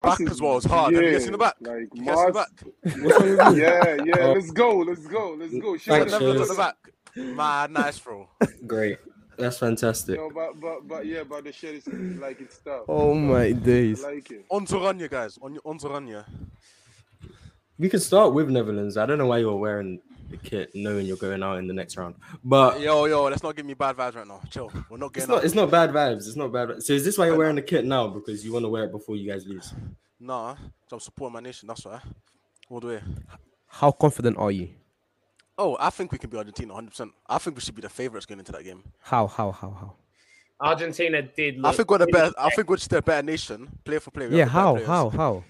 back as well. It's hard. Let me guess in the back. Like You guess in the Mars. back. Yeah, yeah. Let's go. Let's go. Let's go. Show Let me us the have a look first- at the back. Man, nice throw. Great. That's fantastic. No, but but but yeah, but the shit is like it's tough. Oh my I days. like it. On to Rania, guys. On on to Rania. We could start with Netherlands. I don't know why you're wearing the kit, knowing you're going out in the next round. But Yo, yo, let's not give me bad vibes right now. Chill. We're not it's getting not. up. It's not bad vibes. It's not bad. vi- So is this why you're wearing the kit now? Because you want to wear it before you guys lose. Nah, I'm supporting my nation. That's why. All the way. How confident are you? Oh, I think we can be Argentina 100%. I think we should be the favourites going into that game. How? How? How? How? Argentina did. I Look think we're the really better. I think we're just the better nation. Play for play. we are Yeah. the better How? players. How? How?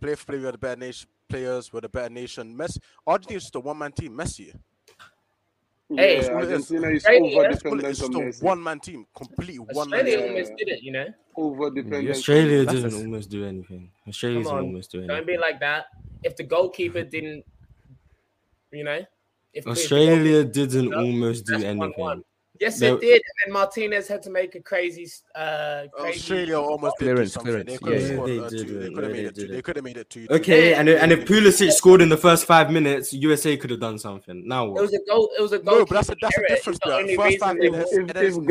Play for play. We're the better nation. Players. We're the better nation. Messi. Argentina's just a one man team. Messi. Hey, yeah, Argentina is Australia- over It's dependent on just a Messi. one man team. Complete one man Australia team. almost did it, you know. Over dependent. Australia That's doesn't a- almost do anything. Australia Come doesn't on. almost do Don't anything. be like that. If the goalkeeper didn't, you know, if if the goalkeeper- Australia didn't No, almost do that's one, anything. one. yes, No. it did. And then Martinez had to make a crazy, uh, crazy Australia almost did do Clearance, something. They clearance. could have Yeah, scored, they uh, two. didn't. They could Yeah, have they made it two. They didn't. could have made it two. two. Okay, and and if Pulisic scored in the first five minutes, USA could have done something. Now It what? was a goal. It was a goal. No, but that's a, that's a difference. There. First time they in won. his, If- if Ghana Yeah, has if, gone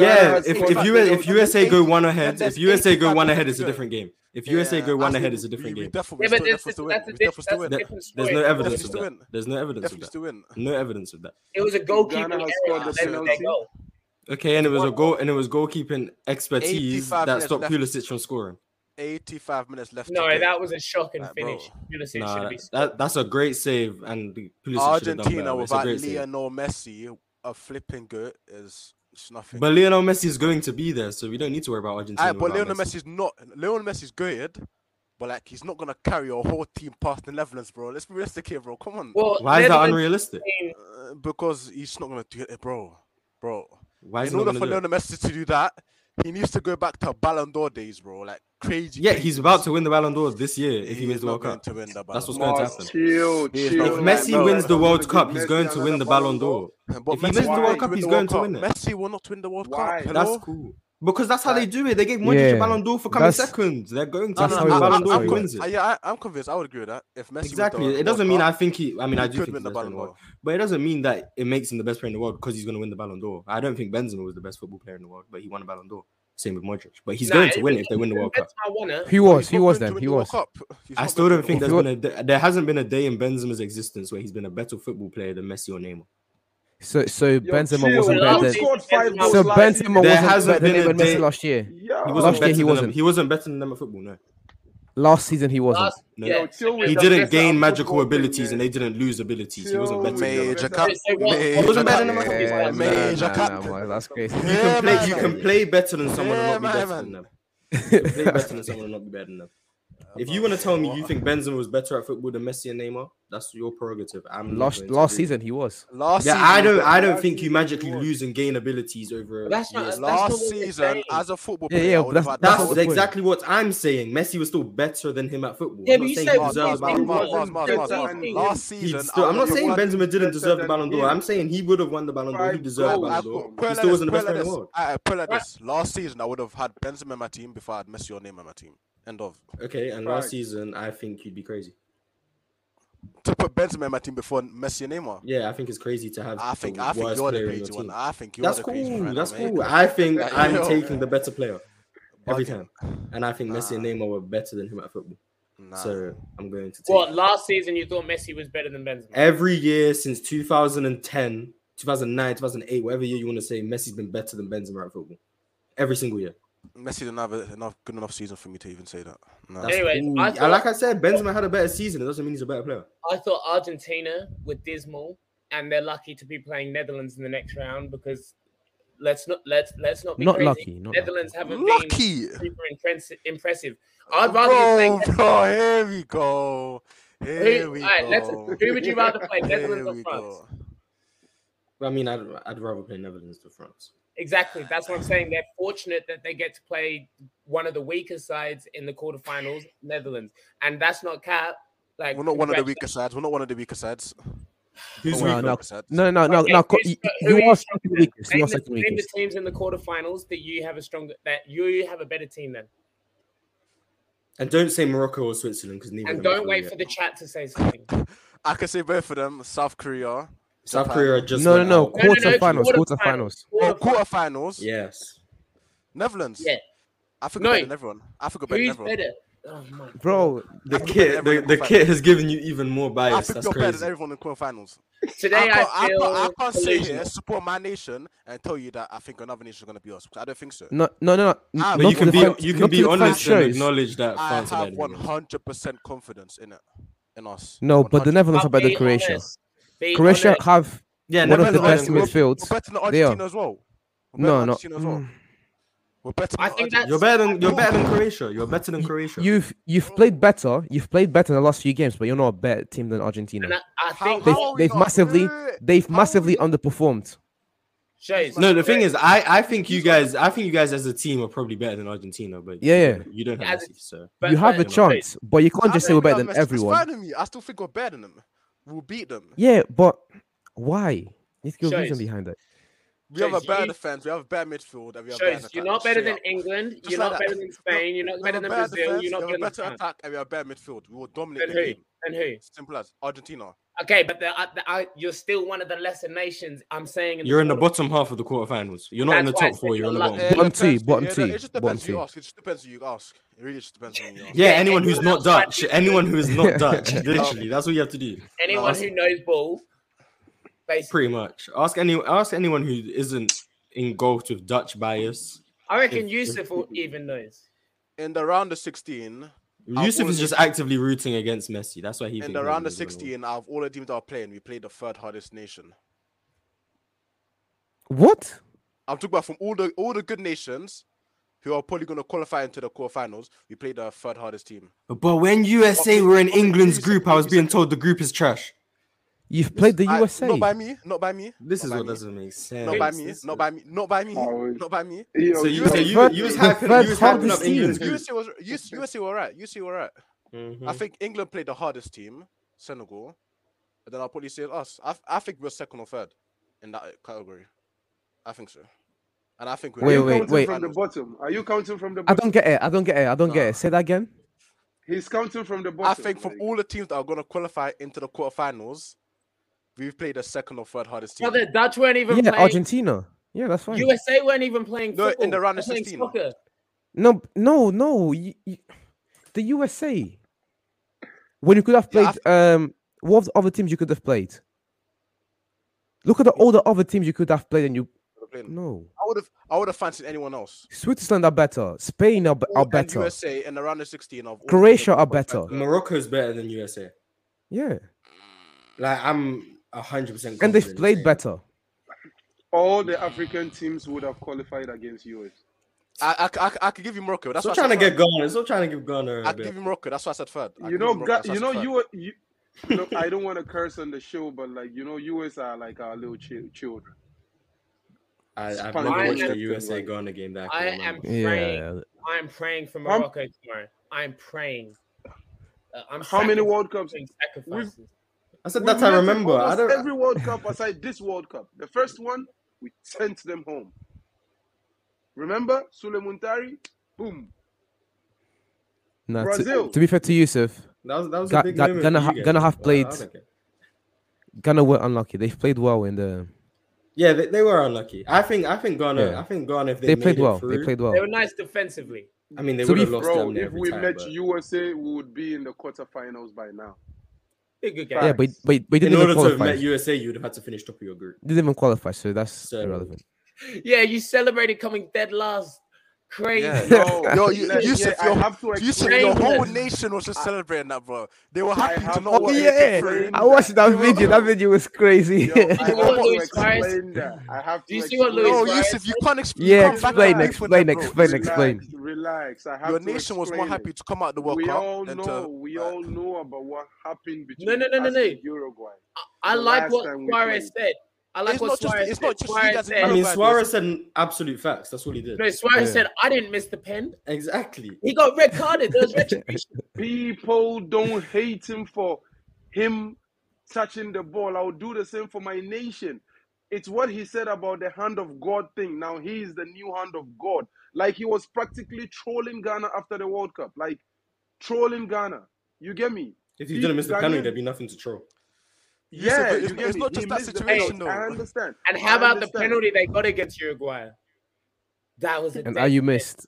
if back, you they if don't- USA go one ahead, that's if USA go one 85% ahead, it's a to go. different game. If USA go one ahead, it's a different we, game. Definitely Yeah, but still, that's, definitely that's, still win. We that's, a, diff- definitely still win. that's a different story. There's no evidence of Definitely that. win. There's no evidence of Definitely that. still win. No evidence of that. It was a goalkeeper Ghana error. has scored the that led to their penalty. goal. Okay, and it was a What? goal, and it was goalkeeping expertise 85 that minutes stopped left. Pulisic from scoring. 85 minutes left. to No, go. that was a shocking Like, bro. finish. Pulisic Nah, should be that, that's a great save, and the Pulisic should have done Argentina better. It's a without great save. Lionel Messi, a flipping goat is it's nothing. But Lionel Messi is going to be there, so we don't need to worry about Argentina. Aye, but without Lionel Messi's not. Lionel Messi's good, but like he's not gonna carry a whole team past the Netherlands, bro. Let's be realistic here, bro. Come on, well, Why is that Netherlands unrealistic? team- Uh, because he's not gonna do it, bro. Bro, Why is in he order not gonna for do it? Lionel Messi to do that, he needs to go back to Ballon d'Or days, bro. Like crazy. Yeah, he's about to win win the Ballon d'Or this year if he He's wins the not World going Cup. to win the Ballon That's what's d'Or. going to Mar- happen. chill, He is chill. not If Bro, Messi no, wins the Give World Cup, he's Messi going to win the another Ballon d'Or. But If he wins the World won't Cup, win he's the going World to win it. Cup. Messi will not win the World Why? Cup. Hello? That's cool. Because that's how they do it. They gave Modric Yeah. the Ballon d'Or for coming That's- second. They're going to That's give how him the it works. Ballon That's d'or how if it he wins I, it. yeah, I, I'm convinced. I would agree with that. If Messi wins Exactly. the World It doesn't mean Cup, I think he. I mean, I he could do think he's win the the best player in Ballon the d'or. world, but it doesn't mean that it makes him the best player in the world because he's going to win the Ballon d'Or. I don't think Benzema was the best football player in the world, but he won a Ballon d'or. Same with Modric, but he's Nah, going to it- win it if they win the World Cup. That's my winner. He But was. he's He not going to was then. win He the World was. Cup. He's I not still going don't to think win there's the been a d- there hasn't been a day in Benzema's existence where he's been a better football player than Messi or Neymar. So so Yo, Benzema chill. wasn't Who better. than- scored five So goals So last Benzema year? There wasn't hasn't better than been a Neymar Messi day- last year. Yeah. He wasn't Last year better he than them. wasn't. He wasn't better than them at football. No, Last season he wasn't. Last- No. yeah, Yo, chill with he Yeah, didn't that's gain our magical football thing, abilities man. and they didn't lose abilities. He wasn't Chill better. Than them. Major Major cup. cup. He wasn't better than cup. them at Yeah, football. nah, Major nah, cup. nah, man, that's crazy. You can play. you man. can play better than someone Yeah, and not be better man. than them. You can play better than someone and not be better than them. If you want to tell me you think Benzema was better at football than Messi and Neymar, that's your prerogative. I'm not Last going to last agree. season he was. last Yeah, season, I don't. I don't last think you season magically he was. lose and gain abilities over. That's not- years. that's last not what we're season saying. as a football Yeah, player. yeah, I would that's- have had that's That's that. what- the point. exactly what I'm saying. Messi was still better than him at football. Yeah, I'm but not you saying say he Mars, Mars, deserves Mars, the Mars, Ballon Mars, d'Or. Mars, Mars, Mars, Mars. He Last He season, still- I I'm would not have saying had- Benzema didn't deserve the better Ballon than d'Or. him. I'm saying he would have won the Ballon d'Or. He Five deserved the goals. Ballon I've d'Or. got- put it He like still this, wasn't the put it best player like in the this. world. I- I put it like this. Last season, I would have had Benzema in my team before I had Messi or Neymar in my team. End of. Okay, and Right. last season I think you'd be crazy. To put Benzema in my team before Messi and Neymar. Yeah, I think it's crazy to have. I think the I think worst you're the player in your crazy one. team. I think you're That's the crazy cool. one. right that's now, mate. cool. I think Like, I'm yo. taking the better player every Bugging. time, and I think Messi and Neymar were better than him at football. Nah. So I'm going to take What last season you thought Messi was better than Benzema? every year since 2010, 2009, 2008, whatever year you want to say, Messi's been better than Benzema at football. Every single year. Messi didn't have a- enough good enough season for me to even say that. No. That's Anyways, cool. I And thought- like I said, Benzema had a better season. It doesn't mean he's a better player. I thought Argentina were dismal, and they're lucky to be playing Netherlands in the next round because let's not let's let's not be Not crazy. lucky, not Netherlands haven't Lucky. been super impressive. impressive. I'd rather be Bro, playing. bro, here we go. Here Who, we all right, let's, go. who would you rather play, Here Netherlands or we France? go. I mean, I'd, I'd rather play Netherlands to France. Exactly. That's what I'm saying. They're fortunate that they get to play one of the weaker sides in the quarterfinals, Netherlands, and that's not cap. Like We're not one of the congratulations. weaker sides. We're not one of the weaker sides. We're one of Who's No, the weaker? no. weaker sides. No, no, no, no. co- who's- You who you are is second stronger? weakest. You Name are the, second name the weakest. teams in the quarterfinals that you have a stronger that you have a better team than. And don't say Morocco or Switzerland because neither. And of them don't are wait yet. for the chat to say something. I can say both of them. South Korea. South Japan. Korea just No, no, went no. out. No, no, Quarterfinals. no, Quarterfinals. quarterfinals. Oh, Quarterfinals. quarterfinals. Yes. Netherlands. Yeah. I think No. better than everyone. I think better than Who's everyone. better? Oh my Bro, The think kit, better the, than the quarterfinals. kit has given you even more I bias. think That's you're better than crazy. everyone in quarterfinals. Today I I, can't, I feel. can't, I can't sit here, delusional. support my nation, and tell you that I think another nation is going to be us. 'cause I don't think so. no, no, no. no Ah, n- But not you to can the be fact- you can not to be the fact honest and shows. acknowledge that I France are have better than us. 100% confidence in it, in us. No, but the 100%. Netherlands are But better than be Croatia. honest. Be Croatia honest. have Yeah, one of the Netherlands best are- midfields. We're better than They are. Argentina as well. We're better No, than no. Argentina as well. We're better. I than think Argentina. that's You're better than you're better than Croatia. You're better than Croatia. You've Oh. you've played better. You've played better in the last few games, but you're not a better team than Argentina. And I, oh I How- think how They've, are we they've not? massively they've How are massively we- underperformed. Shays, no, the thing is, I, I think you guys, I think you guys as a team are probably better than Argentina, but Yeah, yeah. you don't have As- Messi, so but- you have a but- chance, but you can't I just say we're think we better are than messed- It's everyone. fine with me. I still think we're better than them. We'll beat them. Yeah, but why? You need to give a Shows. reason behind it. We have a Shows, better you- defense. We have a better midfield. And we have Shays, better you're not better than England. England. Just You're like not that. better than Spain. You're not We have better a than better Brazil. defense, You're not we have a better better than. attack and we have a better midfield. We will dominate Then the who? game. And who? Simple as Argentina. Okay, but the, uh, the, uh, you're still one of the lesser nations. I'm saying. you're in the quarter- bottom half of the quarterfinals. You're not in the That's why I top said four. You're in the you're bottom. lucky. It Bottom depends- two, bottom yeah, two, It just bottom depends who you two. ask. It just depends who you ask. It really just depends on who you ask. Yeah, Yeah, anyone who's anyone not outside Dutch, the UK. anyone who is not Dutch, literally, that's what you have to do. Anyone who knows ball, basically. Pretty much. Ask any ask anyone who isn't engulfed with Dutch bias. I reckon If- if- Yusuf will even knows. In the round of 16, I've Yusuf is always- just actively rooting against Messi. That's why he. in thinks the Messi round of is gonna win. 16, out of all the teams that are playing, we played the third hardest nation. What? I'm talking about from all the all the good nations who are probably going to qualify into the quarterfinals. We played the third hardest team. But when USA were in Obviously, England's obviously, group, I was being obviously. told the group is trash. You've played the I- USA. not by me. Not by me. This Not is by what me. doesn't make sense. Not by me. This Not is- by me. Not by me. Oh, it- Not by me. Yo, So you yo, so the you first- you was the hyping you was first hyping up hardest England's team. group. USA was US, USA were right. USA were right. Hmm. I think England played the hardest team, Senegal, and then I'll probably say us. I, I think we're second or third in that category. I think so, and I think we're Wait, Are you wait, counting wait. From the bottom, are you counting from the I bottom? don't get it. I don't get it. I don't get Nah. it. Say that again. He's counting from the bottom. I think from like- all the teams that are going to qualify into the quarterfinals, we've played the second or third hardest team. Well, the Dutch weren't even Yeah, playing. Argentina. Yeah, that's fine. USA weren't even playing No, in football. the round of They're playing 16. Soccer. No, b- no, no. You, you, the USA. When you could have Yeah, I played, um, what of the other teams you could have played? Look at the, all the other teams you could have played, and you we're playing. no. I would have, I would have fancied anyone else. Switzerland are better. Spain are, be- are And better. USA in the round of 16 of all the teams Croatia that are qualified better. to the- Morocco's better than USA. Yeah, Like I'm hundred percent. and they've played better. all the African teams would have qualified against US. I, I, c- I, c- I could give you Morocco. That's Still what trying I to said get Ghana. Still trying to give Ghana. third. A I'd give bit. you Morocco. That's why I said third. I'd You give know, Morocco, Ga- that's why I you said know, third. you, you look. I don't want to curse on the show, but like you know, US are like our little chi- children. I, I've Fine. never I watched am- a USA Ghana game that. I I, am can praying. Yeah, I'm praying for How- Morocco tomorrow. I'm praying. Uh, I'm How many sacrificing- World Cups? sacrifices. I said We've that I met in remember. I almost don't. every World Cup aside this World Cup. The first one, we sent them home. Remember, Sule Muntari? Boom. nah, to, Brazil. to be fair to Yusuf, that was that was Ga- a big Ga- moment. Ghana for ha- you guys. Ghana have I- I played- don't care. Ghana were unlucky. They've played well in the. Yeah, they, they were unlucky. I think I think Ghana. Yeah. I think Ghana. If they, They, played made it well. Through, They played well. They were nice defensively. I mean, they To would have be- lost Bro, them if every we time. met but USA, we would be in the quarterfinals by now. They're good guys. Yeah, but but, but they in didn't order even to have qualify. met USA, you would have had to finish top of your group. They didn't even qualify, so that's So- irrelevant. Yeah, you celebrated coming dead last. Crazy. Yeah. Yo, No, you- like, you said I your- have to You said Explain your whole that. nation was just celebrating that, bro. They were I happy to have not to want explain anything from you. that. that You were- video was crazy. Yo, I you know have what to Luis Suarez- explain that. I have Do you to see what explain No, Luis that. Suarez Yusuf, you can't explain. Yeah, you can't back explain, that up with explain, that, bro. explain, explain. Relax, relax. I have Your to nation was more explain happy it. to come out the World we Cup all than know, to. we uh, all know about what happened between no, no, no, us no. and Uruguay. I the like last what time we Suarez said. I like It's what not just- Suarez it's said. not just you Suarez guys in said- I mean, Uruguay Suarez said absolute facts. That's what he did. no, Suarez Yeah. said, I didn't miss the pen. Exactly. He got red carded. There was retribution. People don't hate him for him touching the ball. I will do the same for my nation. It's what he said about the hand of God thing. Now he is the new hand of God. Like he was practically trolling Ghana after the World Cup. Like trolling Ghana. You get me? If you didn't miss the Ghanaian- penalty, there'd be nothing to troll. Yeah, Yeah, but you it's- get it's me? not just He that missed the situation, penalty. I though. understand. And I how about the understand. penalty they got against Uruguay? That was a And dead are you hit. missed?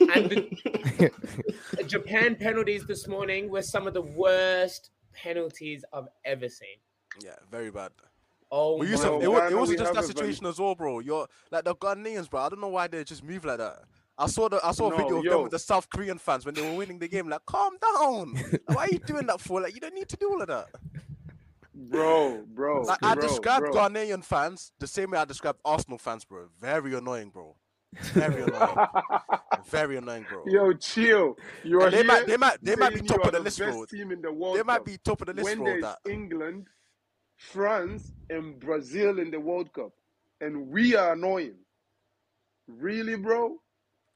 And the Japan penalties this morning were some of the worst penalties I've ever seen. Yeah, very bad. Oh, Well, my you Yusuf, said, God. it, word. was, Ghana, it we wasn't just have that a very- situation as well, bro. You're like the Ghanaians, bro. I don't know why they just move like that. I saw the I saw a No, video of yo. them with the South Korean fans when they were winning the game. Like, calm down. Like, why are you doing that for? Like, you don't need to do all of that. Bro, bro. Like, bro, I described bro. Ghanaian fans the same way I described Arsenal fans, bro. Very annoying, bro. Very annoying. Very annoying, bro. Yo, chill. You are And they here might, they might, they might be saying top you are of the list, best bro. team in the World They might Cup. be top of the list, when bro. there's That England, France, and Brazil in the World Cup, and we are annoying. Really, bro?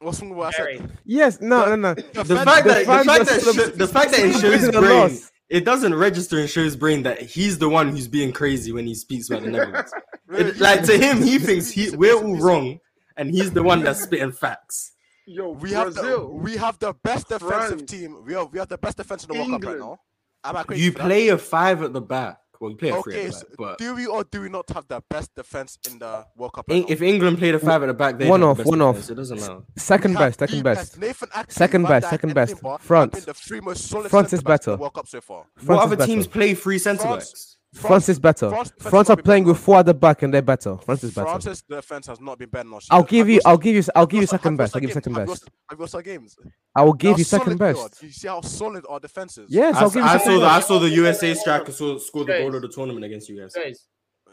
what's wrong with what I Very. said? Yes, no, no, no. The fact that the fans fact are that still- Sho- the fact that in still Sho's losing a brain loss. it doesn't register in Sho's brain that he's the one who's being crazy when he speaks about the Netherlands. It- like to him, he thinks he, we're all wrong, and he's the one that's spitting facts. Yo, We have the, Brazil. we have the best defensive France, team. We have we have the best defense in the World Cup right England. now. Am I crazy? You for that? play a five at the back. Well, you play a three Okay, at the so back, but do we or do we not have the best defense in the World Eh, Cup? Eng- Right if England played a five at the back, they One had the off, best one off. defense. It doesn't matter. Second now? We have best, second the best. Nathan Ake, Second Van best, Dijk, second and best. Timber have France. been the three most solid France is centre-backs in better. the World Cup so far. France what is other better. teams play three centre backs? France- France is better. France- France, France are will be playing better. with four at the back and they're better. France is better. France's defense has not been bad enough. I'll give you. I'll give you. I'll give you have second we best. lost I'll give you our second games? Have we best. lost- Have we lost our games? I will Now, give you second solid we are. best. Do you see how solid our defense is? Yes, I, I'll give you I saw second the I best. saw the USA striker score, score the Guys. goal of the tournament against you guys. Guys,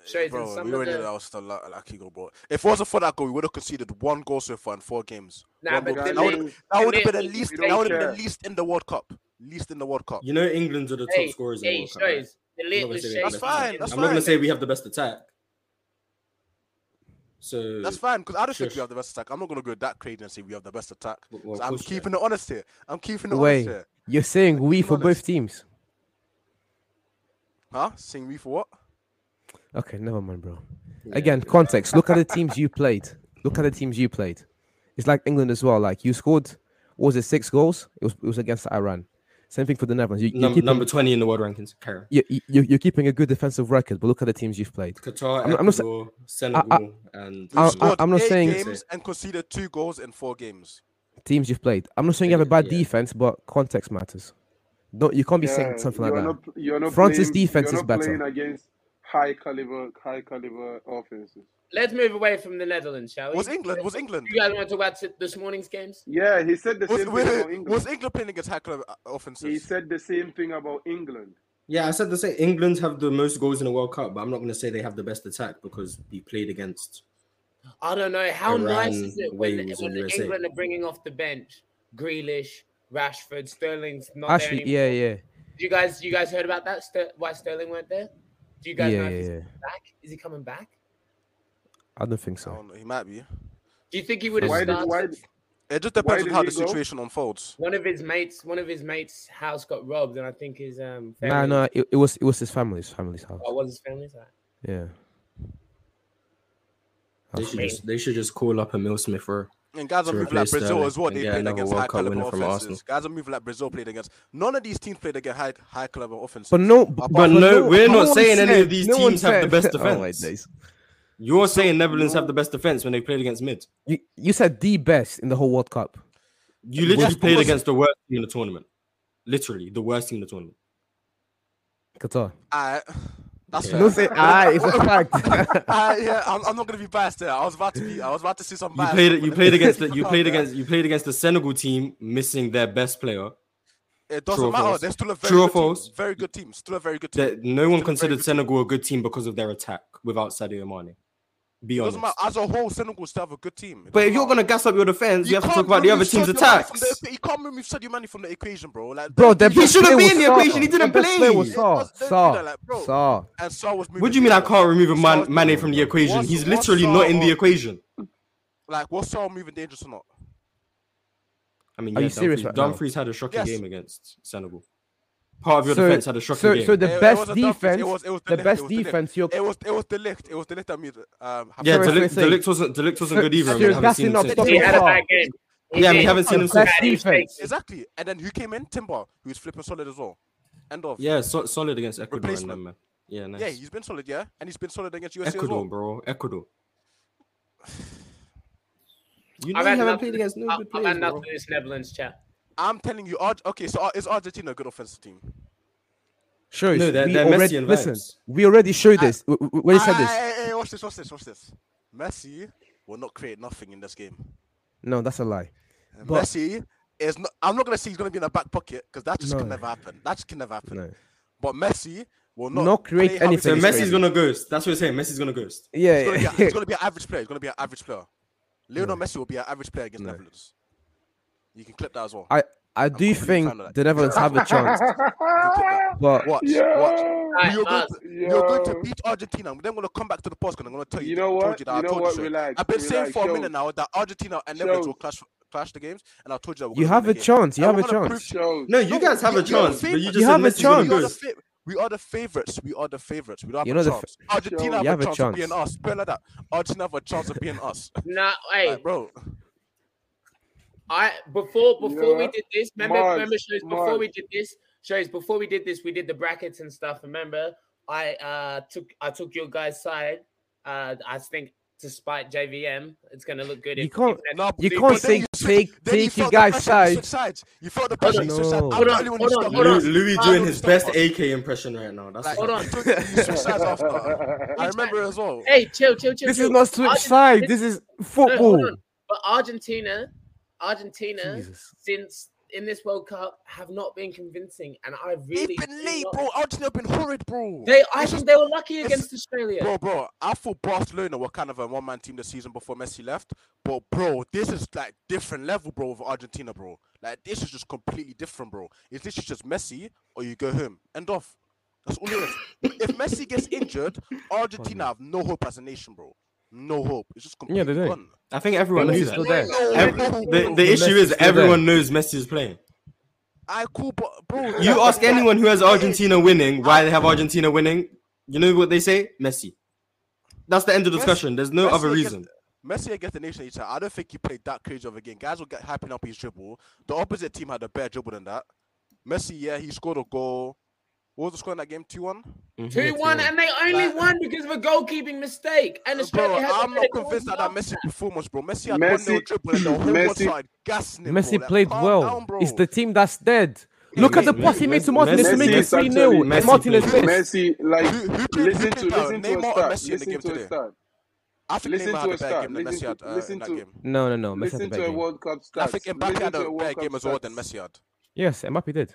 Shows in Bro, some we of already the- know that was the la- like Hugo bro. If it wasn't for that goal, we would have conceded one goal so far in four games. nah, One but goal. the That would main- have that would have been the the main- least. the That would have been main- the least in the World Cup. Least in the World Cup. You know England's are the top Hey, scorers in the hey, World Cup. right? shows. The I'm not gonna little say we shows. have That's the best fine, attack. that's I'm not gonna fine. say we have the best attack. So That's fine because I don't think Shush. we have the best attack. I'm not gonna go that crazy and say we have the best attack. Well, well, So of I'm course you keeping it honest here. I'm keeping it Wait. honest here. You're saying we Keep for honest. both teams. Huh? Sing me for what? Okay, never mind, bro. Yeah. Again, context. Look at the teams you played. Look at the teams you played. It's like England as well. Like you scored, what was it six goals? It was it was against Iran. Same thing for the Netherlands. You, Num- you're, keeping, number twenty in the world rankings. Karen. you, you, you're keeping a good defensive record, but look at the teams you've played. Qatar, I'm not- I'm not sa- Ecuador, Senegal, and We I- scored I'm not eight saying- games and conceded two goals in four games. Teams you've played. I'm not saying you have a bad Yeah. defense, but context matters. Don't you can't be Yeah, saying something like you're that. not- you're not France's playing- defense you're not is better. playing against high caliber, high caliber offenses. Let's move away from the Netherlands, shall we? Was England? Was England? Oh, You guys want to talk about t- this morning's games? Yeah, he said the Was, same thing wait, about wait, England. was England playing against high club uh, He offenses? said the same thing about England. yeah, I said the same. England have the most goals in the World Cup, but I'm not gonna say they have the best attack because we played against. I don't know. How Iran, nice is it when, Wales, when and USA. England are bringing off the bench? Grealish, Rashford, Sterling's not Actually, there yeah, anymore. yeah, You guys, you guys heard about that? Ster- why Sterling weren't there? Do you yeah, guys know yeah, if he's yeah. back? Is he coming back? I don't think I Oh, so. don't know, He might be. Do you think he would have Why did started? why It just Why depends on did how he the go? situation unfolds. One of his mates, one of his mates' house got robbed, and I think his um. No, family- uh, no, it, it was it was his family's family's house. Oh, it was his family's house? Yeah. They House. should just they should just call up Emil Smith for And guys are to moving like replace Brazil Sterling as well. and They get played another against World high Cup caliber winner from offenses. Arsenal. Guys are moving like Brazil played against. None of these teams played against high high caliber offenses. But no, Apart But from- no, we're not one saying any said- of these no one teams have the said- best Oh, wait, defense. days. You're saying Netherlands have the best defense when they played against mid. You, you said the best in the whole World Cup. You literally Yes, played because- against the worst team in the tournament. Literally, the worst team in the tournament. Qatar. Aight. that's Yeah. fair. No, say ah, it's a fact. Aight, yeah, I'm, I'm not gonna be biased there. I was about to be. I was about to see some You bias. played. You but played against. The, I you can't, played yeah. against. You played against the Senegal team missing their best player. It True doesn't or matter. false? They're still a very True or good team. false? Very good team. Still a very good team. That no Still one very considered good Senegal a good team because of their attack without Sadio Mane. Be It doesn't honest. matter. As a whole, Senegal still have a good team. It But doesn't if you're matter. gonna gas up your defense, you, have to can't talk about the remove other Sadio team's Mane from attacks. The, you can't remove Sadio Mane from the equation, bro. Like, Bro, the- their He best shouldn't be player was in the Sarr. equation, he didn't Their best player play. was It Saar. was- don't do Saar. that, like, bro. Saar. and Saar was moving. What do you mean I forward. can't remove a man, Sar's Mane moving from the forward. equation? What's- He's what's literally Sarr not in the on- equation. Like, was Saar moving dangerous or not? I mean, Are yeah, you serious Dumfries, right now? Dumfries had a shocking Yes. game against Senegal. Part of your So, defense had a shocking so, game. so the It- it best was a dump- it defense, was- it was the the left, it best was the left. defense. You're It was it was the lift. It was the lift that made. Um, yeah, happened. sorry, Delict sorry, sorry. Delict wasn't Delict wasn't So- good either. so I mean, I that's haven't seen him enough. since. Stop He it. had a Qatar. bad game. Yeah, we haven't seen him since. Best defense. Exactly. And then who came in? Timber, who's flipping solid as well. End of. Yeah, so, solid against Ecuador and them, man. Yeah, nice. Yeah, he's been solid, yeah? And he's been solid against USA as Ecuador, well. bro. Ecuador. You know I've you had haven't enough played of this- against no I've good I've had players, enough bro. of this Netherlands chat. I'm telling you, Ar- okay, so Ar- is Argentina a good offensive team? Sure, No, they're- they're already, Messi and listen, vibes. we already showed this. We, we already said Ah, this. Hey, hey, hey, watch this, watch this, watch this. Messi will not create nothing in this game. No, that's a lie. And But- Messi is not. I'm not gonna say he's gonna be in a back pocket because that just can No. never happen. That just can never happen. No. But Messi will not, Not create play how he anything. So plays. It's Messi's crazy. gonna ghost. That's what you're saying. Messi's gonna ghost. Yeah, He's gonna, be a, yeah. he's gonna be an average player. He's gonna be an average player. Lionel Messi will be an average player against No. Netherlands. You can clip that as well. I I do completely think fine with that. the Netherlands have a chance, but Watch, watch. Yo, You're going, Us. to, you're going to Yo. beat Argentina. I'm then going to come back to the past because I'm going to tell you. You know Told what? you You that. I know told what? you so. Relax. I've been saying relax. for a Yo, minute now that Argentina and Netherlands Show. will clash clash the games, and I told you that we're you gonna have win a the game. chance. You And have a we're gonna chance. prove- Show. No, you No, guys have you- a you have chance, a but you favorite. just You said have a Messi's We gonna are, the ghost. fa- we are the favorites. We are the favorites. We don't have You a know the chance. Argentina You have have a a chance of chance. being us. Put it like that. Argentina have a chance of being us. Nah, hey, Like, bro, I before before we Yeah. did this, remember Mars, remember shows before Mars. we did this shows before we did this, we did the brackets and stuff. Remember, I uh took I took your guys' side. Uh, I think despite JVM, it's gonna look good. You if- if can't- that- no, You but can't then say take then take you felt the guys' pressure, you side. switched sides. You felt the pressure. you switched sides. No. I'm Hold on, the only one who hold on, stopped hold you. on. Louis, Louis Ah, doing don't his stop best us. AK impression right now. That's Like, Hold on. You switched sides after. I remember as well. Hey, chill, chill, chill. This chill. is not switch Argent- side. This is no, hold football. on. But Argentina, Argentina, Jesus. since in this World Cup have not been convincing, and I They've really been do late, not- bro. Argentina have been horrid, bro. They, I It's think they were lucky it's- against Australia. Bro, bro, I thought Barcelona were kind of a one-man team the season before Messi left, but bro, this is like different level, bro, with Argentina, bro. Like this is just completely different, bro. It's literally just Messi or you go home. End off. That's all it is. if Messi gets injured, Argentina have no hope as a nation, bro. No hope. It's just Yeah, completely they do. gone. I think everyone knows He's that. still there. No Every- hope. the the issue Messi's is still everyone knows Messi is playing. I cool, but bro, You that- ask anyone who has Argentina winning why they have Argentina winning, you know what they say? Messi. That's the end of the Messi- discussion. There's no Messi other against- reason. Messi against the nation each I don't think he played that crazy of a game. Guys were get hyping up his dribble. The opposite team had a better dribble than that. Messi, yeah, he scored a goal. What was the score in that game? 2 1? Two one, and they only Like- won because of a goalkeeping mistake. And Australia Bro, hasn't I'm had not a goal convinced that that since Messi performance, bro. Messi had one Messi- nil dribble and the whole Messi, Messi- side gassing him. Messi bro. Like, played calm well. down, bro. It's the team that's dead. Look at the Messi- pass he made to Messi- Martinez to Messi make it is 3 actually- 0. Messi And Martinez played- missed. Messi, like, Who- who played- who listen to played better, listen to a Neymar or start. Messi in the game Listen to today? a start. I think listen Neymar to had a a better start, game than listen Messi to- had uh, listen in that to- game. No, no, no. Messi had a Listen to better a game. World Cup stats. I think Mbappe Listen had to a World better Cup game as well stats. than Messi had. Yes, Mbappe did.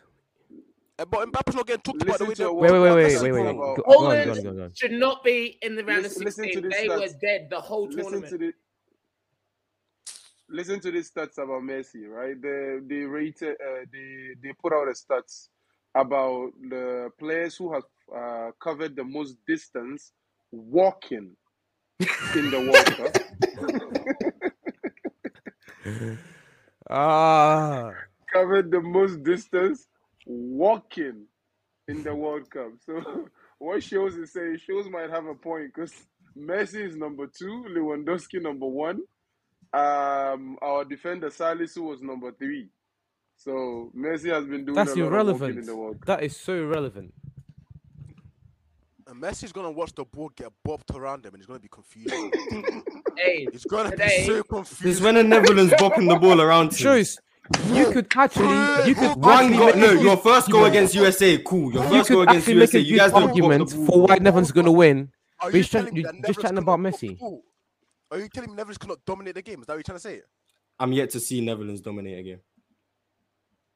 Uh, But Mbappe's not getting talked about the Listen way to they a Wait, World wait, Cup wait, stats wait, wait, wait. from Go, about- go on, Poland go on, go on, go on. Should not be in the round Listen- of listen to sixteen. this They were stats. dead the whole Listen tournament. to the. Listen to these stats about Messi, right? They they rated, uh, they they put out the stats about the players who have uh, covered the most distance walking in the World Cup. Ah. covered the most distance walking in the World Cup. So what shows is saying shows might have a point because Messi is number two, Lewandowski number one, um, our defender Salisu was number three. So Messi has been doing That's a lot of walking in irrelevant. the World Cup. That is so irrelevant. And Messi's gonna watch the ball get bopped around him, and he's gonna be confused. Hey, He's gonna be Today- so This confused. when the Netherlands bopping the ball around. him. Shows you could actually you could One actually goal, make no, a your good first goal argument. against USA, cool. Your You first goal could against actually make USA, a you good guys don't bop the argument ball. for why Netherlands gonna win. Are But you he's trying- telling me you're that just Netherlands chatting cannot about pop the Messi. ball? Are you telling me Netherlands cannot dominate the game? Is that what you're trying to say? I'm yet to see Netherlands dominate again.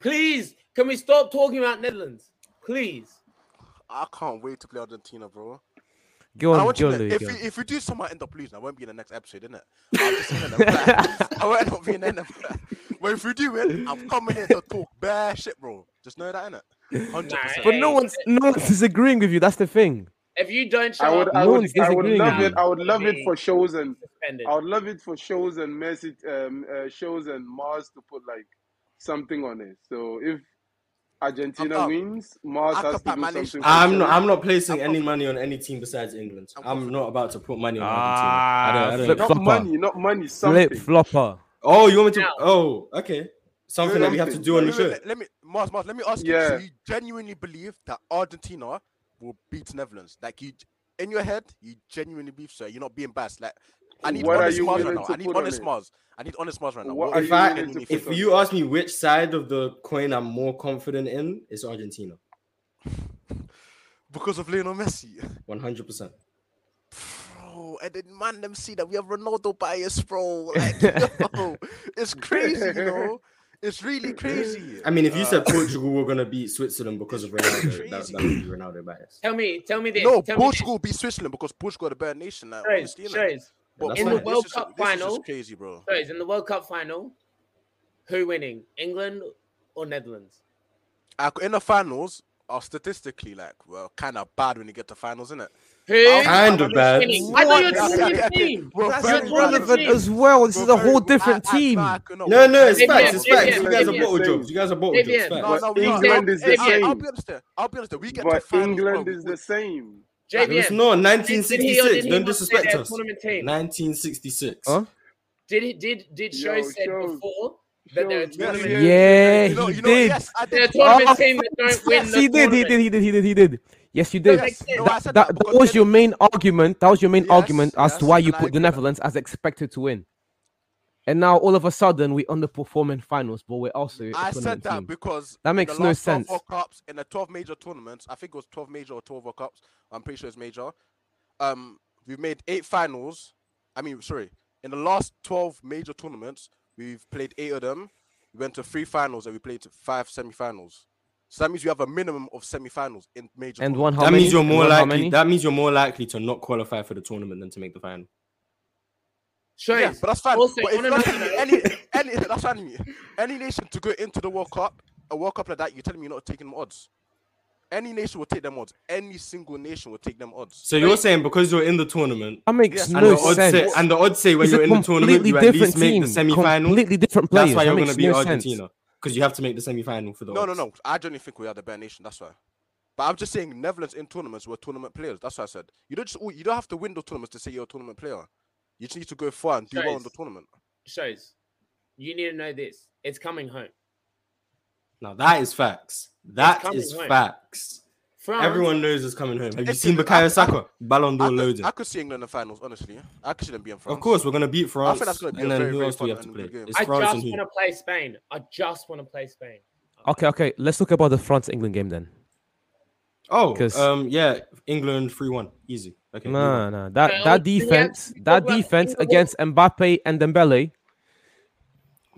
please, can we stop talking about Netherlands? Please. I can't wait to play Argentina, bro. Go And I on, want you go to know, on, Louis, if go we, on. if we do somehow end up losing, I won't be in the next episode, innit? I'm just saying that. I won't be in the next But if we do win, I'm coming here to talk bare shit, bro. Just know that, innit? 100%. Nah, But no one's no one's disagreeing with you. That's the thing. If you don't show I would, up, I No would, one's I would disagreeing love with it. I would love it for shows and suspended. I would love it for shows and Messi, um, uh, shows and Mars to put like something on it. So if Argentina down. wins, Mars I has could to back my do nation. something. For I'm not. shows. I'm not placing any money on any team besides England. I'm not about to put money on Argentina. I don't, I don't Ah, flip know. Not flopper, money, not money. Something. flip flopper. Oh, you want me to? Now. Oh, okay. Something that we have to do on the Wait, wait, show. let, let me, Mars, Mars, let me ask you. Yeah. So you genuinely believe that Argentina will beat Netherlands? Like you, in your head, you genuinely believe so. You're not being biased. Like I need What are honest you Mars right willing now. to I need put on honest it? Mars. I need honest Mars right now. What What are do you you willing genuinely to feel? If you ask me which side of the coin I'm more confident in, it's Argentina, because of Lionel Messi, 100. percent bro. And then man, them see that we have Ronaldo bias, bro. Like, yo, it's crazy, you know. It's really crazy. I mean, if you Uh, said Portugal were gonna beat Switzerland because of Ronaldo, that, Crazy. that would be Ronaldo bias. Tell me, tell me this. no, Uh, tell Portugal will beat Switzerland because Portugal are the better nation. Like, Me this. honestly, Shows, innit? shows, But In the man, this World is- Cup this is just final- crazy, bro. shows. In the World Cup final, who winning? England or Netherlands? I c in the finals are statistically like well kind of bad when you get to finals, isn't it? Who? Kind of bad. winning? I thought you were What? talking about Yeah, the team. We're That's very irrelevant bad. as well. This We're is a very- whole I- different I- team. I cannot- No, no, it's Fabian, facts. It's facts. Fabian, You guys are Fabian. bottle jokes. You guys are bottle jokes. Fabian. No, Facts. no, But we are- England is the I'll- I'll same. be honest there. I'll be honest there. We get to But finals, England bro. is the same. It was JVM. no Did he or did 1966. Don't he not say disrespect their us. tournament team? 1966. Huh? Did he? Did did Yo, Show said shows. before that they're a Shows, tournament? yes, Yeah, You know, he you know, did. yes, I They're a did. tournament Oh, team that don't win Yes, the he did. He tournament. did. He did. He did. He did. Yes, you did. Yes. No, I That, said that, that that because was then- your main argument. That was your main Yes, argument as yes, to why you and I put the agree with that. Netherlands as expected to win. And now all of a sudden we underperform in finals, but we're also a I said tournament that team. because That in makes the no last 12 sense. World Cups in the 12 major tournaments, I think it was 12 major or 12 World Cups. I'm pretty sure it's major. Um, we've made eight finals. I mean, sorry, in the last 12 major tournaments, we've played eight of them. We went to three finals and we played to five semifinals. So that means you have a minimum of semifinals in major. And one tournaments. how That many? means you're And more one how likely. many? That means you're more likely to not qualify for the tournament than to make the final. Shows. Yeah, but that's fine. Also, but if on you're another telling me note- any, any, that's fine. with me. Any nation to go into the World Cup, a World Cup like that, you're telling me you're not taking them odds. Any nation will take them odds. Any single nation will take them odds. So you're saying because you're in the tournament That makes Yes, and the no it's- odds say sense. and the odds say when It's you're a in the tournament completely you at least different make team. the semi-final. Completely different players. That's why That you're going to makes be no sense. Argentina because you have to make the semi-final for the No, no, odds. no. I genuinely think we are the better nation. That's why. But I'm just saying Netherlands in tournaments were tournament players. That's what I said. You don't just oh, you don't have to win the tournaments to say you're a tournament player. You just need to go far and do well in the Guys. tournament. shows. You need to know this. It's coming home. Now that is facts. That coming is home. facts. France, Everyone knows it's coming home. Have you Uh-huh. It's seen in- Bukayo I- Saka? Ballon I d'Or could, loading. I could see England in the finals, honestly. I could see them being France. Of course, we're going to beat France. that's gonna be and a then very, who very else do we fun have to and play? good game. It's I France and just who? want to play Spain. I just want to play Spain. Okay, okay. Let's talk about the France England game then. Oh, 'Cause- um, yeah, England 3 1. Easy. Okay. move on. No, no, that Yeah, that we- we have- defense, we that talk about defense England. against Mbappe and Dembele.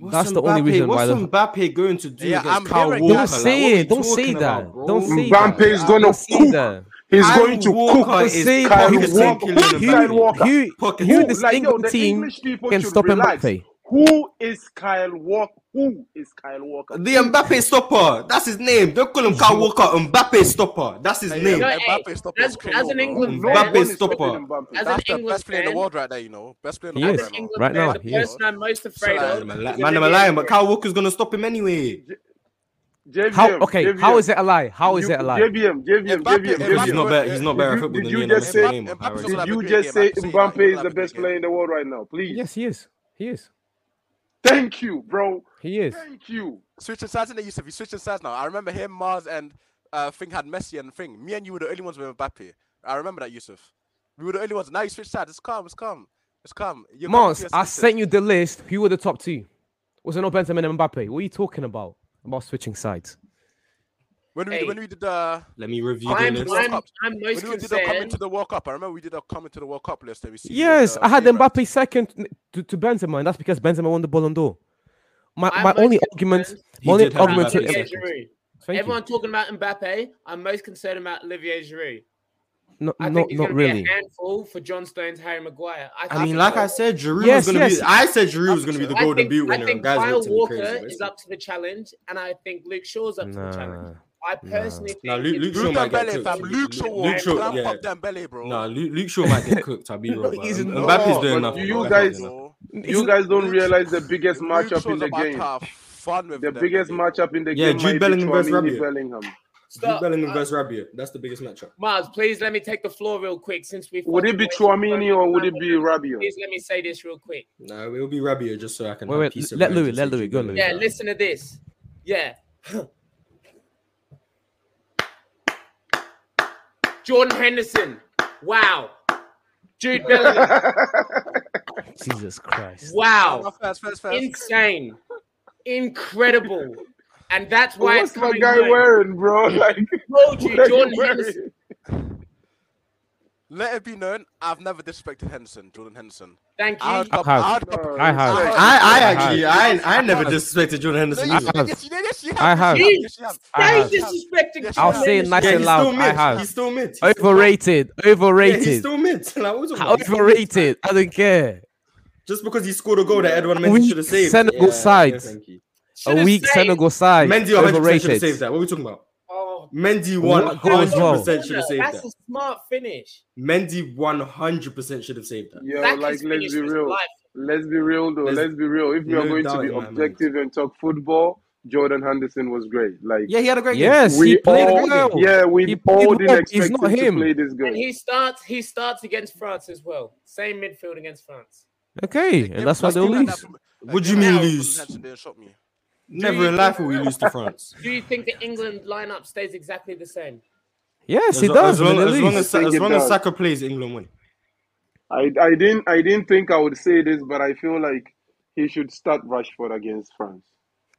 What's That's the only Mbappe- reason why What's the- Mbappe going to do Yeah, I'm against Kyle hearing Walker? that. Don't Like, say what are you it. Don't say talking that. about, bro? Don't say Mbappe that. is gonna Don't say cook. that. He's Kyle going to Walker cook. is Say that. Kyle pocket Who- sink Walker. killing Who, Kyle Mbappe. Walker. Who, Pocket who sink. this like, yo, England the team English people can should stop relax. Mbappe? Who is Kyle Walker? Who is Kyle Walker? The Mbappe stopper. That's his name. Don't call him Kyle Walker. Mbappe stopper. That's his Hey, name. No, hey, Mbappe stop as- is criminal, as an bro. England No Mbappe one is stopper. stopping Mbappe. As That's an the England best player in fan- the world right there, you know. Best player in the He world is. As an right now. England Right fan, now, the he is. person I'm most So, afraid like, of. Man, is I'm lying, Olivier but Giroud. Kyle Walker's gonna stop him anyway. JVM, How okay? JVM. How is it a lie? How is it a lie? JVM, JVM, Mbappe- Mbappe- JVM, Because he's JVM. not better. He's not Did better you- at football did than you Lionel just Messi say- anymore. I Mbappe's not already said. Did have a you good just game. say Mbappe say that. He's Mbappe is not having the a best good player game. in the world right now? Please. Yes, he is. He is. Thank you, bro. He is. Thank you. Switching sides, and they used to be switching sides now. I remember him, Mars, and uh, Thing had Messi and Thing. Me and you were the only ones with Mbappe. I remember that, Yusuf. We were the only ones. Now you switch sides. It's calm. It's calm. It's calm. You're coming to Mons, your I senses. sent you the list. Who were the top two? Was it not Benjamin and Mbappe? What are you talking about? About switching sides. When we Hey. when we did the Let me review the I'm, list. World I'm, Cup. I'm when most we did the coming concerned. to the World Cup, I remember we did a coming to the World Cup list. That we see. Yes, uh, I had Mbappe second n- to, to Benzema, and that's because Benzema won the Ballon d'Or. My, I'm my most only concerned argument, He my only did have about argument, Mbappe to, Olivier second. Giroud. thank you. Everyone talking about Mbappe. I'm most concerned about Olivier Giroud. No, I not, think he's not gonna really. be a handful for John Stones, Harry Maguire. I mean, think like so. I said, Giroud Yes, was gonna yes. be. I said Giroud was gonna be the I golden think, boot I winner, think and guys Kyle looked at me Walker crazy. is basically. up to the challenge, and I think Luke Shaw's up to the Nah. challenge. I personally Nah, think Luke- it's- Luke Shaw Luke might get Dembele, cooked. fam. Luke Luke- Shaw. Luke Shaw, Ramp yeah. up Dembele, bro. Nah, Luke, Luke Shaw might get cooked. I'll be No, real. Bro. he's M- not. Mbappe's doing But nothing. do you Mbappe's guys- doing nothing. It's- You guys don't Luke- realize the biggest Luke matchup Shaw's in the about to game. have fun with The Dembele, biggest bro. matchup in the Yeah, game Jude might be Bellingham versus Chouamini Rabiot. Bellingham. Stop. Bellingham Uh, versus Rabiot. That's the biggest matchup. Miles, please let me take the floor real quick since we. Would it be Chouamini or would it be Rabiot? Please let me say this real quick. No, it will be Rabiot just so I can Wait, have wait, peace of let mind Louis- to let see Louis, if go, you Louis. Yeah, know. listen to this. Yeah. Jordan Henderson. Wow. Jude Bellingham. Jesus Christ. Oh, Wow. first, first, first. Insane. Incredible. And that's why What's it's my coming guy home. wearing, bro? Like, Told you, what are Jordan you wearing? Henderson. Let it be known, I've never disrespected Henderson, Jordan Henderson. Thank I you. had, couple, have. I had couple, No, I have. sorry. I, I I actually, I, I never have. disrespected Jordan No, Henderson you- either. have. yes, you did, yes, you I have. yes, you yes, you have. They I have. disrespected Yes, I'll Jordan have. say it Henderson. nice Yeah, he's and still loud. I mid. have. He's still mid. He's still- Overrated. Yeah, he's Overrated. still mid. Like, what was Overrated. I don't care. Just because he scored a goal that Edward Mendy Weak should have saved. Senegal Yeah, side. yeah, thank you. A Should've weak saved- Senegal side. Mendy 100% should have saved Overrated. that. What are we talking about? Oh, Mendy one What goal as hundred well? percent should have saved That's that. a smart finish. Mendy one hundred percent should have saved that. Yo, That like, let's kid's finish be was real. life. Let's be real, though. There's Let's be real. If we no are going doubt to be in my mind. objective and talk football, Jordan Henderson was great. Like, Yeah, he had a great Yes, game. he played all, well. yeah, we He played all well. didn't He's expect not him to him. play this good. And he starts he starts against France as well. Same midfield against France. Okay, and that's why they'll Give me lose. that- What do you give me mean that from lose? Henderson, they shot me. Never in life will we lose to France. Do you think the England lineup stays exactly the same? Yes, As, he lo- does. as long and they'll as, long lose. I as, think as, it long as does. Saka plays, England win. I, I didn't I didn't think I would say this, but I feel like he should start Rashford against France.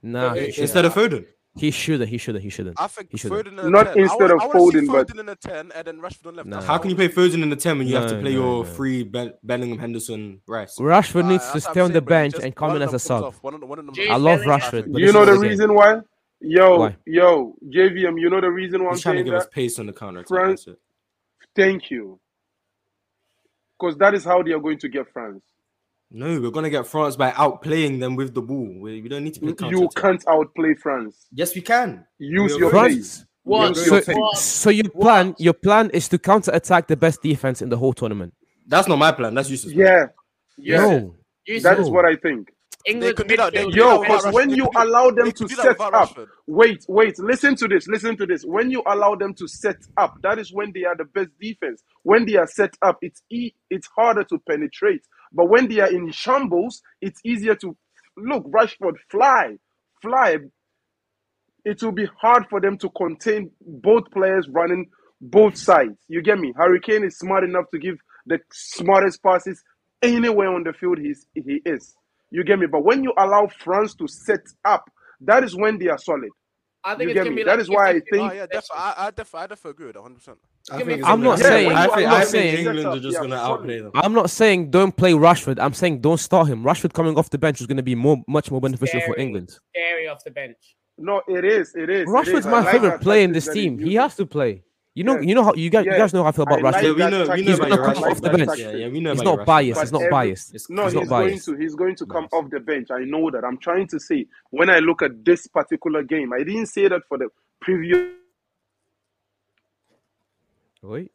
Nah, he Yeah. shouldn't. Instead of Foden. He shouldn't. He shouldn't. He shouldn't. I think He shouldn't. Foden in a Not 10. instead I of want, I want to see Foden, but- Foden in a 10 and then Rashford on left. Nah. That's How can you play Foden in the 10 when you have to No, play no, your no. three Be- Bellingham, Henderson, Rice? Rashford Nah, needs that's to what stay I'm on the saying, bro. bench Just and come one in of as them comes a sub. off, one of them- one of them- Jeez. I love Bellingham. Rashford. But you this know is the again- reason why? Yo, Why? yo, JVM, you know the reason why I'm He's trying to saying give us that? pace on the counter. France- Thank you. Because that is how they are going to get France. No, we're gonna get France by outplaying them with the ball. We, we don't need to play counter. You can't outplay France. Yes, we can. Use We're your going- face. France. What? Use So, your face. so your plan, your plan is to counter attack the best defense in the whole tournament. That's not my plan. That's useless. Yeah. Yeah. No, You That said is what I think. England could do that. They midfield- could do Yo, that because without Rashford. when you They could do- allow them they to could do that set without up, Rashford. wait, wait, listen to this, listen to this. When you allow them to set up, that is when they are the best defense. When they are set up, it's e- it's harder to penetrate. But when they are in shambles, it's easier to look. Rashford, fly, fly. It will be hard for them to contain both players running both sides. You get me? Hurricane is smart enough to give the smartest passes anywhere on the field he's, he is. You get me? But when you allow France to set up, that is when they are solid. I think You it's get gonna me? be That like is why I 50-50. Oh, think- yeah, definitely. I, I, def- I definitely agree with that 100%. I Give think me- it's I'm not gonna- saying- I think, I'm not I think saying- England are just Yeah, gonna sorry. outplay them. I'm not saying don't play Rashford. I'm saying don't start him. Rashford coming off the bench is going to be more, much more beneficial for Scary. England. Scary off the bench. No, it is. It is. it Rashford's is. I my like favorite that player in tactics this that team. He using. has to play. You know, Yeah. you know how you guys, Yeah. you guys know how I feel about I Rashford. like Yeah, we that know, we tactic. know He's about gonna your come Rashford off the tactics. bench. Yeah, yeah, we know He's about not your Rashford biased. tactics. He's not every- biased. It's- No, he's he's, not going biased. to. He's going to come off the bench. I know that. I'm trying to say when I look at this particular game, I didn't say that for the previous. Wait, He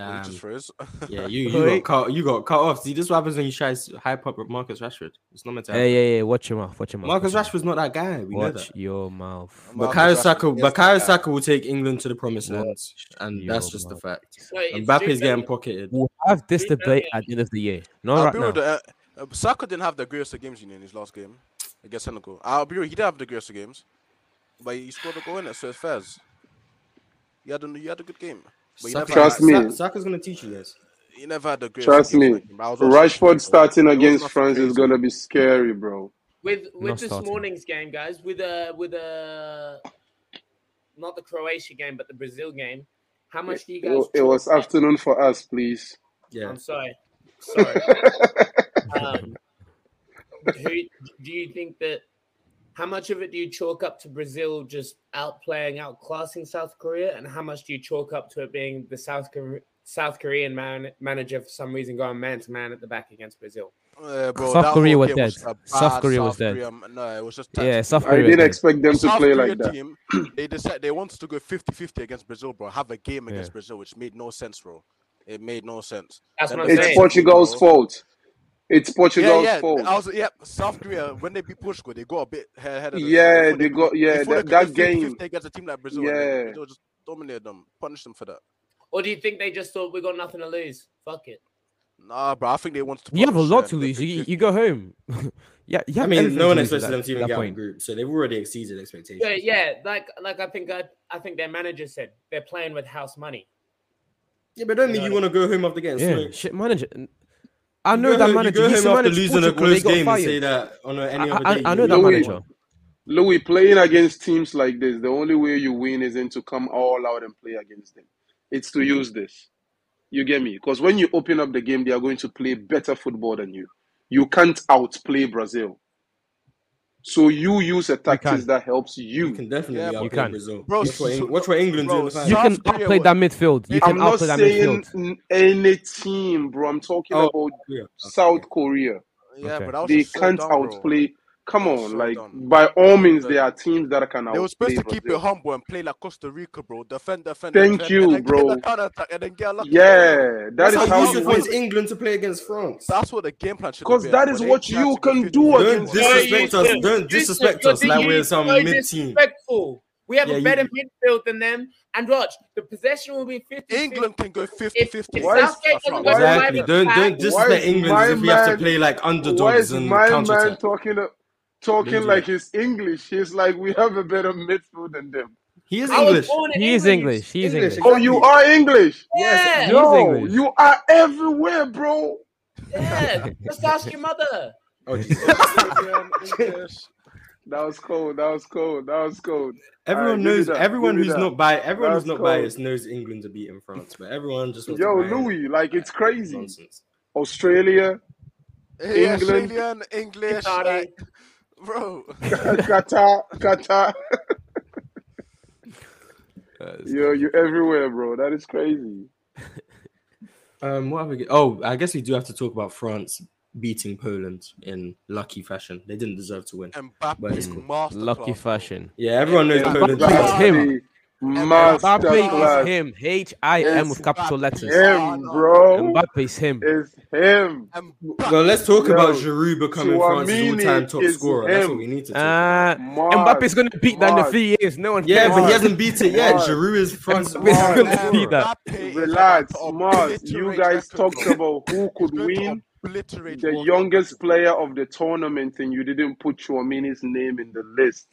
Damn. just froze. Yeah, you you Wait. got cut you got cut off. See, this is what happens when you try to hype up Marcus Rashford. It's not meant to happen. hey, yeah, yeah. Watch your mouth. Watch your mouth. Marcus watch Rashford's not that guy. We your mouth. know Watch that. your mouth. Marcus Bakayo Rashford Saka, is that Bakayo guy. Saka will take England to the promised land, and your that's just the mouth. fact. No, it's Mbappe's Jude getting Bellingham. pocketed. We'll have this Jude debate Bellingham. at the end of the year. I'll Not right be now. real. Uh, uh, Saka didn't have the greatest of games you know, in his last game against Senegal. I'll be real. He didn't have the greatest of games, but he scored a goal in it, so it's fair. He had a, he had a good game, but he never, Saka- Trust had, me. Sa- Saka's gonna teach you guys. he never had the greatest. Trust of games in me. that game. I was watching it, Rashford so starting it was against nothing France is crazy. gonna be scary, bro. With with Not this starting. morning's game, guys, with a with a not the Croatia game, but the Brazil game. How much do you guys? It, it was chalk up? afternoon for us, please. Yeah. I'm sorry. Sorry. um, who do you think that? How much of it do you chalk up to Brazil just outplaying, outclassing South Korea, and how much do you chalk up to it being the South Korea, South Korean man, manager for some reason going man to man at the back against Brazil? Uh, bro, South that Korea whole were game dead. was a South bad Korea was South dead. Korea- No, it was just Yeah, tactical. South I Korea. didn't yeah. expect them to South play Korea like that. team, they decided they wanted to go 50-50 against Brazil, bro. Have a game against Brazil, which made no sense, bro. It made no sense. That's Then what I'm the It's saying. second team, Portugal's bro, fault. It's Yeah, Portugal's yeah. fault. I was yeah. South Korea when they beat Portugal, they got a bit ahe- ahead of them. Yeah, Before they got- yeah, before that- could that get 50, game. They got a team like Brazil. and they- Yeah. Brazil just dominated them, punished them for that. Or do you think they just thought we got nothing to lose? Fuck it. Nah, bro, I think they wanted to. You have a punish lot them. to They lose. picked You, 50. you go home. yeah, you I have mean, everything no to one lose at expected that- them to at even that get out of point. the group, so they've already exceeded expectations. Yeah, yeah, like like I think I I think their manager said they're playing with house money. Yeah, but don't You mean you know want to go home after getting Yeah, smoked. shit manager. N- I You know go that home- manager. You He's go the home after manager losing a Portugal, they close got game and say fired. that on any other I, day. I, I you know would that have Louis- manager. won. Louis, playing against teams like this, the only way you win isn't to come all out and play against them. It's to use this. You get me? Because when you open up the game, they are going to play better football than you. You can't outplay Brazil. So you use a tactics can. that helps You you. can definitely Yeah, outplay You can. Brazil. Bro, watch, what so- Eng- watch what England bro, do in the final. You South can Korea outplay was- that midfield. You I'm can I'm not outplay that saying midfield. n- any team, bro. I'm talking Oh, about yeah. South Korea. Yeah, Okay. but I was They just so can't down, bro. outplay. Come That was on, so like dumb. by all means, So there are dumb. teams that can They were supposed outplay to keep it Brazil. humble and play like Costa Rica, bro. Defend, defend, Thank defend, and you, then get bro. a counter attack and then get a lucky goal. Yeah, that That's is That's how how how you Yusuf you win. wants win. England to play against France. That's what the game plan should have Because been. that but is they what tried you to can confuse the do game Don't against No, them. disrespect us. Yusuf, Don't Yusuf, disrespect you're us like we're some so mid team. disrespectful. We have Yeah, a you- better midfield than them. And watch, the possession will be 50 England can go 50 If, 50. if Why is- Southgate doesn't go why is- five Exactly. at Don't back, don't disrespect is England my as if we have to man- play like Why is underdogs and my counter man attack. talking talking Don't do like that. he's English? He's like we have a better midfield than them. He is I was English. born in He is England. you English. He is English, English. Oh, you Exactly. are English. Yeah, He yeah. is Yo, English. you are everywhere, bro. Just ask your mother. Oh, Jesus. That was cold. That was cold. That was cold. All Everyone right, give me knows. that. Everyone give me who's that. not bi- everyone That's who's not cold. biased knows England are beating France, but everyone just wants to Yo, buy it. Louis, like it's crazy. Nonsense. Australia, Hey, England, Australian, English, Sorry. like, bro. Qatar, Qatar. Yo, you everywhere, bro. That is crazy. Um, what have we got? Oh, I guess we do have to talk about France beating Poland in lucky fashion. They didn't deserve to win. But Mbappe's it's cool. masterclass. Lucky bro. fashion. Yeah, everyone knows Mbappe Poland's is better. him. Mbappe, Mbappe is masterclass. him. H I M with It's capital Mbappe. letters. Him, Yes. bro. Mbappe is him. It's him. Mbappe. Well, let's talk about Yo, Giroud becoming France's all-time Suamini top is scorer. That's what him. we need to talk about. Uh, Mark, Mbappe is going to beat that in a Mark, few years. No one Yeah, cares. but he Mark, hasn't beat it yet. Mark, Giroud is France's Mbappe is Mark. all-time going top to beat scorer. that. Mbappe is about Relax, to Mars. You obliterate guys records, talked bro. about who He's could going to win. obliterate The world cup youngest records. player of the tournament, and you didn't put Chouamini's name in the list.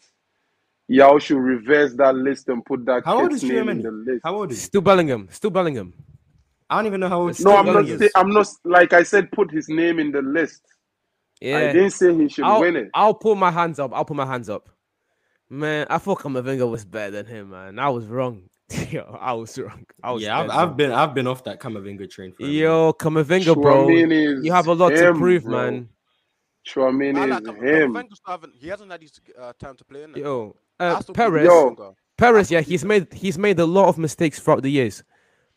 Y'all should reverse that list and put that How old kid's is name in the Giroud? list. How old is he? Still Bellingham. Still Bellingham. I don't even know how old It's No, still I'm Giroud not. Bellingham. Say, is. I'm not. Like I said, put his name in the list. I Yeah. didn't say he should I'll win it. I'll put my hands up. I'll put my hands up. Man, I thought Kamavinga was better than him, man. I was wrong. Yo, I was wrong. I was Yeah, I've, dead I've wrong. been I've been off that Kamavinga train for a minute. Yo, Kamavinga, bro. Chouamini You is have a lot to him, prove, bro. man. I Chouamini like is Cam- him. Camavinga. still haven't- He hasn't had his uh, time to play in it. Yo, I uh, still believe in Perez, Yo, Kamavinga. I Perez. still Yeah, believe he's in him. made he's made a lot of mistakes throughout the years,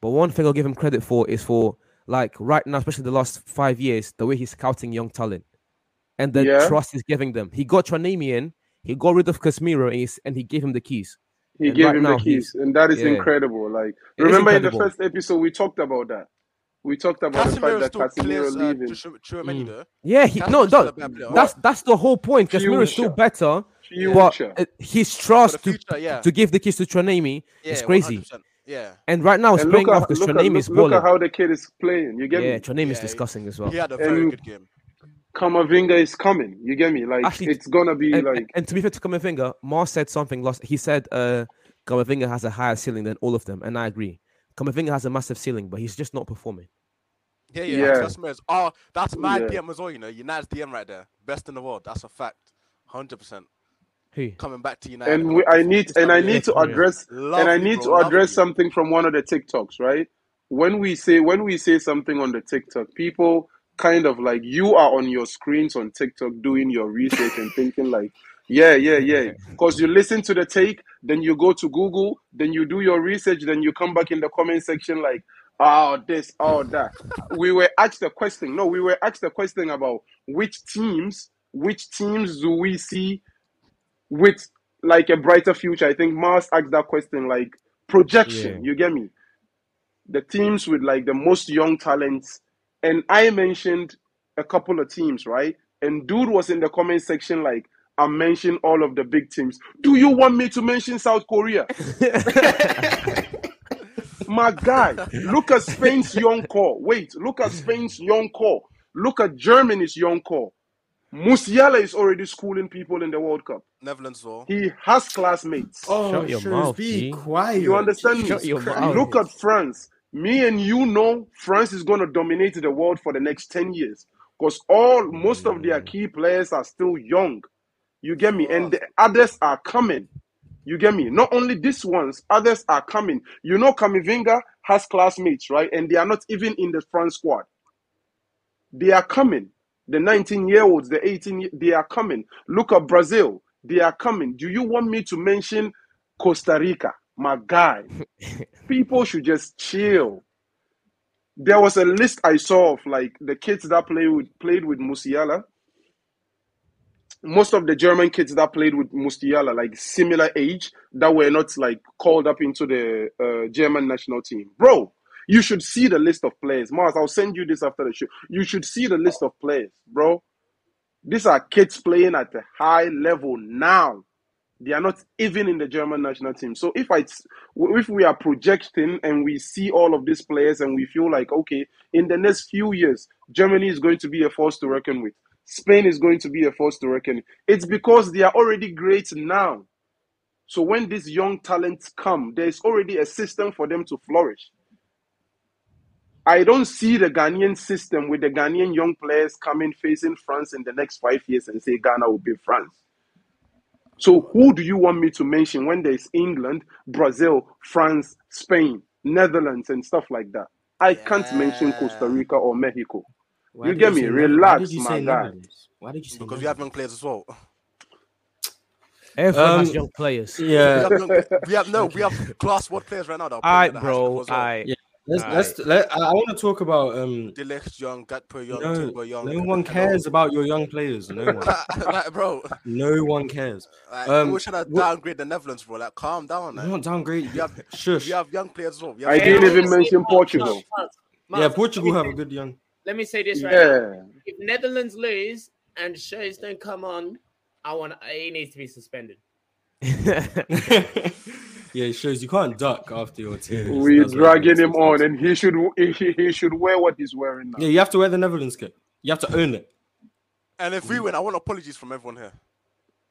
but one thing I'll give him credit for is for like right now, especially the last five years, the way he's scouting young talent and the yeah, trust he's giving them. He got Tranemi in, he got rid of Casemiro, and, he's, and he gave him the keys. he And gave right him the now, keys, he's and that is yeah, incredible. Like, it is remember in the incredible. first episode we talked about that. We talked about the fact Casemiro that still Casemiro clears uh, leaving. Chou- Chouameni Mm. though. Yeah, he no, Casemiro's still no a bad player. that's But that's the whole point. Casemiro is still future, better, Yeah. but future, uh, his For Oh, the trust to future, yeah, to give the keys to Tranemi is yeah, one hundred crazy. percent, yeah, And right now, it's and look paying off at because look at Tranemi look, is look at balling. how the kid is playing. You get Yeah, me? Tranemi is yeah. he- disgusting as He well. had a very And good game. Kamavinga is coming. You get me? Like, Actually, it's gonna be and, and- like, and to be fair to Kamavinga, Mar said something last. He said, uh, Kamavinga has a higher ceiling than all of them, and I agree. Kamavinga has a massive ceiling, but he's just not performing. Yeah, yeah, That's yeah, all. Casemiro is. Oh, that's my yeah. DM as well. You know, United's DM right there, best in the world. That's a fact, hundred percent. Who? Coming back to United, And man. we, I need This and time I of year, need Yes, to Maria. address and I lovely, need bro, to address lovely. something from one of the TikToks, right? When we say when we say something on the TikTok, people kind of like you are on your screens on TikTok doing your research and thinking like, yeah, yeah, yeah. Because you listen to the take, then you go to Google, then you do your research, then you come back in the comment section like, oh this, oh that. We were asked a question. No, we were asked a question about which teams, which teams do we see with like a brighter future. I think Mars asked that question, like Yeah. projection. You get me? The teams with like the most young talents, and I mentioned a couple of teams, right? And dude was in the comment section like, I mentioned all of the big teams. Do you want me to mention South Korea? My guy, look at Spain's young core. Wait, look at Spain's young core. Look at Germany's young core. Musiala is already schooling people in the World Cup. Netherlands, though. He has classmates. Oh, Shut your Shoes, mouth, be G. quiet. You understand Shut me? your Cra- mouth. Look at France. Me and you know France is going to dominate the world for the next 10 years because all most of Mm. their key players are still young. You get me? Ah. And the others are coming. You get me? Not only these ones, others are coming. You know, Kamivinga has classmates, right? And they are not even in the France squad. They are coming. The 19 year olds, the 18, ye- they are coming. Look at Brazil. They are coming. Do you want me to mention Costa Rica? My guy people should just chill. There was a list I saw of like the kids that played with played with Musiala. Most of the German kids that played with Musiala, like similar age, that were not like called up into the uh, German national team. Bro, you should see the list of players. Mars, I'll send you this after the show. You should see the list of players, bro. These are kids playing at a high level now they are not even in the German national team. So if I, if we are projecting and we see all of these players and we feel like okay, in the next few years, Germany is going to be a force to reckon with. Spain is going to be a force to reckon. with. It's because they are already great now. So when these young talents come, there is already a system for them to flourish. I don't see the Ghanaian system with the Ghanaian young players coming facing France in the next five years and say Ghana will be France. So who do you want me to mention when there is England, Brazil, France, Spain, Netherlands, and stuff like that? I can't mention Costa Rica or Mexico. Why you did get me? say Netherlands? Why Relax, did you my say guy. Netherlands? Why did you say Because we have young players as well. Everyone Um, has young players. We Yeah. have, young, we have no, we have class what players right now. that are I playing at the highest level bro, as well. I Yeah. Let's, let's, let, I, I want to talk about um. De Ligt young, Gatpo young, No, Timber young. no one cares about your young players. No one. like, bro, No one cares. like, Um, we should have what- downgrade the Netherlands, bro. Like, calm down, You man. don't downgrade. We have, Shush. we have young players as well. We have I young didn't players. even mention Portugal. yeah, Portugal have a good young. Let me say this right now. Yeah. If Netherlands lose and Shays don't come on, I want he needs to be suspended. yeah, it shows you can't duck after your team. We're That's what it dragging is. him on, and he should he, he should wear what he's wearing now. Yeah, you have to wear the Netherlands kit. You have to own it. And if we win, I want apologies from everyone here.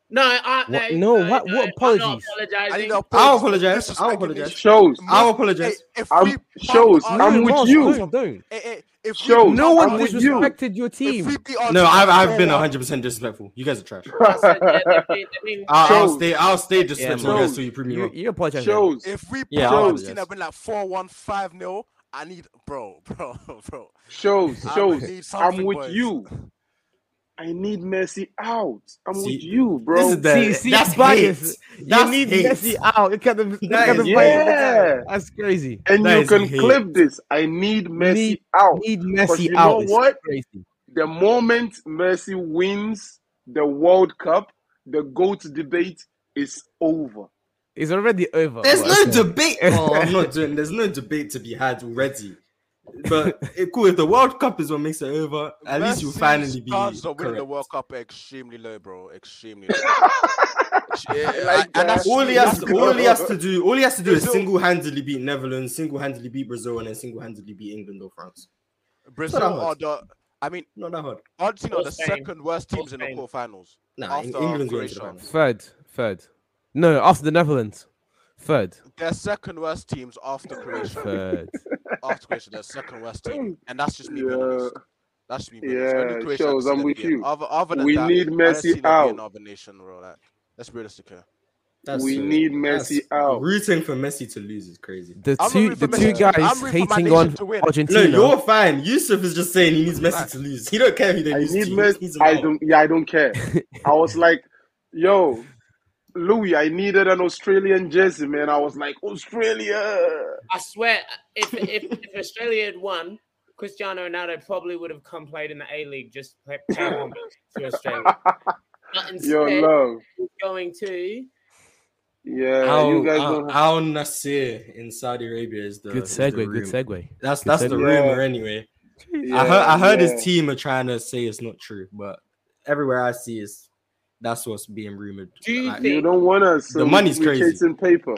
No, I, What- I- no, what- I- I- what I'm not apologies? I apologizing. need apologies. I'll apologize. I'll Disrespecting apologize. this- Shows. I'll Hey, apologize. if I'm- we shows, bang I'm our- with Mars, you. Don't, don't. Hey, hey, if we Shows, beat No one I'm with you. disrespected your If team. we beat our No, team, I've, I've been four-one, 100% disrespectful. You guys are trash. I said, yeah, they- they- they mean- Ah. I'll, I'll Shows. stay. I'll stay disrespectful, Yeah, guys, so you prove me You, wrong. you apologize. man. Shows. If we Yeah, yeah, I'll Argentina, apologize. have been like 4 1, 5 0. I need, bro, bro, bro. Shows. I need Shows. I'm something, with boys. you. I need Messi out. I'm with See, you, bro. this is the- See, see, that's bias. hate. you That's need hate. Messi out. Look at the, look That at is the hate. play. yeah. That's crazy. And That you is can hate. clip this. I need Messi Need- out. Need 'Cause Messi you out. know It's what? Crazy. The moment Messi wins the World Cup, the GOAT debate is over. It's already over. There's but no okay. debate. Oh, I'm not doing. There's no debate to be had already. But eh, cool. If the World Cup is what makes it over, at least you'll Messi's finally be chances of winning the correct. World Cup are extremely low, bro. Extremely low. yeah, like and that. that's All he has, to, all he has to do, all he has to do is Brazil- single-handedly beat Netherlands, single-handedly beat Brazil, and then single-handedly beat England or France. Brazil That's what I are the. I mean, Not that hard. Argentina are Or the Spain. second worst Or teams in the Spain. quarterfinals. Nah, Eng- After England's going to Croatia. the finals. Third, third. No, no, after the Netherlands. Third, They're second worst teams after Croatia. third. after Croatia, they're second worst team, and that's just me being Yeah. honest. That's me. being honest. Yeah, Only Croatia I can shows, see I'm them with being. you. Other, other than We that, need I don't Messi see them being out. Another nation, bro. Like, let's be realistic here. We uh, need Messi that's- out. Rooting for Messi to lose is crazy. The I'm not two, rooting the for two Messi. I'm guys rooting for my hating nation on to win. No, Argentina. you're fine. Yusuf is just saying he needs Messi to lose. He don't care who they I lose need to. He needs Messi. him I out. don't. Yeah, I don't care. I was like, yo, Louis, I needed an Australian jersey, man. I was like, Australia. I swear, if, if, if Australia had won, Cristiano Ronaldo probably would have come played in the A League just to play play homage to Australia. But Yo, instead, love. he's going to Yeah, Al, Uh, you guys Al, don't. Al Nasir in Saudi Arabia is the Good is the segue. Good rumor. segue. That's Good that's segue. the rumor anyway. I heard, I heard yeah. his team are trying to say it's not true, but everywhere I see is that's what's being rumored. Do you Like, think- You don't want us. So The money's we crazy. chasing paper.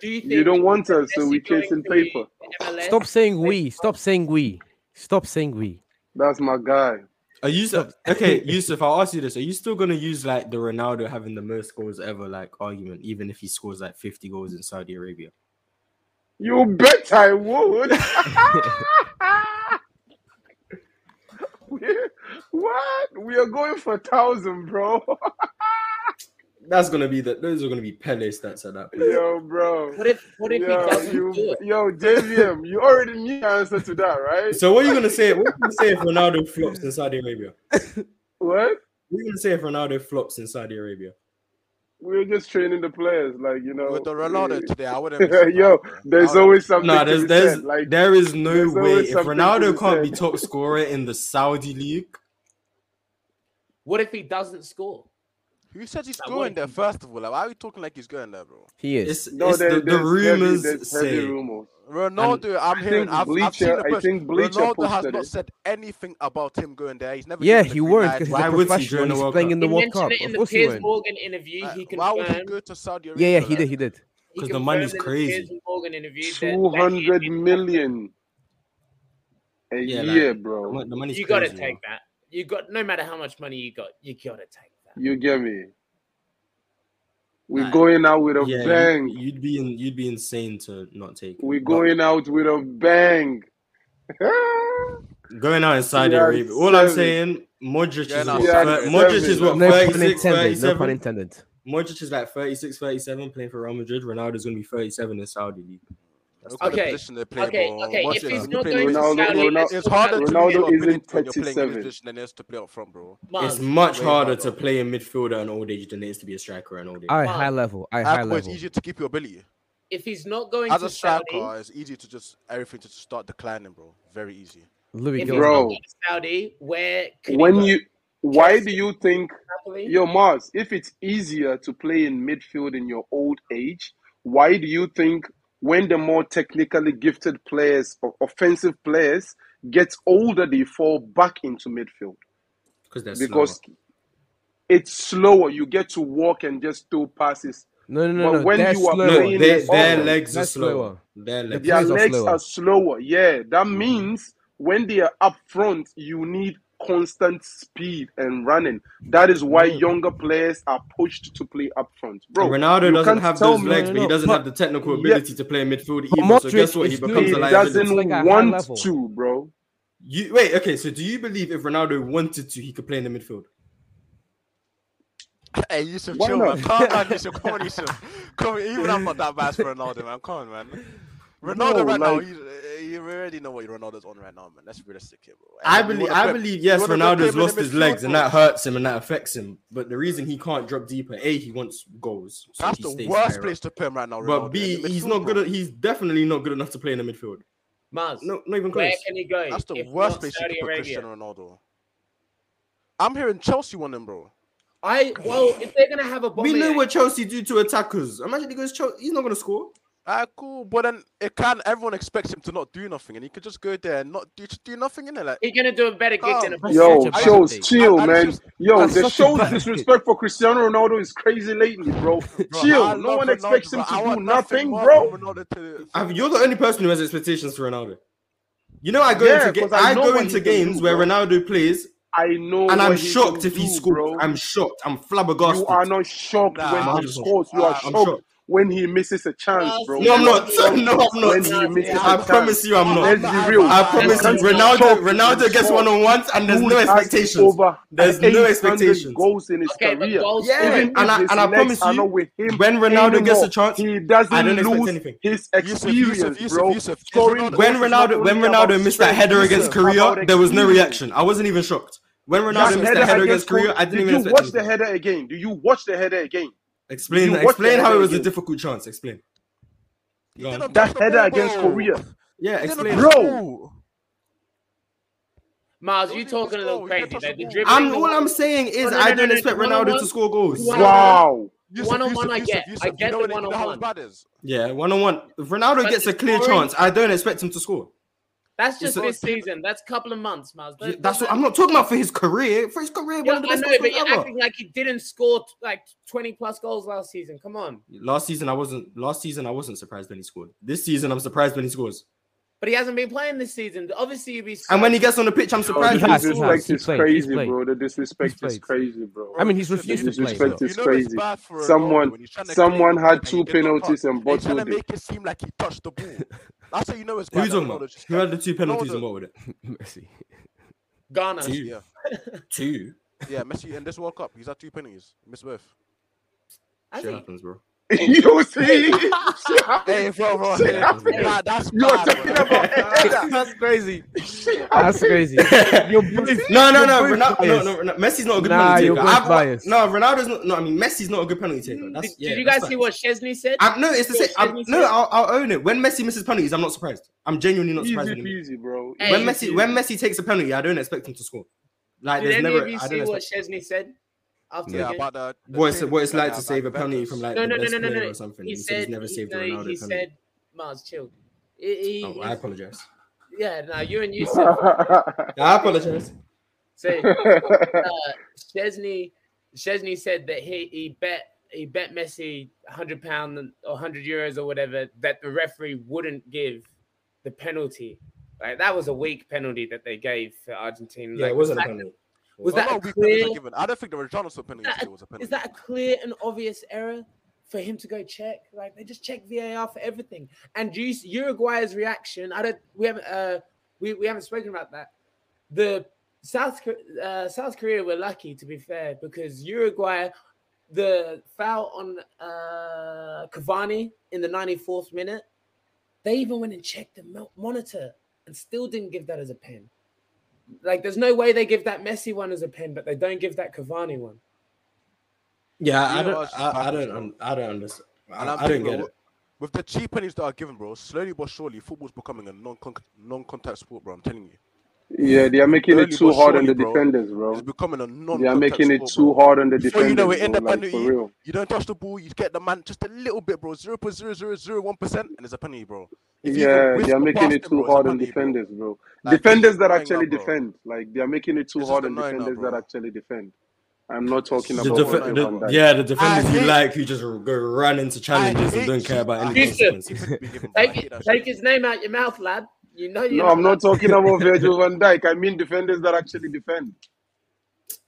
Do you think You don't want us, so Messi we going chasing to be paper. MLS? Stop saying we. Stop saying we. Stop saying we. That's my guy. are you so- okay, Yusuf? I'll ask you this: Are you still gonna use like the Ronaldo having the most goals ever like argument, even if he scores like fifty goals in Saudi Arabia? You bet I would. We- what? We are going for thousand, bro. That's gonna be the those are gonna be Pele stats at that point. Yo, bro. What if what if he Yo, doesn't do you, it? yo, JVM, you already knew the answer to that, right? So what are you gonna say? What are you gonna say if Ronaldo flops in Saudi Arabia? What? What are you gonna say if Ronaldo flops in Saudi Arabia? We were just training the players, like you know. With the Ronaldo today, I wouldn't. be surprised, yo, bro. there's I would- always something. No, to there's be there's said, like there is no there's way always if something to Ronaldo be can't be said. top scorer in the Saudi league. What if he doesn't score? Who said he's I going wouldn't. there? First of all, like, why are we talking like he's going there, bro? He is. It's, no, it's there- the, the there's heavy- rumors there's heavy say rumors. Ronaldo, I'm I hearing. think I've, I've seen Bleacher- the I push. think Bleacher Ronaldo has posted not it. said anything about him going there. He's never. Yeah, given a he green won't light. because he's Why a would he professional. during the He's World playing Cup? in the he World mentioned Cup. it in Of the course he Piers won't. Morgan interview. Like, he why would he confirmed. go to Saudi Arabia? Yeah, yeah, he like? did. He did. he 'Cause the money's confirmed in the Piers crazy. Morgan interview Two that- that he had hundred been offered. million a Yeah, like- year, bro. The money's You got to crazy, take that. You got no matter how much money you got, you got to take that. You get me? We're Like, going out with a yeah, bang. You, would be in, you'd be insane to not take. it. We're But going out with a bang. going out in Saudi Yeah, Arabia. All I'm seven. saying, Modric Yeah, is no, what, yeah, thir- seven. Modric is what No pun 36, intended. No pun 37. intended. Modric is like 36, 37 playing for Real Madrid. Ronaldo's gonna be 37 in Saudi league. Look at Okay, the position they play. okay, bro. okay, Watch if it, he's you not play in going to the- Ronaldo- Saudi, let's Ronaldo- It's talk harder about to Ronaldo be a isn't minute when you're playing in 37. the position than it is to play up front, bro. Mars. It's much Way harder harder. to play a midfielder and old age than it is to be a striker and old age. All right, Wow. high level. All right, high After it's level. easier to keep your ability. if he's not going As to a Saudi, striker, it's easy to just everything to start declining, bro. Very easy. Louis, if go he's on. not Bro. going to Saudi, where can when he you, why do you think, go? yo, Mars? If it's easier to play in midfield in your old age, why do you think when the more technically gifted players or offensive players get older, they fall back into midfield? because they're because slower. it's slower. You get to walk and just throw passes. No, no, no, But no. when they're you are slower. No, playing their, is their slower. legs are That's slower. Their legs. Yeah. Their Players are legs slower. are slower. Yeah, that Mm-hmm. means when they are up front, you need constant speed and running. That is why Mm. No. younger players are pushed to play up front, bro. Ronaldo you doesn't can't have tell those me- legs, No, no, but he no, doesn't but- have the technical yeah. ability to play midfield But either. so Modric guess what? He is becomes He a doing- liability. doesn't Like at high want level. to, bro. You wait, okay. So do you believe if Ronaldo wanted to, he could play in the midfield? Uh, Hey, Yusuf, Why chill, not? man. Come on, man, Yusuf. Come on, Yusuf. Come on. Even I'm not that bad for Ronaldo, man. Come on, man. Ronaldo No, right now, like- you, you already know what Ronaldo's on right now, man. Let's be realistic here, bro. And I you believe, wanna I play- believe, yes, you wanna go play Ronaldo's him in the lost his midfield, legs, and bro? that hurts him, and that affects him. But the reason he can't drop deeper, a, he wants goals, so That's he the stays worst higher place to play him right now, Up. Ronaldo. But b, in the he's midfield, not bro. good. At, he's definitely not good enough to play in the midfield. Mars, No, not even close. where can he go? That's the if worst not place you Saudi could put Arabia? Cristiano Ronaldo. I'm hearing Chelsea want him, bro. I well, if they're gonna have a bomb, We know what Chelsea do to attackers. Imagine he goes, Chelsea, he's not going to score. Ah, cool. But then it can. Everyone expects him to not do nothing, and he could just go there and not do just do nothing in it. Like, he's gonna do a better kick than a Calm. Yo, such a bad shows, take. chill, I- I man. just- Yo, That's the such a show's bad disrespect for Cristiano Ronaldo is crazy lately, bro. bro, I chill. No love one expects Ronaldo, him but I to do want nothing, more bro. from Ronaldo to- I've- you're the only person who has expectations for Ronaldo. You know, I go Yeah, into ga- 'cause I I, know go what into he can games do, where bro. Ronaldo plays, I know. and I'm what he shocked can if he do, scores. Bro. I'm shocked. I'm You flabbergasted. are not shocked Nah, when I'm he shocked. scores. You are I'm shocked, shocked. when he misses a chance, bro. No, I'm You are not. shocked No, I'm not. When he misses I a promise chance. you, I'm Let's I'm not. be not- real. I I'm promise you, not- can't be Ronaldo. shocked if Ronaldo he gets scores. one on ones, and there's Dude no has expectations. Over There's no 800 expectations. Goals in his Okay, but career. goals- Yeah, Even and if I his and I legs promise are not you, with him when Ronaldo gets anymore, a chance, he doesn't I don't expect lose anything. his Yusuf, experience, Yusuf, Yusuf, bro. Yusuf. Is Scoring Ronaldo- goals when is not Ronaldo when only about Ronaldo missed that strength, header Yusuf. against It's about Korea, there was no experience. reaction. I wasn't even shocked. When That Ronaldo missed header that header against against Korea, Korea- I didn't Did even you expect watch the anything. header again? Do you watch the header again? Explain you watch explain the how it header was a again? difficult chance. Explain. He Go on. didn't That touch the header ball, against bro. Korea. Yeah, He didn't explain. touch the Bro. ball. Mars, you Don't talking a even little score. You can't crazy, touch the man. The ball. dribbling. I'm the all I'm one- saying is Oh, No, no, I no, don't no, expect no, no, Ronaldo no. to score goals. Wow. Wow. Yusuf, One on Yusuf, one, I Yusuf, get. I Yusuf. You get know it- the you know one on how one. bad it is? Yeah, one on one. If Ronaldo But gets a the clear scoring- chance, I don't expect him to score. That's It's just a- this season. That's a couple of months, Miles. Yeah, That's what I'm not talking about for his career. For his career, Yeah, one of the I best know, but goalkeepers you're ever. acting like he didn't score like 20 plus goals last season. Come on. Last season, I wasn't. Last season, I wasn't surprised when he scored. This season, I'm surprised when he scores. But he hasn't been playing this season. Obviously, you'd be. And when he gets on the pitch, I'm Oh, he surprised. the has, he disrespect has. He is played, crazy, he played. bro. The disrespect He is played. crays- crazy, bro. I mean, he's The refused to play. disrespect though. is You know it's crazy. bad for Ronaldo Someone- when he's trying to someone claim had that he two did the touch. penalties and They're trying to bottled it. make it seem like he touched the ball. That's how you know it's Who bad. you talking that about? Ronaldo's just Who had the two penalties Ronaldo. and what with it? Messi. Ghana. Two. Yeah. Two. Yeah, Messi in this World Cup, he's had two penalties. Miss both. Has Shit he? happens, bro. you see, Shit Hey, happened. bro, bro. Shit happened. Nah, that's You are bad, bro. talking about That's crazy. Shit That's happened. crazy. No, no, no, Ronaldo, You're no, biased. no, Ronaldo. Messi's not a good Nah, penalty you're taker. I've- biased. No, Ronaldo's not. No, I mean Messi's not a good penalty taker. Did, That's, did yeah, you guys that's see facts. what Chesney said? I'm, no, it's the same. Yes, I'm, yes, no, yes. I'll, I'll own it. When Messi misses penalties, I'm not surprised. I'm genuinely not Easy surprised. When, peasy, bro. Hey, when you Messi do. when Messi takes a penalty, I don't expect him to score. Like Did there's any never. of you I see don't what expect Chesney said after Yeah, the game? about the, the what it's, training what it's like center, to save a like penalty Juventus. from like No, the no, no, best no, no, player no. or something. He He, said said. he's never he- saved a no, Ronaldo He penalty. said, "Mars, chill." He- he- oh, I he- apologize. yeah, no, you and Yusuf I apologize. say uh, Chesney Chesney said that he he bet he bet Messi hundred pound or hundred euros or whatever that the referee wouldn't give the penalty. Like that was a weak penalty that they gave for Argentina. Yeah, Like, it wasn't a that- penalty. Was Oh, that no, a we couldn't have clear- given- I don't think the Richarlison penalty that a- was a penalty. Is that a clear and obvious error for him to go check? Like they just check VAR for everything. And you- Uruguay's reaction, I don't. We haven't. Uh, we we haven't spoken about that. The South Kor- uh, South Korea were lucky, to be fair, because Uruguay, the foul on uh, Cavani in the 94th minute, they even went and checked the mo- monitor and still didn't give that as a pen. Like, there's no way they give that Messi one as a pen, but they don't give that Cavani one. Yeah, Yeah, I I don't. was just I, I baffled, don't. bro. un- I don't understand. And I, I'm I don't thinking, get bro, it. With the cheap pennies that are given, bro, slowly but surely, football's becoming a non non contact sport, bro. I'm telling you, yeah, they are making it Early too but hard on surely, the bro. defenders, bro. it's becoming a non. They are making it too sport, hard on the Before you defenders, know it, in bro. the Like for penalty, real. You don't touch the ball, you get the man just a little bit, bro. Zero point zero zero zero one percent, and it's a penalty, bro. If you even Yeah, whisk they are the making past it him, too bro, it's a hard on penalty, bro. defenders, bro. Like, it's defenders just that annoying actually now, bro. defend. Like they are making it too It's just hard on annoying now, defenders bro. that actually defend. I'm not talking The about defe- Virgil the- van Dijk. yeah, the defenders I you hate- like who just go run into challenges and hate don't care about cheap- any I hate cheap consequences. People be given, bro. I Take, hate it, that take shit. his name out your mouth, lad. You know you. No, I'm not talking about Virgil van Dijk. I mean defenders that actually defend.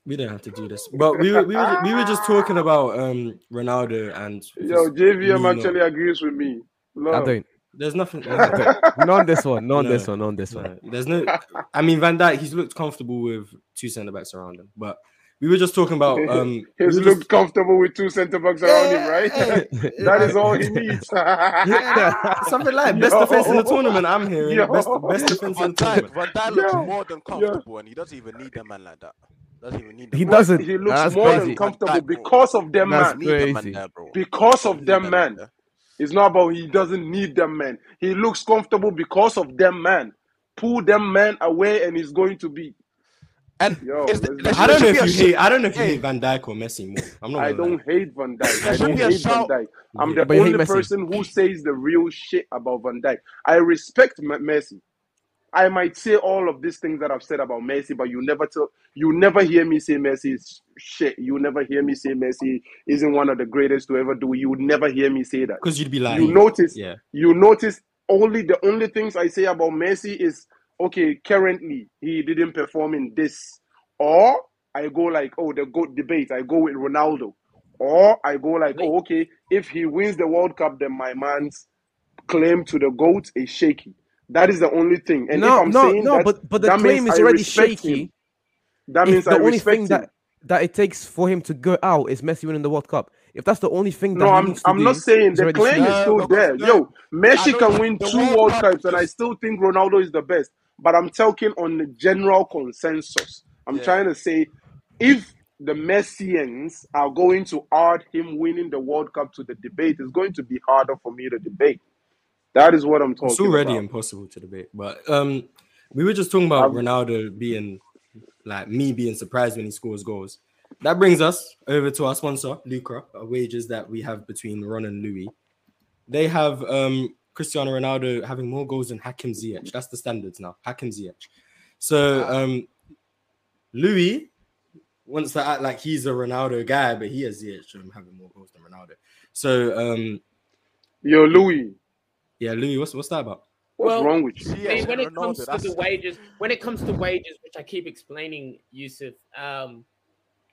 We don't have to do this, but we were, we were, we were just talking about um Ronaldo and Yo, JVM Nuno. actually agrees with me. I Love. don't. There's nothing. Not on this one. Not on this No, one. Not on this one. no, there's no. I mean, Van Dijk. He's looked comfortable with two centre backs around him, but we were just talking about um. we He's were looked just- comfortable with two centre backs around him, right? that is all he needs. Yeah, something like best Yo. defense in the tournament. I'm hearing Yo. best best defense Van in the tournament. Dijk, Van Dijk looks Yeah, more than comfortable, and he doesn't even need that man like that. Doesn't even need. the He man. doesn't. he looks That's more crazy. than comfortable Van Dijk, bro. because of them That's man. Need the man crazy. there, bro. Because of Need them the man. there. It's not about he doesn't need them men. He looks comfortable because of them man. Pull them men away and he's going to be. And Yo, is the, there let's be I don't should know be if a you sh- hate. I don't know if you Hey. hate Van Dijk or Messi more. I'm not. I gonna lie. don't hate Van Dyke. There I should don't be a hate Van shout- Dyke. I'm Yeah, the but you hate only Messi. person who says the real shit about Van Dyke. I respect M- Messi. I might say all of these things that I've said about Messi, but you never tell, you never hear me say Messi is shit. You never hear me say Messi isn't one of the greatest to ever do. You would never hear me say that. Because you'd be You lying. notice, Yeah. you notice only the only things I say about Messi is okay. Currently, he didn't perform in this, or I go like, oh, the goat debate. I go with Ronaldo, or I go like, oh, okay, if he wins the World Cup, then my man's claim to the goat is shaky. That is the only thing. And if No, I'm no, saying no. that, But but the that means claim is I already respect shaky. him. That If means I the only respect thing him. that that it takes for him to go out is Messi winning the World Cup, if that's the only thing that No, he I'm needs to I'm do, not saying he's the already claim shaky. is No, still because there. the- Yo, I Messi don't can think win the two World World Cup Cups, and I is- still think Ronaldo is the best. But I'm talking on the general consensus. I'm Yeah. trying to say, if the Messians are going to add him winning the World Cup to the debate, it's going to be harder for me to debate. That is what I'm It's talking already about. impossible to debate. But um, we were just talking about I've- Ronaldo being like me being surprised when he scores goals. That brings us over to uh, our sponsor, Lucra, our wages that we have between Ron and Louis. They have um Cristiano Ronaldo having more goals than Hakim Ziyech. That's the standards now. Hakim Ziyech. So um, Louis wants to act like he's a Ronaldo guy, but he has Ziyech um, having more goals than Ronaldo. So um, Yo, Louis, yeah, Louis, what's what's that about? what's Well, wrong with you? I mean, Ziyech when and it comes Ronaldo, to the that's- wages, when it comes to wages, which I keep explaining, Yusuf, um,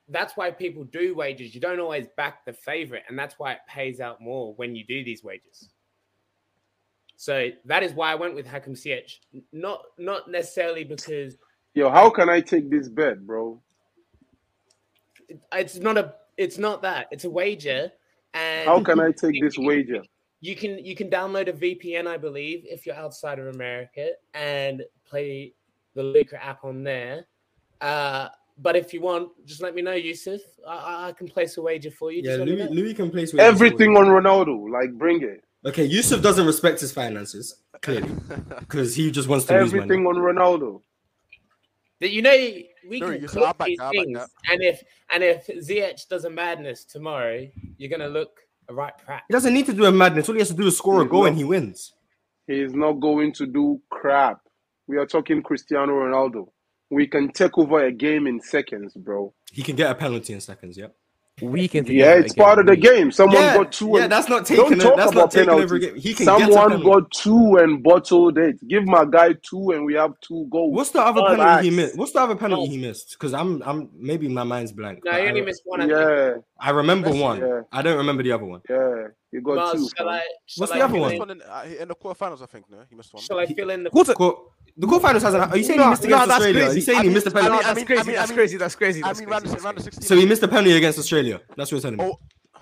that's why people do wages. You don't always back the favorite, and that's why it pays out more when you do these wages. So that is why I went with Hakim Ziyech, not not necessarily because Yo, how can I take this bet, bro? it's not a it's not that it's a wager, and How can I take this wager? you can you can download a VPN, I believe, if you're outside of America and play the Lucre app on there. Uh, but if you want, just let me know, Yusuf. I- I, I can place a wager for you. Yeah, Just let me Louis, know. Louis can place with Everything on Ronaldo, like bring it. Okay, Yusuf doesn't respect his finances clearly because he just wants to lose money. Everything on Ronaldo. That you know we Sure, can Yusuf, cook I'll back these that, I'll back things, and if and if Ziyech does a madness tomorrow, you're gonna look a right prat. He doesn't need to do a madness. All he has to do is score a goal and he wins. He is not going to do crap. We are talking Cristiano Ronaldo. We can take over a game in seconds, bro. He can get a penalty in seconds. Yeah. Weekend. Yeah, it's part of the game. Someone yeah, got two. yeah, and that's not don't taking. talk It, that's not about taking penalties. over game. He can get a Someone penalty. got two and bottled it. Give my guy two, and we have two goals. What's the other Oh, penalty he nice. missed? What's the other penalty he missed? Because I'm, I'm maybe my mind's blank. No, but you only I, missed one. I think. yeah, I remember Messi, one. yeah. I don't remember the other one. yeah, you got Miles, two. shall fam. I, shall What's I the other fill one? He in- missed one in, uh, in the quarterfinals, I think. No, he missed one. Shall I fill in the? Quarter. Qu- the quarterfinals hasn't. Are you saying he missed against Australia? Are you saying he missed a penalty? I mean- that's I mean- crazy. I That's mean- crazy. That's crazy. I That's mean, crazy. round, round of 16. so he missed a penalty against Australia. That's what you're telling me. Oh.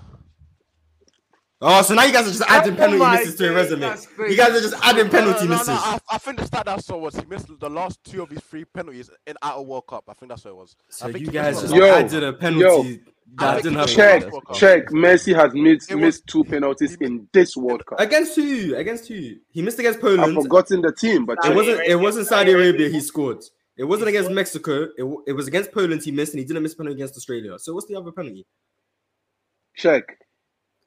Oh, so now you guys are just adding Oh penalty my misses to your days, resume. that's You crazy. guys are just adding penalty no, no, misses. No, I, I think the stat I saw was he missed the last two of his three penalties in at a World Cup. I think that's what it was. So I think you he guys missed just the last- Yo, added a penalty I that think didn't he happen. missed Check, the last World Cup. check. Messi has missed It was- missed two penalties in this World Cup. Against who? Against who? He missed against I've Poland. forgotten the team, but It Saudi check. wasn't. It Arabia, wasn't Saudi Saudi Arabia. Arabia. He scored. It wasn't He against scored. Mexico. It, w- it was against Poland. He missed, and he didn't miss penalty against Australia. So what's the other penalty? check.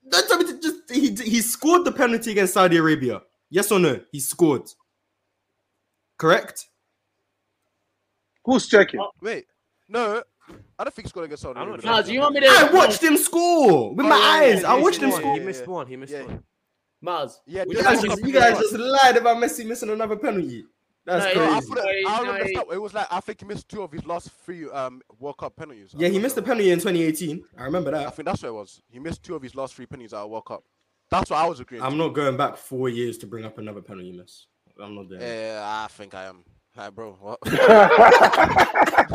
Don't tell me to just he d- he scored the penalty against Saudi Arabia. Yes or no? He scored. Correct. Who's checking? Oh. Wait, no, I don't think he scored against Saudi I'm Arabia. not Miles, you want me to? I watched him score with Oh, my yeah, yeah, eyes. yeah, I watched yeah, him yeah, score. He missed one. He missed Yeah. one. Mars. Yeah, You just guys, look just, up you the guys score. just lied about Messi missing another penalty. That's No, No, I, crazy. put it, I No, remember he- that. It was like I think he missed two of his last three um World Cup penalties. I Yeah, he remember missed a that. penalty in 2018. I remember I that. think that's what it was. He missed two of his last three penalties at a World Cup. That's what I was agreeing. I'm to. not going back four years to bring up another penalty miss. I'm not doing. it. Yeah, I think I am. Like, bro, what? like,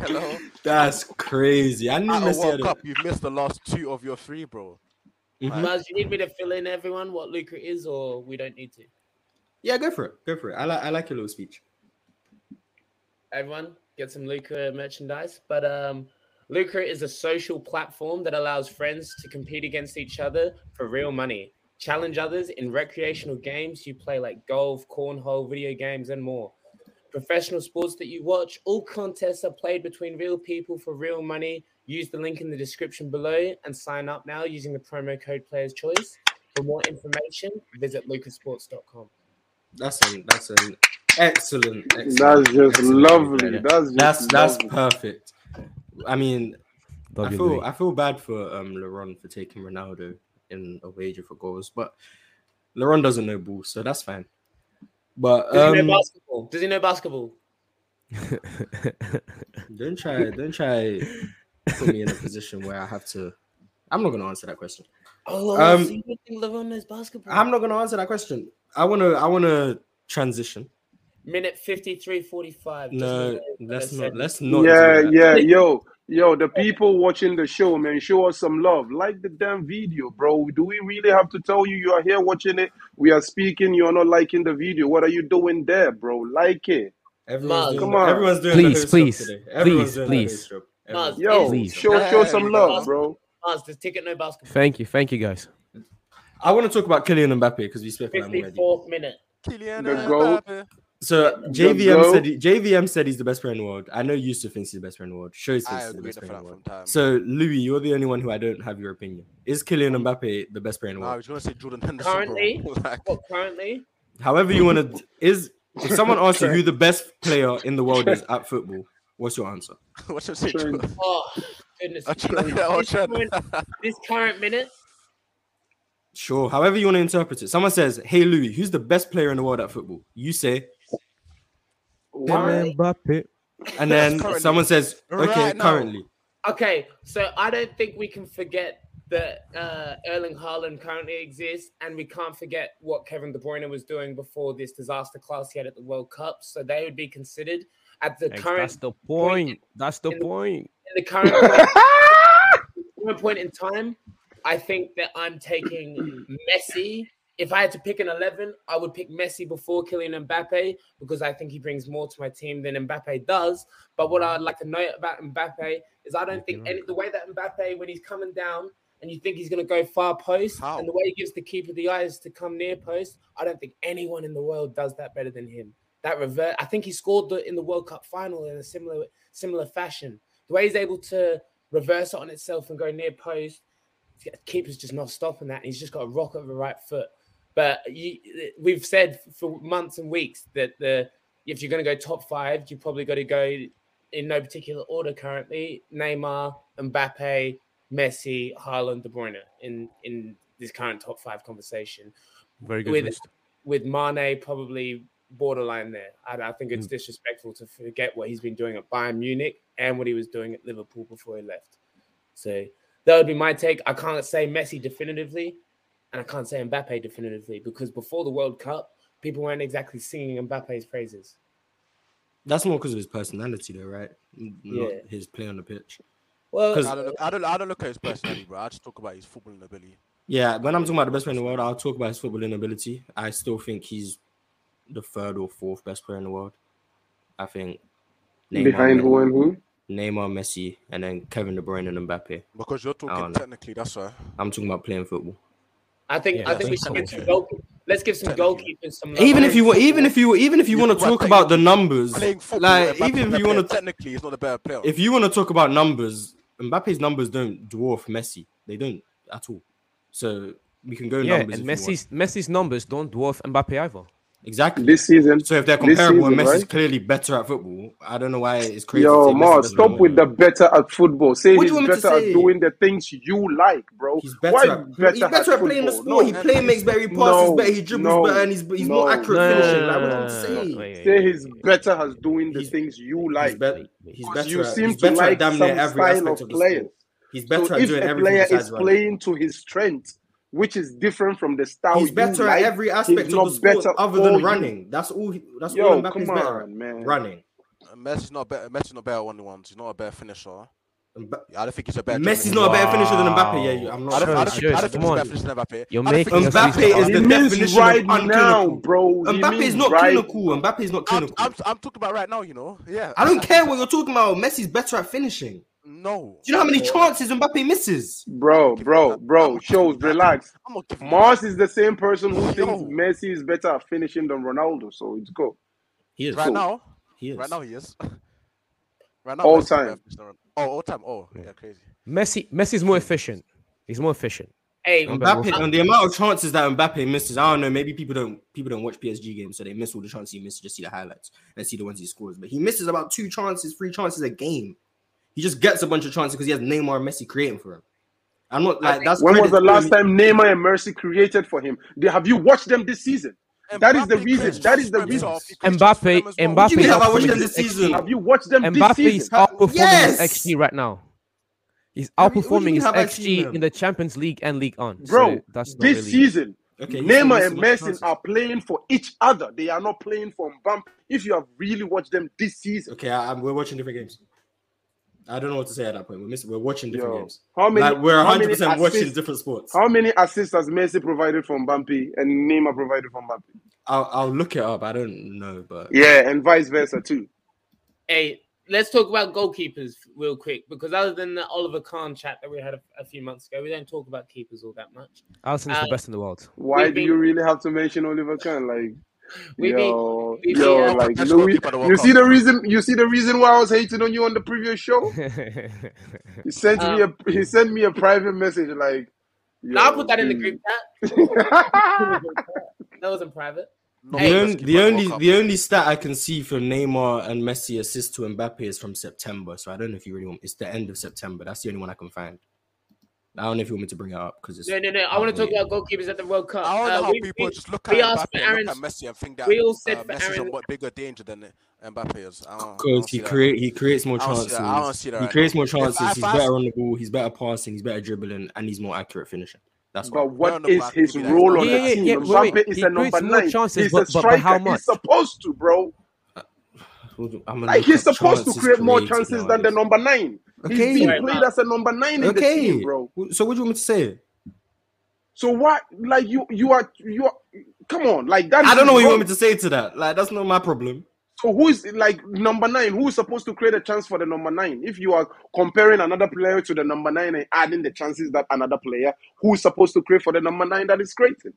hello. That's crazy. I knew At a Messi had World it. Cup, you've missed the last two of your three, bro. Mm-hmm. Miles, you need me to fill in everyone what Lucre is, or we don't need to. Yeah, go for it. Go for it. I like I like your little speech. everyone get some Lucre merchandise. But um, Lucre is a social platform that allows friends to compete against each other for real money, challenge others in recreational games you play like golf, cornhole, video games, and more. Professional sports that you watch, all contests are played between real people for real money. Use the link in the description below and sign up now using the promo code Players Choice. For more information, visit lucresports.com. That's an that's an excellent. excellent That's just excellent lovely. idea. That's just That's that's lovely. perfect. I mean, I W feel Louis. I feel bad for um Laron for taking Ronaldo in a wager for goals, but Laron doesn't know ball, so that's fine. But Does he um, know basketball? Does he know basketball? don't try don't try put me in a position where I have to. I'm not gonna answer that question. Oh, Um, so you don't think LeBron knows basketball? I'm not gonna answer that question. I wanna I wanna transition. Minute 53 45. No, let's not let's not do Yeah, that. yeah, yo, yo, the people watching the show, man, show us some love. Like the damn video, bro. Do we really have to tell you you are here watching it? We are speaking, you're not liking the video. What are you doing there, bro? Like it. Everyone's Mars. doing, Come the- on. everyone's doing Please, the host please, job today. Everyone's please, doing please. The host job. Mars, Everyone's- Yo, Please. show show some love, bro. Mars, does ticket no basketball? Thank you. Thank you, guys. I want to talk about Kylian Mbappe because we spoke about him already. 54th minute. Kylian The goat. Mbappe. So JVM said JVM said he's the best player in the world. I know Yusuf thinks he's the best player in the world. Show thinks I he's the agree best the player in the fact from world. time. So Louis, you're the only one who I don't have your opinion. Is Kylian Mbappe the best player in the I world? was gonna say Jordan Henderson. bro. Currently? like, What currently? However, you want to is if someone asks you who the best player in the world is at football, what's your answer? what should I say? Trent. Jordan- Oh goodness! I tried- me. I this, tried. current, this current minute, Sure. However, you want to interpret it. Someone says, "Hey, Louis, who's the best player in the world at football?" You say, Why? Mbappe. and then Currently. someone says, "Okay, Right now. currently." okay. So I don't think we can forget that uh, Erling Haaland currently exists, and we can't forget what Kevin De Bruyne was doing before this disaster class he had at the World Cup. So they would be considered at the current That's the point. That's the in- point. in the current current point in time, I think that I'm taking Messi. If I had to pick an 11, I would pick Messi before Kylian Mbappe because I think he brings more to my team than Mbappe does. But what I'd like to note about Mbappe is I don't think any, the way that Mbappe, when he's coming down and you think he's going to go far post, How? and the way he gives the keeper the eyes to come near post, I don't think anyone in the world does that better than him. That revert, I think he scored the, in the World Cup final in a similar similar fashion. The way he's able to reverse it on itself and go near post. Keeper's just not stopping that. and He's just got a rocket of a right foot. But you, we've said for months and weeks that the if you're going to go top five, you probably got to go in no particular order currently: Neymar, Mbappe, Messi, Haaland, De Bruyne in in this current top five conversation. Very good. With- list. With Mane probably borderline there. I, I think Mm. it's disrespectful to forget what he's been doing at Bayern Munich and what he was doing at Liverpool before he left. So that would be my take. I can't say Messi definitively, and I can't say Mbappe definitively because before the World Cup, people weren't exactly singing Mbappe's praises. That's more because of his personality, though, right? N- Not Yeah. his play on the pitch. Well, 'Cause- I don't, look, I, don't, I don't look at his personality, bro. I just talk about his footballing ability. Yeah, when I'm talking about the best player in the world, I'll talk about his footballing ability. I still think he's the third or fourth best player in the world. I think Neymar, Behind who and who? Neymar, Messi, and then Kevin De Bruyne and Mbappe. Because you're talking no. technically, that's why. I'm talking about playing football. I think Yeah, I think we that's should cool. give some goal, let's give some Technically. goalkeepers some. Even if you, wa- want, even if you, even if you You want to talk about playing- talk about the numbers, Playing football, like Mbappe's even the if you player. want to, technically, he's not a better player. if you want to talk about numbers, Mbappe's numbers don't dwarf Messi. They don't at all. So we can go Yeah, numbers. and if you want. Messi's Messi's numbers don't dwarf Mbappe either. exactly. This season. So if they're This comparable and season, Messi's right? clearly better at football, I don't know why it's crazy. to Yo, say Messi Ma, doesn't stop win. with the better at football. Say What do he's you want me to better at say? doing the things you like, bro. He's Why better. At, better he's better at, playing the football? sport. he No. plays, makes better, he passes No, better, he dribbles no, better, and he's, he's no, more accurate no, finishing. like what no, no, I'm saying. Say he's better at doing the He's- things you He's like. better. He's Because better. you at, seem he's to better like at damn near some every style aspect of of the players. sport. He's better so at if doing a everything player besides is running. playing to his strength, which is different from the style He's better you at like, every aspect he's of not the sport better other for than you. running. That's all. He, that's Yo, all Mbappe's come better at. on, man. Running. Uh, Messi's not better. Messi's not better one on ones. He's not a better finisher. Mba- I don't think he's a better. Messi's dribbler. not a better finisher than Wow. Mbappe. Yeah, you- I'm I not. don't, I sure. don't, Sure, I don't think come he's on. a better finisher than Mbappe. You're I don't think making he's us a Mbappe better is finisher. the He means definition of right now, unclinical. bro. He Mbappe means is not right clinical. now. Mbappe is not I'm, clinical. I'm, I'm talking about right now, you know. Yeah. I don't care what you're talking about. Messi's better at finishing. No. Do you know how many chances Mbappe misses? Bro, bro, bro. Shows, relax. I'm not giving. Mars is the same person who thinks Yo. Messi is better at finishing than Ronaldo. So it's cool. He is. Right now, He is. right now he is. Right now, All Messi's a better time. finisher than Ronaldo. Oh, all time. Oh, yeah, crazy. Messi Messi's more efficient. He's more efficient. hey, Mbappe and the amount of chances that Mbappe misses, I don't know. Maybe people don't people don't watch PSG games, so they miss all the chances he misses, just see the highlights and see the ones he scores. But he misses about two chances, three chances a game. He just gets a bunch of chances because he has Neymar and Messi creating for him. I'm not like that's When was credit the to last him. time Neymar and Mercy created for him? They, have you watched them this season? That is the Mbappe reason. creates That is the chances for reason. himself. He creates chances for them as Mbappe well. Mbappe do you mean is have I watched outperforming him his this XG. season? Have you watched them this Mbappe is season? outperforming Yes! his XG right now. He's Have you- what do you outperforming mean his have I seen XG him? in the Champions League and League on. Bro, so that's not this really... season, Okay, he's still Neymar missing and lots of Messi chances. are playing for each other. They are not playing for Mbappe. If you have really watched them this season, Okay, I, I'm- we're watching different games. I don't know what to say at that point. We're missing. We're watching different Yo, games. how many- Like we're how many 100 percent watching assists- different sports. how many assists has Messi provided for Mbappe and Neymar provided for Mbappe? I'll, I'll look it up. I don't know, but Yeah, and vice versa too. Hey, let's talk about goalkeepers real quick because other than the Oliver Kahn chat that we had a, a few months ago, we don't talk about keepers all that much. Alisson is Uh, the best in the world. Why We've do been- you really have to mention Oliver Kahn? Like We yo, need- we uh, yo, need a like professional Louis, keeper to work you see out. the reason you see the reason why I was hating on you on the previous show. He sent me Um, a he sent me a private message like. yo, I'll put that in the dude. group chat. that wasn't private. Not Hey. the the best only, keeper the in only World Cup. the only stat I can see for Neymar and Messi assist to Mbappe is from September. So I don't know if you really want. It's the end of September. That's the only one I can find. I don't know if you want me to bring it up because it's No, no, no. I want to talk about goalkeepers at the World Cup. I don't know Uh, how we- people we- just look at we asked Mbappe for and look at Aaron's- Messi and think that we all said uh, for Messi's a Aaron- what bigger danger than Mbappe is. I don't, I because don't he see that. create he creates more I don't see chances. that. I don't see that he right creates now. more If I- chances. if he's I- better on the ball. He's better passing. He's better dribbling, and he's more accurate finishing. That's But all. what Round is about his to be that role on guy. the Yeah, yeah, team? yeah, Mbappe wait, wait. is He a number creates more nine. chances, he's a but- but by striker. how much? He's supposed to, bro. I'm gonna Like look he's up supposed to chances create more created chances than the nowadays. number nine. He's Okay. being Right, played but- as a number nine in the Okay. team, bro. So what do you want me to say? So what? Like you, you are, you are. Come on, like that. I is don't his know what you role. want me to say to that. Like that's not my problem. So who is like number nine? Who is supposed to create a chance for the number nine? If you are comparing another player to the number nine and adding the chances that another player who is supposed to create for the number nine that is creating,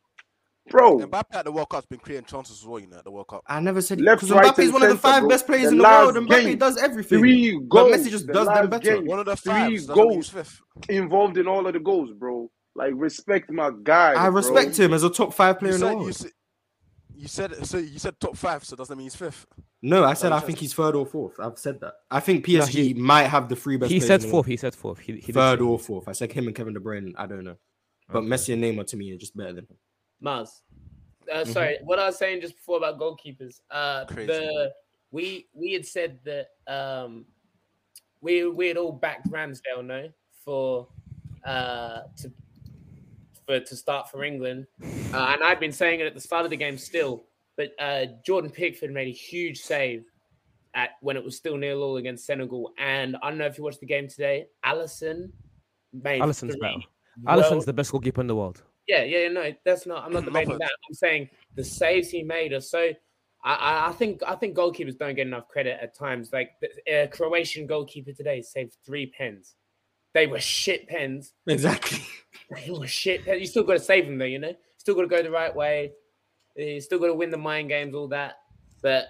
bro. Mbappe at the World Cup's been creating chances as well, you know, at the World Cup. I never said Left, because right, Mbappe is and one of the centre, five bro. best players The in the world. last Mbappe game, does everything. Three but goals. Messi just The does them last better. game. One of the Three fives. doesn't mean he's goals fifth. involved in all of the goals, bro. Like respect my guy, I respect bro. him as a top five player You in the said, you, world. said, you said so. You said top five, so doesn't mean he's fifth. No, I said That I was think just- he's third or fourth. I've said that. I think PSG No, he- might have the three best. he players said in the fourth. He said fourth. He, he did world. say third or fourth. fourth. I said him and Kevin De Bruyne. I don't know, but Okay. Messi and Neymar to me are just better than him. Mars. Uh, Sorry, what I was saying just before about goalkeepers. Uh, Crazy. the we we had said that um, we we had all backed Ramsdale no for uh to for to start for England, uh, and I've been saying it at the start of the game still. But uh, Jordan Pickford made a huge save at when it was still nil all against Senegal, and I don't know if you watched the game today. Allison made Allison's three better. world- Allison's the best goalkeeper in the world. yeah, yeah, yeah, no, that's not. I'm not debating Love it. that. I'm saying the saves he made are so. I, I, I think I think goalkeepers don't get enough credit at times. Like the uh, Croatian goalkeeper today saved three pens. They were shit pens. Exactly. They were shit pens. You still got to save them though, you know. Still got to go the right way. You still got to win the mind games, all that. But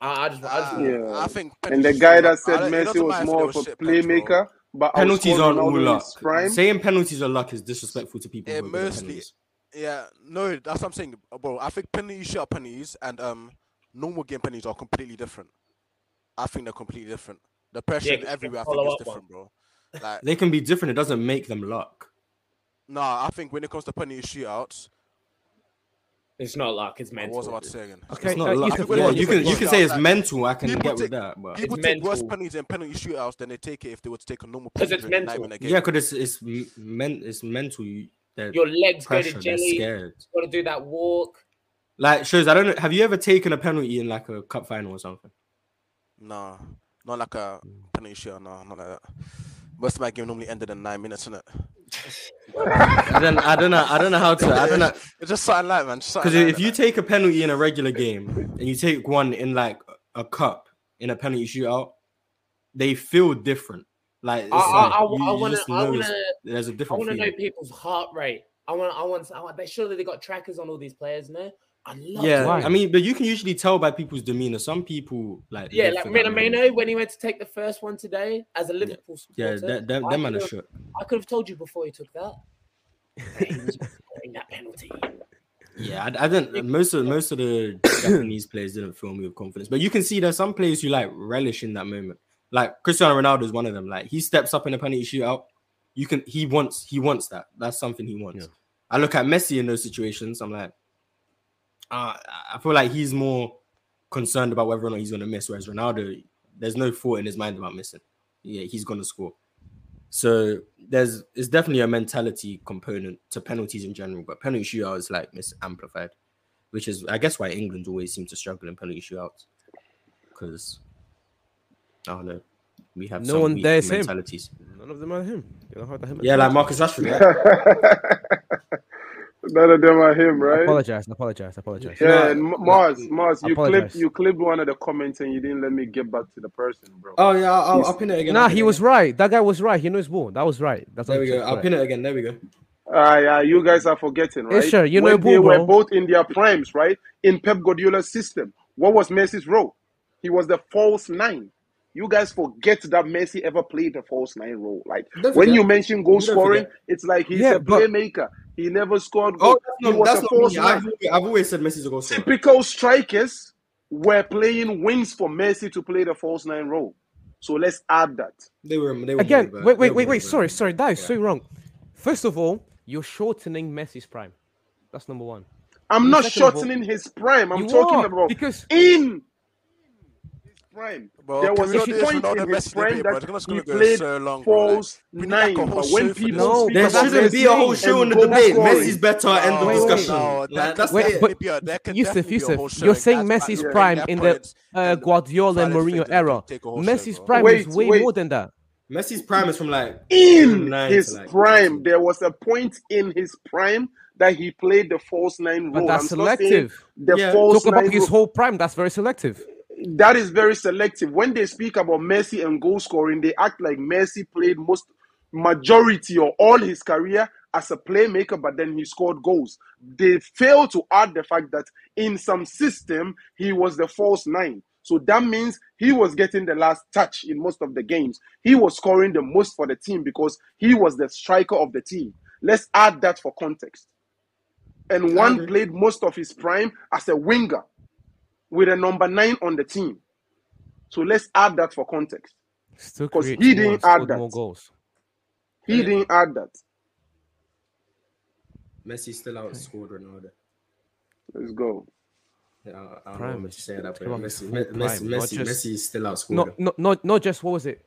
I, I just, I just Ah, Yeah. I think And the penalties guy was that luck. I said don't- it Messi doesn't was matter if more they of were a shit pens, bro. playmaker, but Penalties outscored aren't all Ronaldo in luck. his prime. Saying penalties are luck is disrespectful to people. Yeah, who are good at mostly- penalties. Yeah, no, that's what I'm saying, bro. I think penalty shot penalties and um normal game penalties are completely different. I think they're completely different. The pressure Yeah, and 'cause you everywhere, I think, follow is up one. different, bro. Like, They can be different. It doesn't make them luck. nah, I think when it comes to penalty shootouts, it's not luck. It's I mental. was about to say again. Okay, It's not uh, luck. Yusuf, Everybody Yeah, wants you to can play you can out, say it's like, mental. I can people get with take- that, but People It's take worse mental. penalties in penalty shootouts than they take it if they were to take a normal 'Cause penalty it's during the night mental. in a game. yeah, because it's it's m- men, it's mental. You, they're Your legs go pressure. to They're jelly. You scared. got to do that walk. Like shows. I don't know. Have you ever taken a penalty in like a cup final or something? Nah, not like a penalty shootout. No, not like that. Most of my game normally ended in nine minutes, innit? I don't. I don't know. I don't know how to. I don't know. It's just something like man. Because if you take a penalty in a regular game and you take one in like a cup in a penalty shootout, they feel different. Like, it's I, I, like I, I you, you want to. just I know want it's- to. there's a I different want to know feeling. people's heart rate. I want. I want. I want. They surely they got trackers on all these players, no? I love. Yeah, to- Why? I mean, but you can usually tell by people's demeanor. Some people like Yeah, live like for that Mena moment. Meno when he went to take the first one today as a Liverpool Yeah, supporter. that, that, I that man is could've- shook. I could have told you before he took that. Hey, he was scoring that penalty. Yeah, I, I didn't. Most of most of the Japanese players didn't fill me with confidence, but you can see there's some players who like relish in that moment. Like Cristiano Ronaldo is one of them. Like he steps up in a penalty shootout, you can. He wants. He wants that. That's something he wants. Yeah. I look at Messi in those situations. I'm like, uh, I feel like he's more concerned about whether or not he's going to miss. Whereas Ronaldo, there's no thought in his mind about missing. Yeah, he's going to score. So there's it's definitely a mentality component to penalties in general, but penalty shootout is like it's amplified, which is I guess why England always seem to struggle in penalty shootouts because I don't know, we have No some one weak dares him. mentalities. None of them are him. They don't have him. Yeah, like Marcus Rashford. right? None of them are him, right? Apologize. Apologize. Apologize. Yeah, No, and M- no. Mars, Mars, you Apologize. clipped you clipped one of the comments and you didn't let me get back to the person, bro. Oh yeah, I'll, I'll, I'll pin it again. I'll Nah, pin he it was again. right. That guy was right. He knows ball. That was right. That's There we go. 100% I'll correct. pin it again. There we go. Uh, yeah, you guys are forgetting, Yeah, right? sure, you know when they Bull, were bro. both in their primes, right? In Pep Guardiola's system, what was Messi's role? He was the false nine. You guys forget that Messi ever played the false nine role. Like Don't when forget. you mention goal You don't scoring, forget. it's like he's Yeah, a but- playmaker. He never scored Oh, goal. that's he not, was that's a not me. false I've, nine. always- I've always said Messi's a goal scorer. Typical strikers were playing wings for Messi to play the false nine role. So let's add that. They were they were Again, more of a- wait, they wait, were wait, more wait. of a- Sorry, sorry, that is Yeah. so wrong. First of all, you're shortening Messi's prime. That's number one. I'm And not second of all- shortening his prime. I'm You talking are, about because- in his prime. Bro, there can was we a not do this point without in the his Messi prime debate, bro? that It's gonna he go played so long, bro. Like, false we need, like, a nine. whole But when show for people this. No, speak There about shouldn't be a whole Messi show in and the goal debate. scoring, Messi's better. end of wait, wait. discussion. No, that Like, could that's Wait, it. definitely be a uh, that could Yusuf, definitely be a Yusuf, whole show. you're and saying guys might Messi's look at prime their in the points uh, and Guardiola valid and Mourinho things and it era. could take a whole show, Messi's bro. prime Wait, is way wait. more than that. Messi's prime is from like in 09 to, his like, prime, 19. there was a point in his prime that he played the false nine But role. that's I'm not saying selective. the Yeah. false Talk about nine his role. whole prime. That's very selective. that is very selective. When they speak about Messi and goal scoring, they act like Messi played most majority or all his career as a playmaker, but then he scored goals. They fail to add the fact that in some system he was the false nine. So that means he was getting the last touch in most of the games. He was scoring the most for the team because he was the striker of the team. Let's add that for context. And I one agree. played most of his prime as a winger with a number nine on the team. So let's add that for context. Still Because creates he more didn't and add scored that. more goals. He Mm-hmm. Yeah. didn't add that. Messi still outscored Ronaldo. Let's go. Yeah, I, I don't know Prime what is you say at that talking point. about his Messi, whole Me- Messi, prime, not Messi, just Messi is still outscored. not him. not not not just what was it?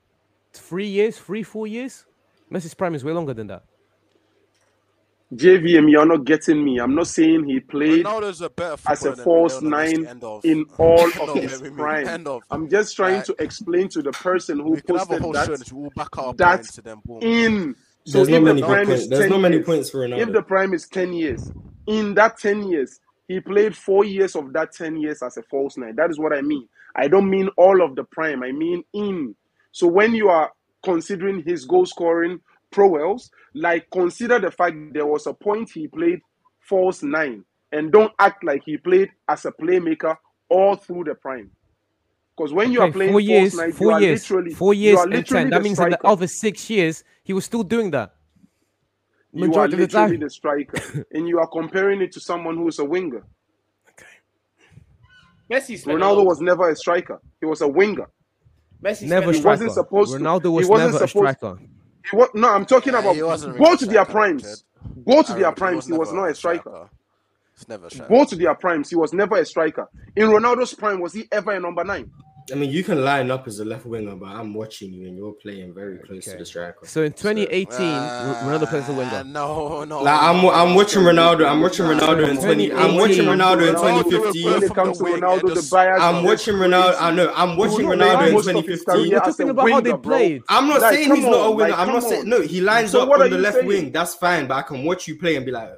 Three years, three four years. Messi's prime is way longer than that. JVM, you're not getting me. I'm not saying he played Ronaldo's a better as footballer a than false Lionel Messi. nine End of. in all End of of. his Let me mean. prime. End of. I'm just trying Like to explain to the person who we can have a posted whole that show and we'll back our that points to them. Boom. in so There's not if the many good prime is points. There's 10 not many years points for if the Ronaldo. prime is 10 years in that 10 years he played four years of that 10 years as a false nine that is what i mean i don't mean all of the prime i mean in so when you are considering his goal scoring prowess like consider the fact there was a point he played false nine and don't act like he played as a playmaker all through the prime because when you are Okay, playing four false years, nine you four are years, literally four you years are and ten. literally That the means in the striker other six years he was still doing that you are majority of the literally time. the striker, and you are comparing it to someone who is a winger. Messi spent a lot Ronaldo of was never a striker; he was a winger. Messi spent Never a a He lot wasn't striker. supposed to. Ronaldo He was wasn't never a supposed. striker. He was, no, I'm talking Yeah, about he wasn't really go a to their striker, Richard. primes. Go to I their remember he primes. was He was never not a a striker. striker. He's never a Go striker. to their primes. He was never a striker. In Ronaldo's prime, was he ever a number nine? I mean, you can line up as a left winger, but I'm watching you, and you're playing very close to Okay. the striker. So in So, 2018, R- Ronaldo plays as a Uh, winger. no, no, like, I'm no, I'm no. watching Ronaldo. I'm watching Nah, So Ronaldo in in come on. 20. I'm watching Ronaldo in 2018, Ronaldo will When play 2015. it from the comes to wing and Ronaldo, the just bias I'm is just watching Ronaldo. I crazy. know. I'm He watching will not make Ronaldo in most of his 2015. career we're as a talking about how they winger, bro. played. I'm not Like, saying come he's not a on. winner. Like, I'm come not saying on. no. He lines So up what on are the you left saying? wing. That's fine. But I can watch you play and be like,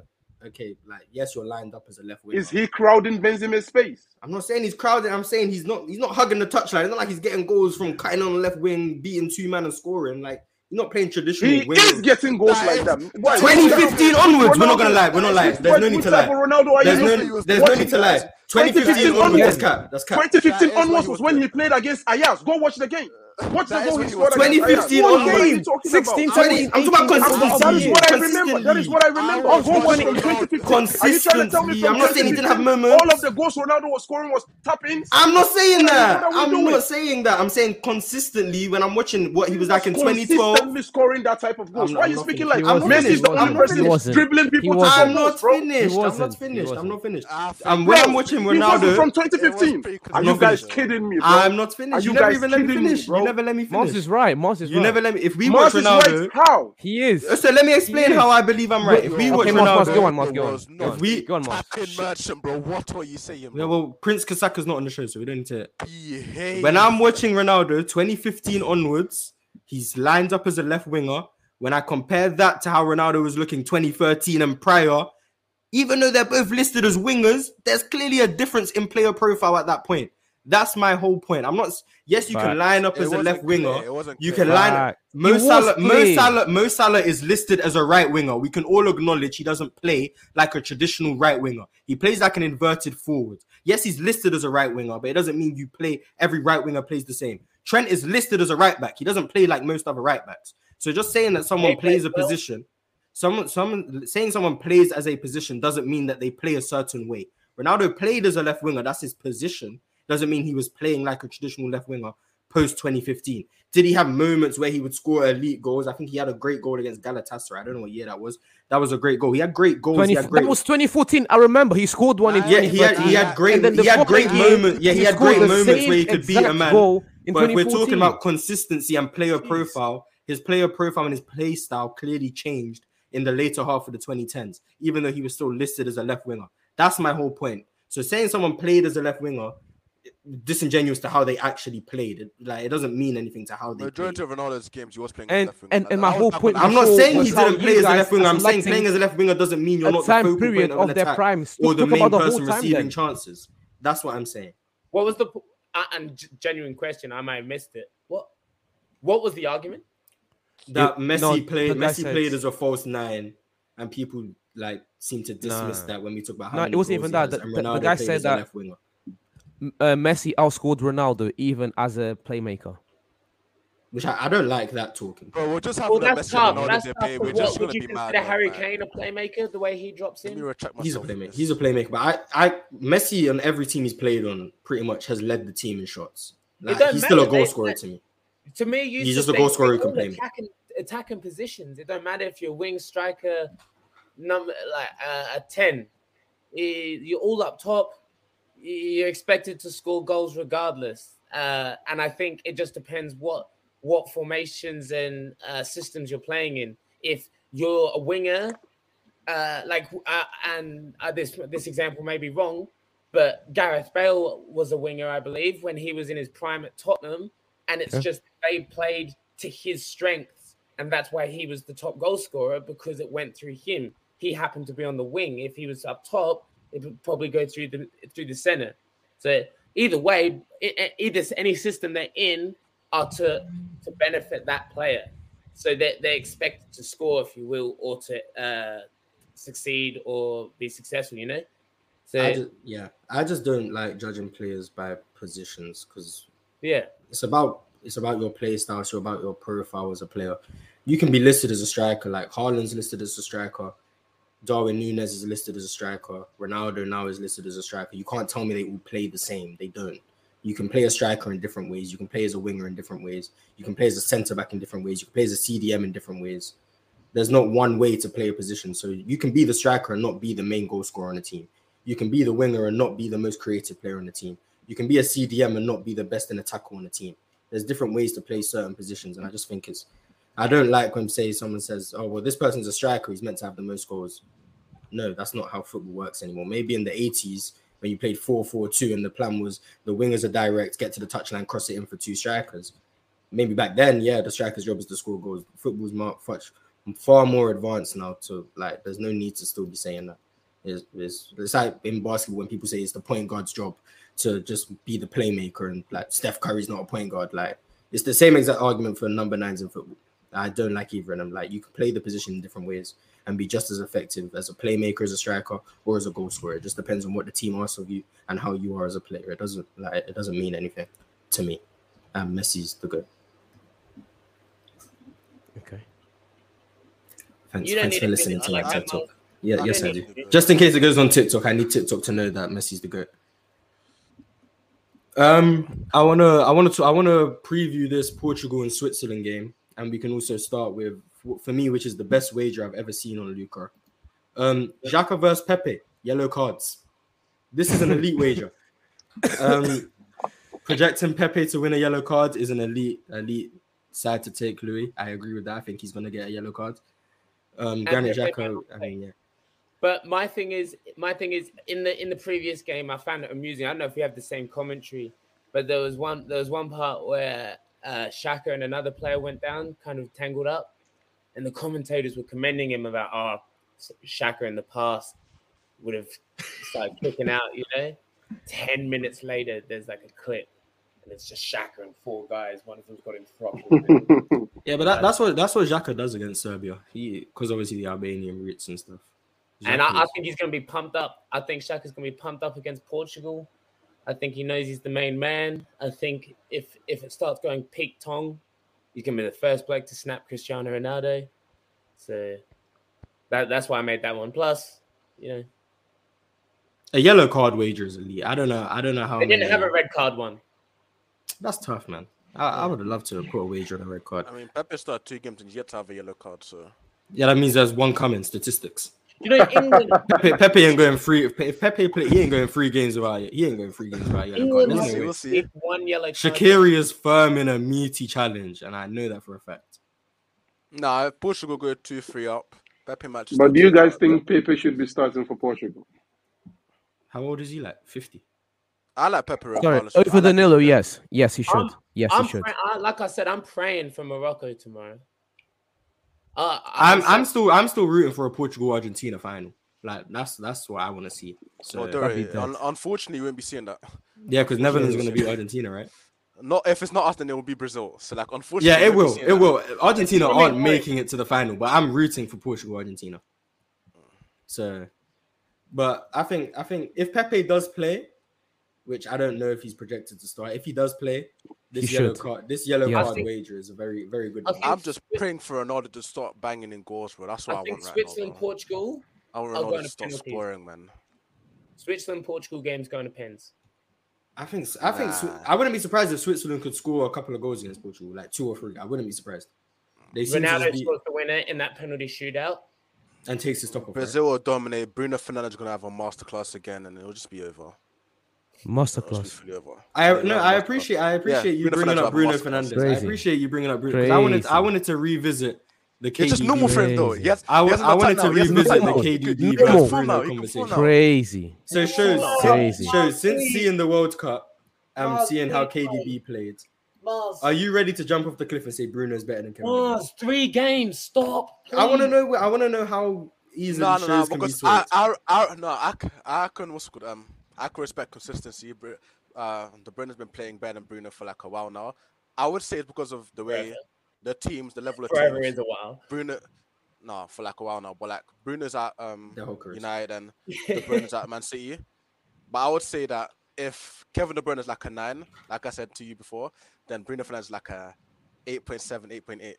okay, like yes, you're lined up as a left winger. Is he crowding Benzema's space? I'm not saying he's crowded. I'm saying he's not. He's not hugging the touchline. It's not like he's getting goals from cutting on the left wing, beating two man and scoring. Like he's not playing He traditional is wingers. getting goals That like is that. Why? that is What type of 2015 onwards, we're not gonna Ronaldo? lie. We're not lying. Which, There's what, no need which to type lie. of Ronaldo are you There's looking? no. was There's no What need is to lie. that? 2015 2015 onwards. That's onwards. cap. That's cap. that 2015 is what onwards he was was when doing. he played against Ayaz. Go watch the game. Watch the That is what goal he he was scored doing. against Ayaz. What game are 2015 you onwards. talking 16, about? 20. I'm talking about 2018. was I'm, that is consistency. watching- what I remember. That is Consistency. what I I remember. was Go watch watching from Ronaldo. 2015. Are you trying to tell me Consistency. from I'm not saying he didn't have 2015 all of moments. the goals Ronaldo was scoring was tap ins? I'm not saying Like, what that. are we I'm doing? not saying that. I'm saying consistently when I'm watching what he He was was like in 2012. consistently scoring that type of goals. Why are I'm, I'm you not speaking like finished. He I'm not wasn't. Messi is He finished. the only I'm wasn't. person is not finished. He wasn't. dribbling He people to score I'm wasn't. goals, not bro? He finished. I'm not wasn't. He finished. I'm wasn't. not finished. I I'm think when it I'm was. watching He Ah, wasn't Ronaldo. from It was 2015. pretty Are I'm you not guys consistent finished. though. kidding me, bro? I'm not Are finished. You you never guys even let me kidding me, finish. You bro? never let me Mons finish. is right. Mons is You never right. let me. If we watch Mars is right. Ronaldo, How? He is. so let me He explain is. how I believe I'm right. If we watch Okay, Mons, Mons, go Ronaldo, on, Mons, Ronaldo go on. was Go not if on. we, Go on, Mons. tapping merchant, bro. What are you saying, yeah, bro? well, Prince Kasaka's not on the show, so we don't need to. Behave. When I'm watching Ronaldo, 2015 onwards, he's lined up as a left winger. When I compare that to how Ronaldo was looking 2013 and prior, even though they're both listed as wingers, there's clearly a difference in player profile at that point. That's my whole point. I'm not. Yes, you can Facts. line up It as a wasn't left clear, winger. It wasn't. You clear. can line up. Fact. Mo He was Salah, Mo clear. Salah, Mo Salah is listed as a right winger. We can all acknowledge he doesn't play like a traditional right winger. He plays like an inverted forward. Yes, he's listed as a right winger, but it doesn't mean you play every right winger plays the same. Trent is listed as a right back. He doesn't play like most other right backs. So just saying that someone He plays plays a well. position, someone, someone saying someone plays as a position doesn't mean that they play a certain way. Ronaldo played as a left winger. That's his position. Doesn't mean he was playing like a traditional left winger post 2015. Did he have moments where he would score elite goals? I think he had a great goal against Galatasaray. I don't know what year that was. That was a great goal. He had great goals. he 20, had great. that was 2014. I remember he scored one in Yeah, yeah, he had he had great And then the he had following great game, moments. Yeah, he, had scored great the moments same where he could beat a exact man. Goal in But if we're 2014. talking about consistency and player profile, his player profile and his play style clearly changed in the later half of the 2010s, even though he was still listed as a left winger. That's my whole point. So saying someone played as a left winger, disingenuous to how they actually played. It, like it doesn't mean anything to how they Majority played. of Ronaldo's games, he was playing. And- left wing. and- Like, and that my was whole back point when was I'm he not was- sure saying was he how didn't you play as a guys left winger. I'm saying selecting playing as a left winger doesn't mean you're a not the time focal period point of of an their attack prime. or Still the talk main about the whole person time receiving then. chances. That's what I'm saying. What was the p- uh, and g- genuine question? I might have missed it. What what was the argument? that It- Messi no, played but like I Messi said- played as a false nine, and people like seem to dismiss Nah. that when we talk about how Nah, many it wasn't goals he even that. has, The- and the- the Ronaldo guy played said as a that- left winger. M- uh, Messi outscored Ronaldo even as a playmaker. which I, I don't like that talking. Bro, we're just having Well, a that's Messi tough. Ronaldo That's tough. debate. We're What, just would gonna you be mad. consider Harry man. Kane a playmaker? The way he drops Let me in. retract myself. He's a on playmaker. this. He's a playmaker, but I, I Messi on every team he's played on pretty much has led the team in shots. Like, don't he's still a matter, goal they- scorer they- to me. To me, you He's should just a say goal scorer who they're can all play me. Attacking, attacking positions. It don't matter if you're wing striker, number like uh, a ten. Eh, You're all up top. You're expected to score goals regardless. Uh, and I think it just depends what what formations and uh, systems you're playing in. If you're a winger, uh, like uh, and uh, this this example may be wrong, but Gareth Bale was a winger, I believe, when he was in his prime at Tottenham, and it's Yeah. just they played to his strengths, and that's why he was the top goal scorer because it went through him. He happened to be on the wing. If he was up top, it would probably go through the through the center. So either way, i- i- either s- any system they're in are to to benefit that player. So they they're expected to score, if you will, or to uh, succeed or be successful. You know. So I just, yeah, I just don't like judging players by positions because yeah. it's about it's about your play style, it's about your profile as a player. You can be listed as a striker, like Haaland's listed as a striker, Darwin Nunes is listed as a striker, Ronaldo now is listed as a striker. You can't tell me they all play the same. They don't. You can play a striker in different ways, you can play as a winger in different ways, you can play as a centre back in different ways, you can play as a CDM in different ways. There's not one way to play a position. So you can be the striker and not be the main goal scorer on the team. You can be the winger and not be the most creative player on the team. You can be a CDM and not be the best in a tackle on the team there's different ways to play certain positions, and I just think it's I don't like when say someone says, "Oh, well, this person's a striker; he's meant to have the most goals." No, that's not how football works anymore. Maybe in the '80s when you played four-four-two, and the plan was the wingers are direct, get to the touchline, cross it in for two strikers. Maybe back then, yeah, the striker's job is to score goals. Football's mar- much far more advanced now. To like, there's no need to still be saying that. It's, it's, it's like in basketball when people say it's the point guard's job to just be the playmaker and like Steph Curry's not a point guard. Like it's the same exact argument for number nines in football. I don't like either of them. Like you can play the position in different ways and be just as effective as a playmaker, as a striker, or as a goal scorer. It just depends on what the team asks of you and how you are as a player. It doesn't like it doesn't mean anything to me. And Messi's the good. Okay. Thanks, You don't thanks need for to listening do to that. my I TED like that, talk. Yeah, I yes, I don't do. need to do Just in case it goes on TikTok, I need TikTok to know that Messi's the goat. Um, I wanna, I wanna, to, I wanna preview this Portugal and Switzerland game, and we can also start with wh- for me, which is the best wager I've ever seen on Luca. Um, Xhaka versus Pepe, yellow cards. This is an elite wager. Um, projecting Pepe to win a yellow card is an elite, elite side to take. Louis, I agree with that. I think he's gonna get a yellow card. Um, Granit Pepe Xhaka, I mean, yeah. But my thing is, my thing is, in the in the previous game, I found it amusing. I don't know if you have the same commentary, but there was one there was one part where uh, Shaka and another player went down, kind of tangled up, and the commentators were commending him about, oh, Shaka in the past would have started kicking out, you know. Ten minutes later, there's like a clip, and it's just Shaka and four guys. One of them's got him throttled. Yeah, but that, that's what that's what Xhaka does against Serbia. He because obviously the Albanian roots and stuff. and I, I Xhaka think he's going to be pumped up. I think Shaka's going to be pumped up against Portugal. I think he knows he's the main man. I think if if it starts going peak Tong, he's going to be the first bloke to snap Cristiano Ronaldo. So that that's why I made that one. Plus, you know, is- a yellow card wager is elite. I don't know. I don't know how. Oh they didn't many- have a red card one. That's tough, man. I, I would have loved to put a wager on a red card. I mean, Pepe started two games and yet to have a yellow card, so Yeah, that means there's one coming. Statistics. You know, England. Pepe, Pepe ain't going three. If Pe- if Pepe play, he ain't going three games without it. He ain't going three games without a yellow card. England we'll There's has see. no way. We'll see. if one yellow card. Shaqiri is firm in a meaty challenge, and I know that for a fact. Nah, if Portugal go two three up. Pepe might. just But start do you two guys up. think Pepe should be starting for Portugal? How old is he? Like fifty. I like Pepe Sorry, regardless. I over like the him. Nilo, yes. Yes, he should. I'm- Yes, I'm he should. pray- I, like I said, I'm praying for Morocco tomorrow. Uh, I'm I'm, I'm still I'm still rooting for a Portugal Argentina final. Like that's that's what I want to see. So Well, That'd be Dore, bad. un- unfortunately, you won't be seeing that. yeah, because Netherlands going to beat Argentina, right? Not if it's not us, then it will be Brazil. So like, unfortunately, Yeah, you it won't be will. seeing It that. will. Argentina It's gonna aren't be tight. making it to the final, but I'm rooting for Portugal Argentina. So, but I think I think if Pepe does play, which I don't know if he's projected to start, if he does play, this He yellow should. card, this yellow Yeah. I card think- wager is a very very good. I one. think- I'm just praying for Ronaldo to start banging in goals, bro. That's what I, I think want right Switzerland, now. bro. Portugal, I want I'll go Ronaldo on to a start penalty. scoring, man. Switzerland, Portugal games going to pens. I think I think Swi- Nah. I wouldn't be surprised if Switzerland could score a couple of goals against Portugal, like two or three. I wouldn't be surprised. They seem to Ronaldo just be, scores the winner in that penalty shootout. and takes his top off. right? Brazil will dominate. Bruno Fernandes is gonna have a masterclass again, and it'll just be over. It'll just Masterclass. be fully over. I Yeah, no, no, I Marcus appreciate I appreciate you Bruno bringing Fernandes up Bruno have a masterclass. Fernandez. I Crazy. appreciate you bringing up Bruno. 'cause I wanted I Crazy. wanted to revisit the KDB. It's just normal for him though. Crazy. Yes, I, was, I wanted to revisit the now. KDB can versus fall now. Bruno He can fall conversation. now. Crazy. So it shows Crazy. shows since seeing the World Cup and Mars, seeing how please, KDB played. Mars, Oh, Are you ready to jump off the cliff and say Bruno's better than Kevin? De Bruyne? Mars, three games. Stop. I want to know. wh- I want to know how easily No, no, shows no. can be Because I, swapped. I, I, no, I, c- I can what's it called um, I can respect consistency. Br- Uh, the Brennan's been playing better than Bruno for like a while now. I would say it's because of the way the teams, the level of Forever is teams. a while. Bruno, no, for like a while now, but like Bruno's at um The whole career. United and De Bruyne's at Man City. But I would say that if Kevin De Bruyne is like a nine, like I said to you before, then Bruno Fernandes is like a 8.7, 8.8.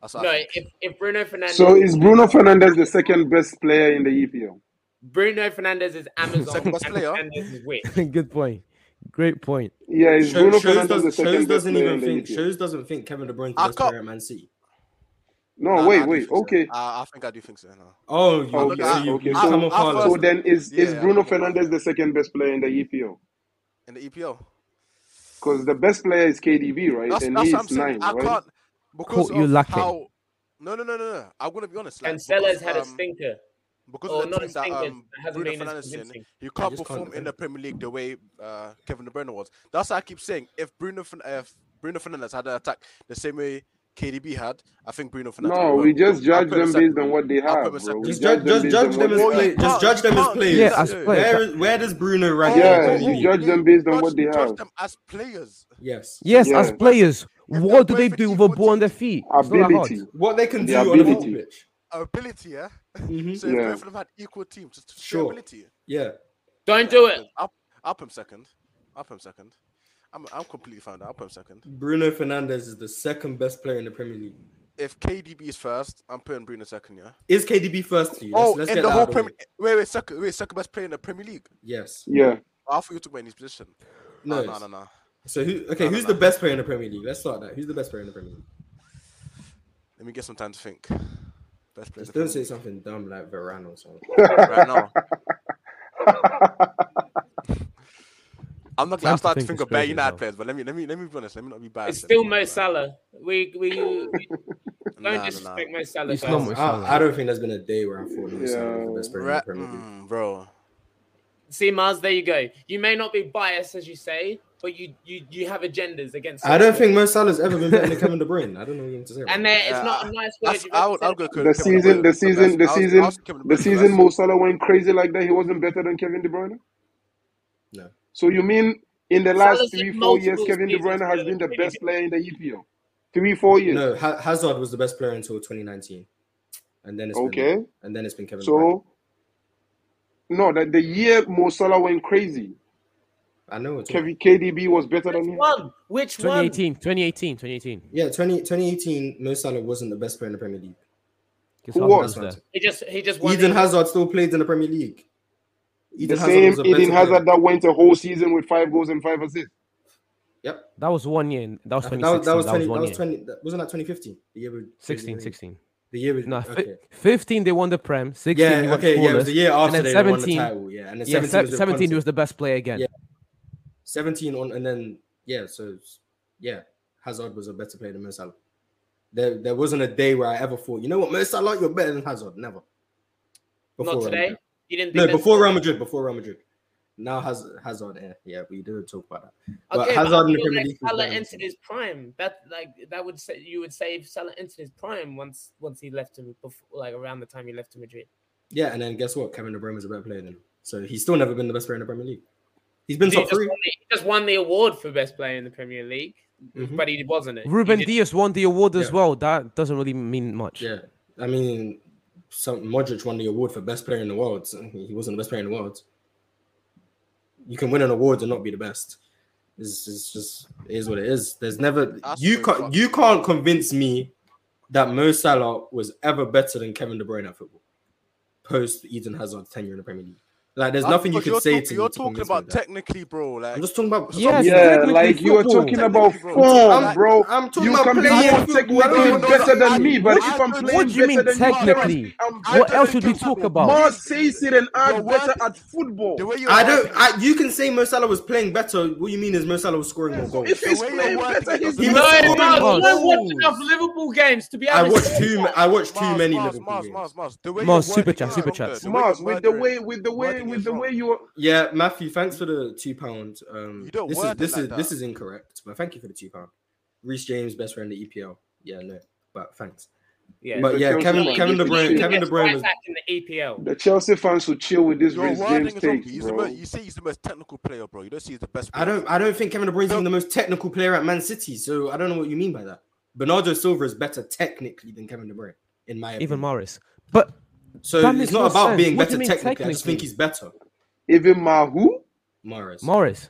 That's what no, I think. if, if Bruno Fernandez, So is Bruno Fernandez the second best player in the E EPL? Bruno Fernandez is Amazon. Second best and player. Fernandes is witch. Good point. Great point. Yeah, is Sho- Bruno Shows Fernandez the does- second Shows best doesn't player in even the E think. EPL? Shows doesn't think Kevin De Bruyne's I the best can't- player at Man City. No, No, no, I Oh, wait, do wait. think so. Okay. I, I think I do think so. No. Oh, you, Okay, so you, okay, you so- come off I Haaland. first- So then is, Yeah, is yeah, Bruno I'm talking about Fernandez the second best player in the E EPL? In the E EPL. Because the best player is KDB, right? Mm. That's, and that's what I'm he's saying. nine, I right? can't because Caught you of lacking. how. No, no, no, no, no. I'm gonna be honest. Like, Cancelo's because, had a um, stinker. because or of the not a team that stinker, um, it hasn't Bruno been as Fernandes is in, convincing. you I can't just can't perform in defend the Premier League the way uh, Kevin De Bruyne was. That's why I keep saying. If Bruno Fern- if Bruno Fernandes had an attack the same way KDB had, I think Bruno Fernandes. would No, win. we just I'll judge put him them second. based on what I'll they put have, him bro. second. We Just judge, just them judge based on them as Well, what they you players. have. can't- Just judge them you as can't players. do Yeah, that, as though. players. Where, where does Bruno rank? Yeah, Yeah, above you you Louis? judge them based on what they Judge, judge have. them as players. Yes. Yes, as Yeah. players, they're what do playing they for do with a equal ball on their teams, feet? It's not that Ability. hard. What they can The do on a ability. football pitch. Ability, yeah. Mhm. So if Yeah. both of them had equal teams, just show Sure. ability. Yeah. Don't Yeah, do I'll it. put- I'll, I'll put him second. I'll put him second. I'm, I'm completely fine. with that. I'll put him second. Bruno Fernandez is the second best player in the Premier League. If KDB is first, I'm putting Bruno second. Yeah. Is KDB first to you? Let's, oh, let's in get the that whole out of the way. Premier. Wait, wait, second, wait, second best player in the Premier League. Oh, Yes. Yeah. I thought you were talking about in his position. No. No, no, no, no. So who? Okay, No, no, who's no. the best player in the Premier League? Let's start that. Who's the best player in the Premier League? Let me get some time to think. Best player in Just the don't Premier say something dumb like Varane or something. League right now. I'm not. Time gonna to start to think think is of bad crazy as United well. players, but let me let me let me be honest. Let me not be biased. It's let me not still Mo be biased. Salah. We we, we Nah, don't nah, nah. disrespect Mo Salah. It's guys. not Mo Salah. I, I don't think there's been a day where I thought Mo Salah was the Yeah. best player in Ra- the Premier League. mm, bro. See Mars, there you go. You may not be biased as you say, but you you you have agendas against. I don't think Mo Salah's ever been better than Kevin De Bruyne. I don't know what you want to say. about And that. there, it's not a nice word. That's- you've I ever would, said I would go about- Kevin The De Bruyne season, the was season, the best. I was- I season, was Kevin De the Bruyne was season. best. Mo Salah went crazy like that. He wasn't better than Kevin De Bruyne. no. So you mean in the last Salah's three, in four years, multiple Kevin De seasons Bruyne has been the better than best player in the EPL? Three, four years. No, Ha- Hazard was the best player until 2019, and then it's Okay. been, and then it's been Kevin. Bruyne. So, no, that the year Mo Salah went crazy, I know it's Kevin KDB was better than Which him. one? Which one? 2018, 2018, 2018. Yeah, 20, 2018, Mo Salah wasn't the best player in the Premier League. Guess Who how was? was uh, there? He just he just won. Eden the- Hazard still played in the Premier League. The Eden same was a Eden better player. Hazard that went a whole season with five goals and five assists. Yep. That was one year. That was That, that was, 2016. that was 20. That one was year. 20. That, wasn't that 2015? The year with 16, 16. The year with No, fi- okay. 15 they won the Prem. 16 Yeah, they won okay, yeah, it was the year after then they won 17 the title. Yeah, and then Yeah, 17, se- was the 17 he Conte. was the best player again. Yeah. 17 on, and then yeah, so it's- yeah, Hazard was a better player than Mo Salah. There, there wasn't a day where I ever thought, you know what, Mo Salah, you're better than Hazard. Never. Not Real today. Madrid. You didn't. No, think that- before Real Madrid. Before Real Madrid. Now Haz- Hazard. Yeah, yeah, we do talk about that. but Okay, but Hazard in the I feel Premier like League was Salah better. entered his prime. That like that would say you would say if Salah entered his prime once once he left him before like around the time he left to Madrid. Yeah, and then guess what? Kevin De Bruyne is a better player than him. So he's still never been the best player in the Premier League. He's been He top just, three. won the, he just won the award for best player in the Premier League, Mhm. but he wasn't it. He Ruben didn't- Diaz won the award as Yeah. well. That doesn't really mean much. Yeah, I mean, some Modric won the award for best player in the world. So he wasn't the best player in the world. You can win an award and not be the best. It's, it's just it is what it is. There's never That's you so can't fucked. you can't convince me that Mo Salah was ever better than Kevin De Bruyne at football post Eden Hazard's tenure in the Premier League. Like, there's nothing you Because can you're say talk- to me You're to talking convince me about of that. technically, bro. Like, I'm just talking about. Yeah, I'm- Yes, Yeah, technically like you were football. talking about Technically, bro. form, I'm- bro. I'm talking You about can playing play football. No, no, technically no, better I- than me, but what- if I'm what What playing do you mean better than you, technically? I'm What better else than would we you. talk More about? says it and The I'm word- better at football. the way you I don't. I, you can say Mo Salah was playing better. What you mean is Mo Salah was scoring more goals? If The he's way you're playing working better, he's doesn't- No, He was better. scoring Miles, you goals. don't watch enough Liverpool games to be I honest. watched too. ma- I watched too Mars, many Mars, Liverpool Mars, games. Mars, Mars. The way Mars, you're super wording chat, is super wrong, chats. though. Mars, you're with the murdering- way, with the way, Wording with is the wrong. way you. Yeah, Matthew, thanks for the two pound. Um, You don't this word is it this like is that. this is incorrect, but thank you for the two pound. Reece James, best friend in the EPL. Yeah, no, but thanks. Yeah. But yeah, But Kevin Chelsea- Kevin De Bruyne, Chelsea- Kevin De Bruyne was back in the E EPL. The Chelsea fans will chill with this Your Reece wording James is wrong. takes, He's the bro. most, you say he's the most technical player, bro. You don't see he's the best. I Player. don't. I don't think Kevin De Bruyne's even the most technical player at Man City. So I don't know what you mean by that. Bernardo Silva is better technically than Kevin De Bruyne, in my opinion. Even Morris. But so That it's makes not no about sense. being What do better you mean technically. I just think technically? he's better. Even Mahu, Morris. Morris.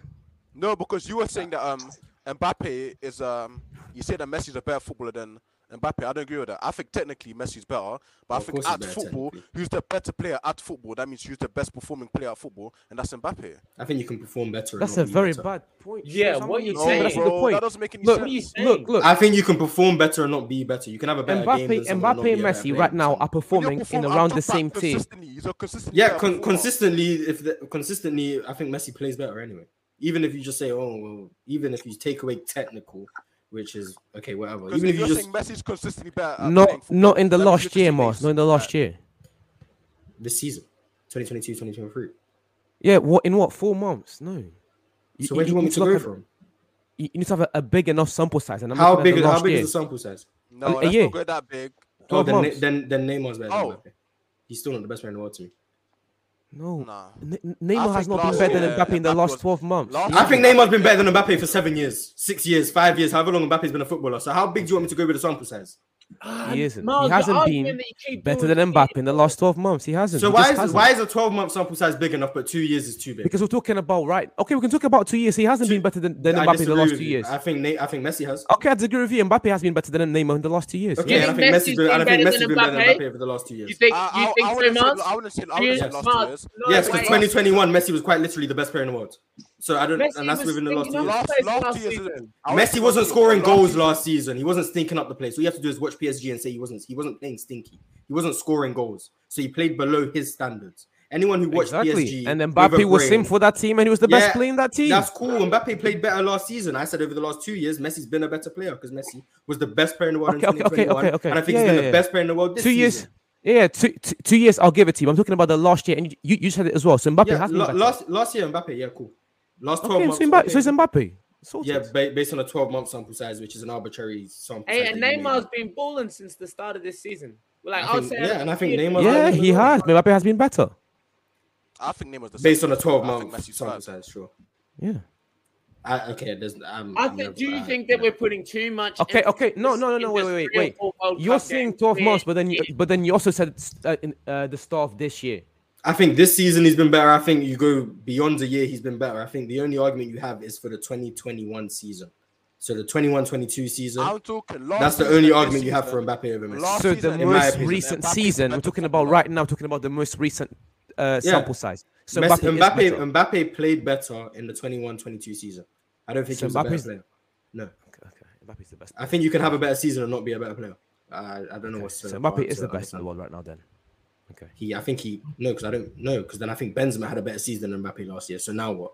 No, because you were saying that um Mbappe is um you said that Messi's a better footballer than Mbappe. I don't agree with that. I think technically Messi's better, but I Of course think he's at better football, technically. who's the better player at football? That means who's the best performing player at football, and that's Mbappe. I think you can perform better. and That's not a be very better. bad point. Yeah, Shows how what many you people- saying? That's No, the bro, that point. doesn't make any Look, What are you sense. saying? Look, look. I think you can perform better and not be better. You can have a better game. Mbappe, than someone and not Mbappe, and be a better Messi player. right now are When you performing in perform, I'm around talking the same about team. consistently. He's a consistent. Yeah, player con- performer. consistently. If the, consistently, I think Messi plays better anyway. Even if you just say, oh well, even if you take away technical, which is okay, whatever. Because Even if if you're you just saying Messi's consistently better, at playing Not, football, not in the that means last you're year, just a Mars. base. Not in the last year. this season, 2022, 2023. Yeah, what in what four months? No. You, So where do you want me need to go look at- from? You you need to have a, a big enough sample size. And I'm How looking at big? The How last big year. is the sample size? No, A- a let's year. not go that big. Oh, 12 then, Ne- months. then then Neymar's better. Oh. Than Mbappe. He's still not the best player in the world to me. No, Nah. N- N- Neymar has think not been last better year, than Mbappe in the Mbappe last was- 12 months. last He- I think Neymar's been better than Mbappe for seven years, six years, five years, however long Mbappe's been a footballer. So how big do you want me to go with the sample size? Ah, He isn't. He Miles, the hasn't argument been that you keep better doing than is- Mbappe in the last 12 months. He hasn't. So He why just is hasn't. why is a 12 month sample size big enough, but two years is too big? Because we're talking about right. Okay, we can talk about two years. He hasn't Two- been better than, than I Mbappe in the disagree last with two you. years. I think Nate, I think Messi has. Okay, I disagree with you. Mbappe has been better than Neymar in the last two years. Okay, Yeah. and I think Messi's Messi's been, and I been think better Messi's than been better than Mbappe? Mbappe over the last two years. You think I- you I- I think so, wouldn't say- Miles? I wouldn't say I You- wouldn't say last Miles, two years. no yes, because way. 2021 Messi was quite literally the best player in the world. So I don't, Messi and that's was within the last stinking two up years. Last, Guys, last last years, season. I wouldn't say Messi wasn't last scoring year. goals last season. He wasn't stinking up the place. All you have to do is watch PSG and say he wasn't. He wasn't playing stinky. He wasn't scoring goals. So he played below his standards. Anyone who watched Exactly. PSG And with Mbappe a was brain- in for that team and he was the Yeah, best player in that team. That's cool. Mbappe played better last season. I said over the last two years, Messi's been a better player because Messi was the best player in the world Okay, in okay, okay, 2021, okay, okay. and I think Yeah, he's been yeah, the yeah. best player in the world this two years. season. Yeah, two, two, two years. I'll give it to you. I'm talking about the last year, and you, you, you said it as well. So Mbappe Yeah, has been la- better. last last year Mbappe, yeah, cool. Last 12 okay, months. so, Mbappe, okay. so it's Mbappe. Sorted. yeah, ba- based on a 12 month sample size, which is an arbitrary sample. Hey, size and that you made. Neymar's been balling since the start of this season. Like I I'll think- say, yeah, and I think Neymar- yeah, he Mbappe- has. Mbappe has been better. I think Neymar's the based on a second. 12 I think month Messi's sample third. size, sure. Yeah. I, okay, there's. I'm, I I'm think, never- do you I- think that we're putting too much? Okay, emphasis okay. No, no, no, no. in Wait, this wait, three or wait, four World eh? You're Cup saying games 12 where months, but then you, it- but then you also said uh, in, uh, the start of this year. I think this season he's been better. I think you go beyond the year he's been better. I think the only argument you have is for the 2021 season. So the 21-22 season. I'm talking last that's the season, only this argument you have for season. Mbappe over Messi. Last so season, the in my most opinion, recent Mbappe's season better we're talking footballer. about right now, talking about the most recent uh, Yeah. sample size. So Messi- Mbappe, Mbappe, Mbappe, is Mbappe, better. played better in the 21-22 season. I don't think he So was a better Mbappe's- player. No, Okay, okay. Mbappe's the best. I think you can have a better season and not be a better player. I, I don't know Okay, what's So so Mbappe hard is to the best in understand. the world right now. Then. Okay. He, I think he no, because I don't know, because then I think Benzema had a better season than Mbappe last year. So now what?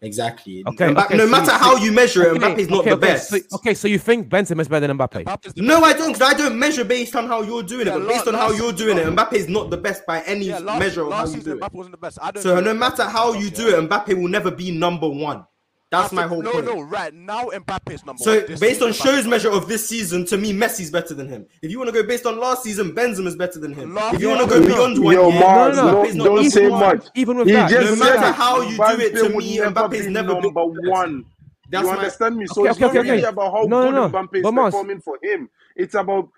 Exactly. Okay, Mbappe- okay, no so matter you how you measure it, Mbappe's not okay, the okay, best. So, okay, so you think Benzema is better than Mbappe? Mbappe's the No, best. I don't, because I don't measure based on how you're doing it. Yeah, But based la- on how last you're season- doing it, Mbappe is not the best by any Yeah, last, measure of how last you season do it. Mbappe wasn't the best. I don't So think no Mbappe matter was how the you best, do yeah. it, Mbappe will never be number one. That's my whole no, point. No, right now Mbappe's number one. So This based on season, Mbappe's show's measure of this season, to me, Messi's better than him. If you want to go based on last season, Benzema's better than him. Last if you year- want to go Yo, beyond one yo, year, Mars, no, no, Mbappe's not don't number say one. much. Even with He that, just No said matter that how you do Mbappe it, to would me, never Mbappe's be never been number the best. one. That's you my- understand me? So Okay, it's okay, not okay, really okay. about how No, good no, no. Mbappe is But Mars- performing for him. It's about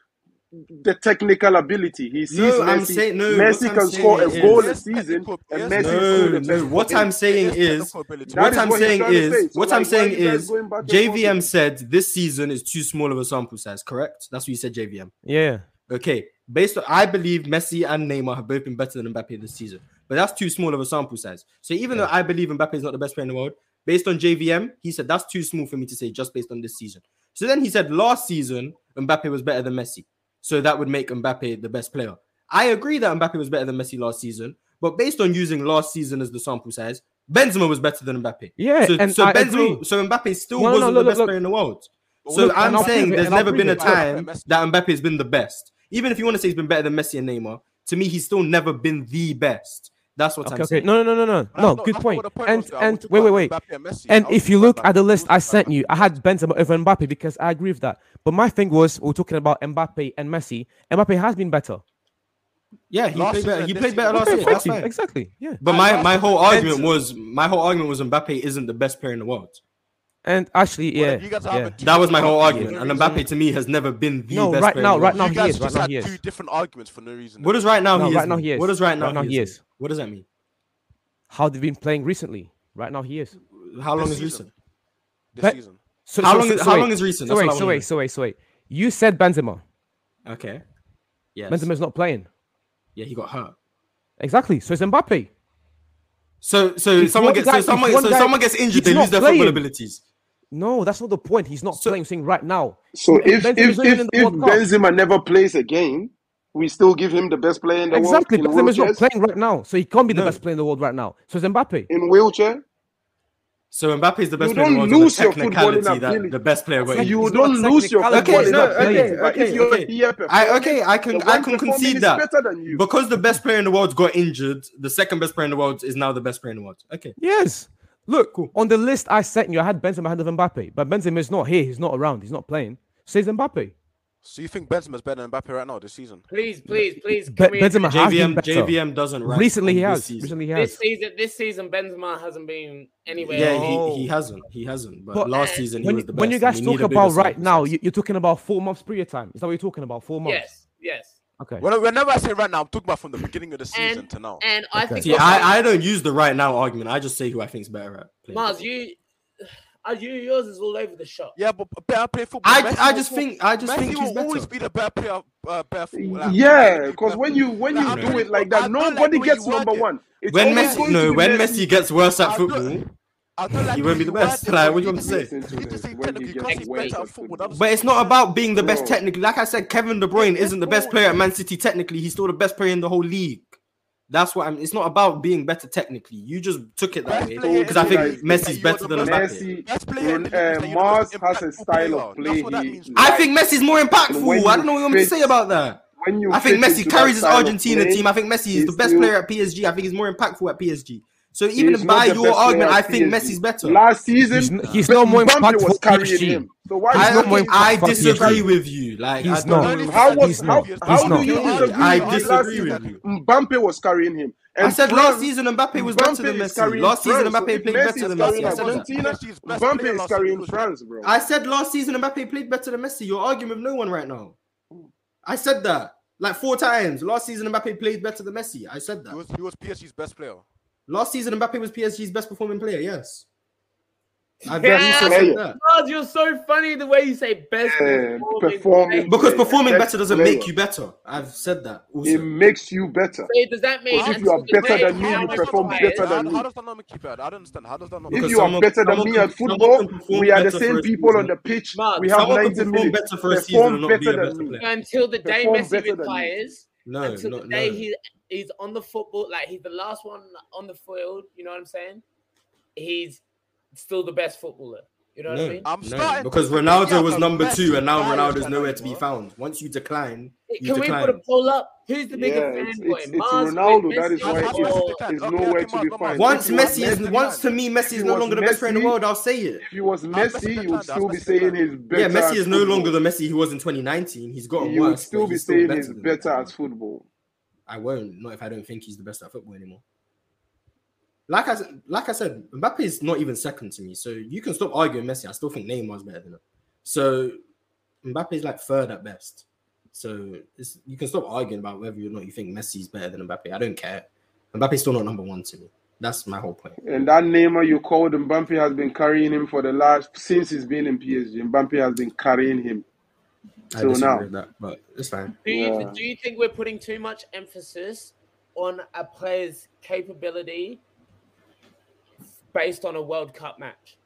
the technical ability. He sees No, I'm Messi. saying- no, what Messi I'm can saying score a is- goal a Yes, season, technical- and yes, Messi technical is No, ability. only the no. best. What I'm saying It is is, technical ability. what That is I'm what he's saying trying to say. is, So, what like, why I'm are saying you guys is, going back and forth with JVM it? said this season is too small of a sample size. Correct? That's what you said, JVM. yeah. Okay, based on I believe Messi and Neymar have both been better than Mbappe this season, but that's too small of a sample size. So even though I believe Mbappe is not the best player in the world, based on JVM, he said that's too small for me to say just based on this season. So then he said last season Mbappe was better than Messi, so that would make Mbappe the best player. I agree that Mbappe was better than Messi last season, but based on using last season as the sample size, Benzema was better than Mbappe. Yeah, so, and so I Benzema, agree. so Mbappe still No, no, no, wasn't the look, look, best look. player in the world. But So look, I'm and I'll saying prove it, there's and I'll never been a prove it. I'll time prove it, Messi. that Mbappe has been the best. Even if you want to say he's been better than Messi and Neymar, to me he's still never been the best. That's what I'm Okay, okay. saying. No, no, no, no, That's no. No, not- that's good not point. what the point And was, though. I and was wait, talking wait, about wait. Mbappe and Messi. And I was if you talking look about at the Mbappe. list I I was talking sent about you, I had Benzema over Mbappe because I agree with that. But my thing was, we we're talking about Mbappe and Messi. Mbappe has been better. Yeah, he Last played better. season, He this played season, better last Okay, year. That's thank you. fine. Exactly. Yeah. But And my, last my whole season- argument was my whole argument was Mbappe isn't the best player in the world. And actually, Well, yeah, you guys yeah. haven't- That was my whole Yeah. argument. And Mbappe to me has never been the No, best right player now, in the world. right now you he guys is. Right just now had he two is. different arguments for no reason. What does right now No, he right is? now mean? he is. What does right now, Right now he is. mean? What does that mean? How they've been playing recently. Right now he is. How This long is season. recent? this But- season? So How so- long so- is- so how wait. long is recent? So That's wait, what I so wanna wait, so wait, so wait. You said Benzema. Okay. Yes. Benzema's not playing. Yeah, he got hurt. Exactly. So it's Mbappe. So so If someone one gets guy- so if someone one so guy- someone gets injured, he's they not lose their playing. football abilities. No, that's not the point. He's not So- playing. Saying right now. So M- if Benzema's if not even if in the if World Cup. Benzema never plays a game, we still give him the best player in the world Exactly. in Benzema's not wheelchairs. playing right now, so he can't be the No. best player in the world right now. So it's Mbappe. In wheelchair, So Mbappe is the best You player in the don't world on the lose your technicality footballing that ability. the best player got It's injured. you not don't lose your technicality, Okay, footballing he's no, not okay, ability. playing. But if okay, you're okay. here I performing, okay, I the can I one can performing concede is that better than you. because the best player in the world got injured, the second best player in the world is now the best player in the world. Okay, Yes. Look, Cool. on the list I sent you, I had Benzema, I had Mbappe, but Benzema is not here. He's not around. He's not playing. So it's Mbappe. So you think Benzema's better than Mbappe right now this season? Please, please, please. Be- can we- Benzema has been JVM better. JVM doesn't rank Recently on he this has. season. Recently he This has. season, this season, Benzema hasn't been anywhere. Yeah, No. he, he hasn't. He hasn't. But, But last season he When, was you- the best. when you guys and we talk need a bigger about right sample now, size. you, you're talking about four months period time. Is that what you're talking about? Four months. yes, yes. Okay. Well, whenever I say right now, I'm talking about from the beginning of the And season to now. and I Okay. think See, also- I, I don't use the right now argument. I just say who I think's better at. playing Mars, football. you, uh, you, yours is all over the shop. Yeah, but but better play football. I, Messi I will just al- think I just Messi think he's will always better. be the better player. Uh, better football. like, Yeah, he'll be because better. when you when Like, you I do don't- it like I that, don't like the nobody way you gets number work it. one. It's When always Messi going no, to be when Messi. Messi gets worse at I football, don't, I don't like he the way won't be the you word best. it. Like, When what do you you want to just, say? Listen to you just this. say When technical, he you gets can't say worse better at football. at football. That doesn't But make it's not sense. about being the best Bro. technically. Like I said, Kevin De Bruyne Yeah, isn't the that's best all. player at Man City technically. He's still the best player in the whole league. That's what I'm. It's not about being better technically. You just took it that Best way player in because I the think league is that Messi's you are better the than most- Mbappe. Messi, Best player in Ron- the league is uh, that you're the most Mars has a impactful style of player. That's play. what that He means. I bro. think Messi's more And when impactful. I you don't know what you want me to fit say about that. when you I think fit Messi into that carries his style of Argentina play, team. I think Messi is the he's best still player at PSG. I think he's more impactful at PSG. So even he's not by the your best player argument, I at think PSG. Messi's better. Last He's season, n- he's B- no more Mbappe impactful was for carrying PSG. him. So why He's you not I more saying I impactful for disagree PSG. with you. Like I He's don't not. know. how was He's how not. how He's do not. you He's not. disagree I with me last disagree with season? you. Mbappe was carrying him. I said Fran- last season Mbappe was better than Mbappe is Messi. carrying Last season France, so Mbappe if played Messi better is carrying than Messi. I said that. Argentina, she's best Mbappe player is last carrying season. France, bro. I said last season Mbappe played better than Messi. You're arguing with no one right now. I said that like four times. Last season Mbappe played better than Messi. I said He that. was, he was PSG's best player. Last season Mbappe was PSG's best performing player. Yes. I Yeah. very much said Player. that. Lars, you're so funny the way you say best Yeah, performing performing- player. Because performing Best better doesn't player. make you better. I've said that. Also. It makes you better. So does that mean Because if and you so are the better way than me, how you I perform play- better How, than me. how does that not make you bad? I don't understand. How does that not? If Because you are someone- better than someone me can- at someone football, can perform we are the better for same a people on season. the pitch. Mark, we have someone can 90 perform minutes. better for a season perform and not be better a than better me. player. until the day Perform Messi better than me. retires, No, until no, the day no. he he's on the football, like he's the last one on the field. You know what I'm saying? He's still the best footballer. You know what I No. mean? I'm No, starting because to think Ronaldo Thiago was number Messi two, and now is Ronaldo's better, nowhere to be bro. found. Once you decline, you Can we decline. put a poll up? Who's the bigger Yeah, it's- fanboy? it's- it's Mars Ronaldo, with that is Messi why or- it's- Okay, He's okay, nowhere okay, to be Mark, found. Mark. Once If it was Messi is Messi- once to me, Messi if is it no was longer the best player in the Messi- world. I'll say it. If it was That's better Messi, than you would that, still be that's better than saying that. he's better. Yeah, Messi at is no football. longer the Messi he was in 2019. He's gotten You would worse. still but be he's still saying better he's than better Messi. at football. I won't. Not if I don't think he's the best at football anymore. Like I said, like I said, Mbappe is not even second to me. So you can stop arguing Messi. I still think Neymar's better than him. So Mbappe is like third at best. So it's, you can stop arguing about whether or not you think Messi's better than Mbappe. I don't care. Mbappe's still not number one to me. That's my whole point. And that Neymar you called Mbappe has been carrying him for the last since he's been in PSG. Mbappe has been carrying him. I So disagree now- with that, but it's fine. Do you, Yeah. do you think we're putting too much emphasis on a player's capability based on a World Cup match?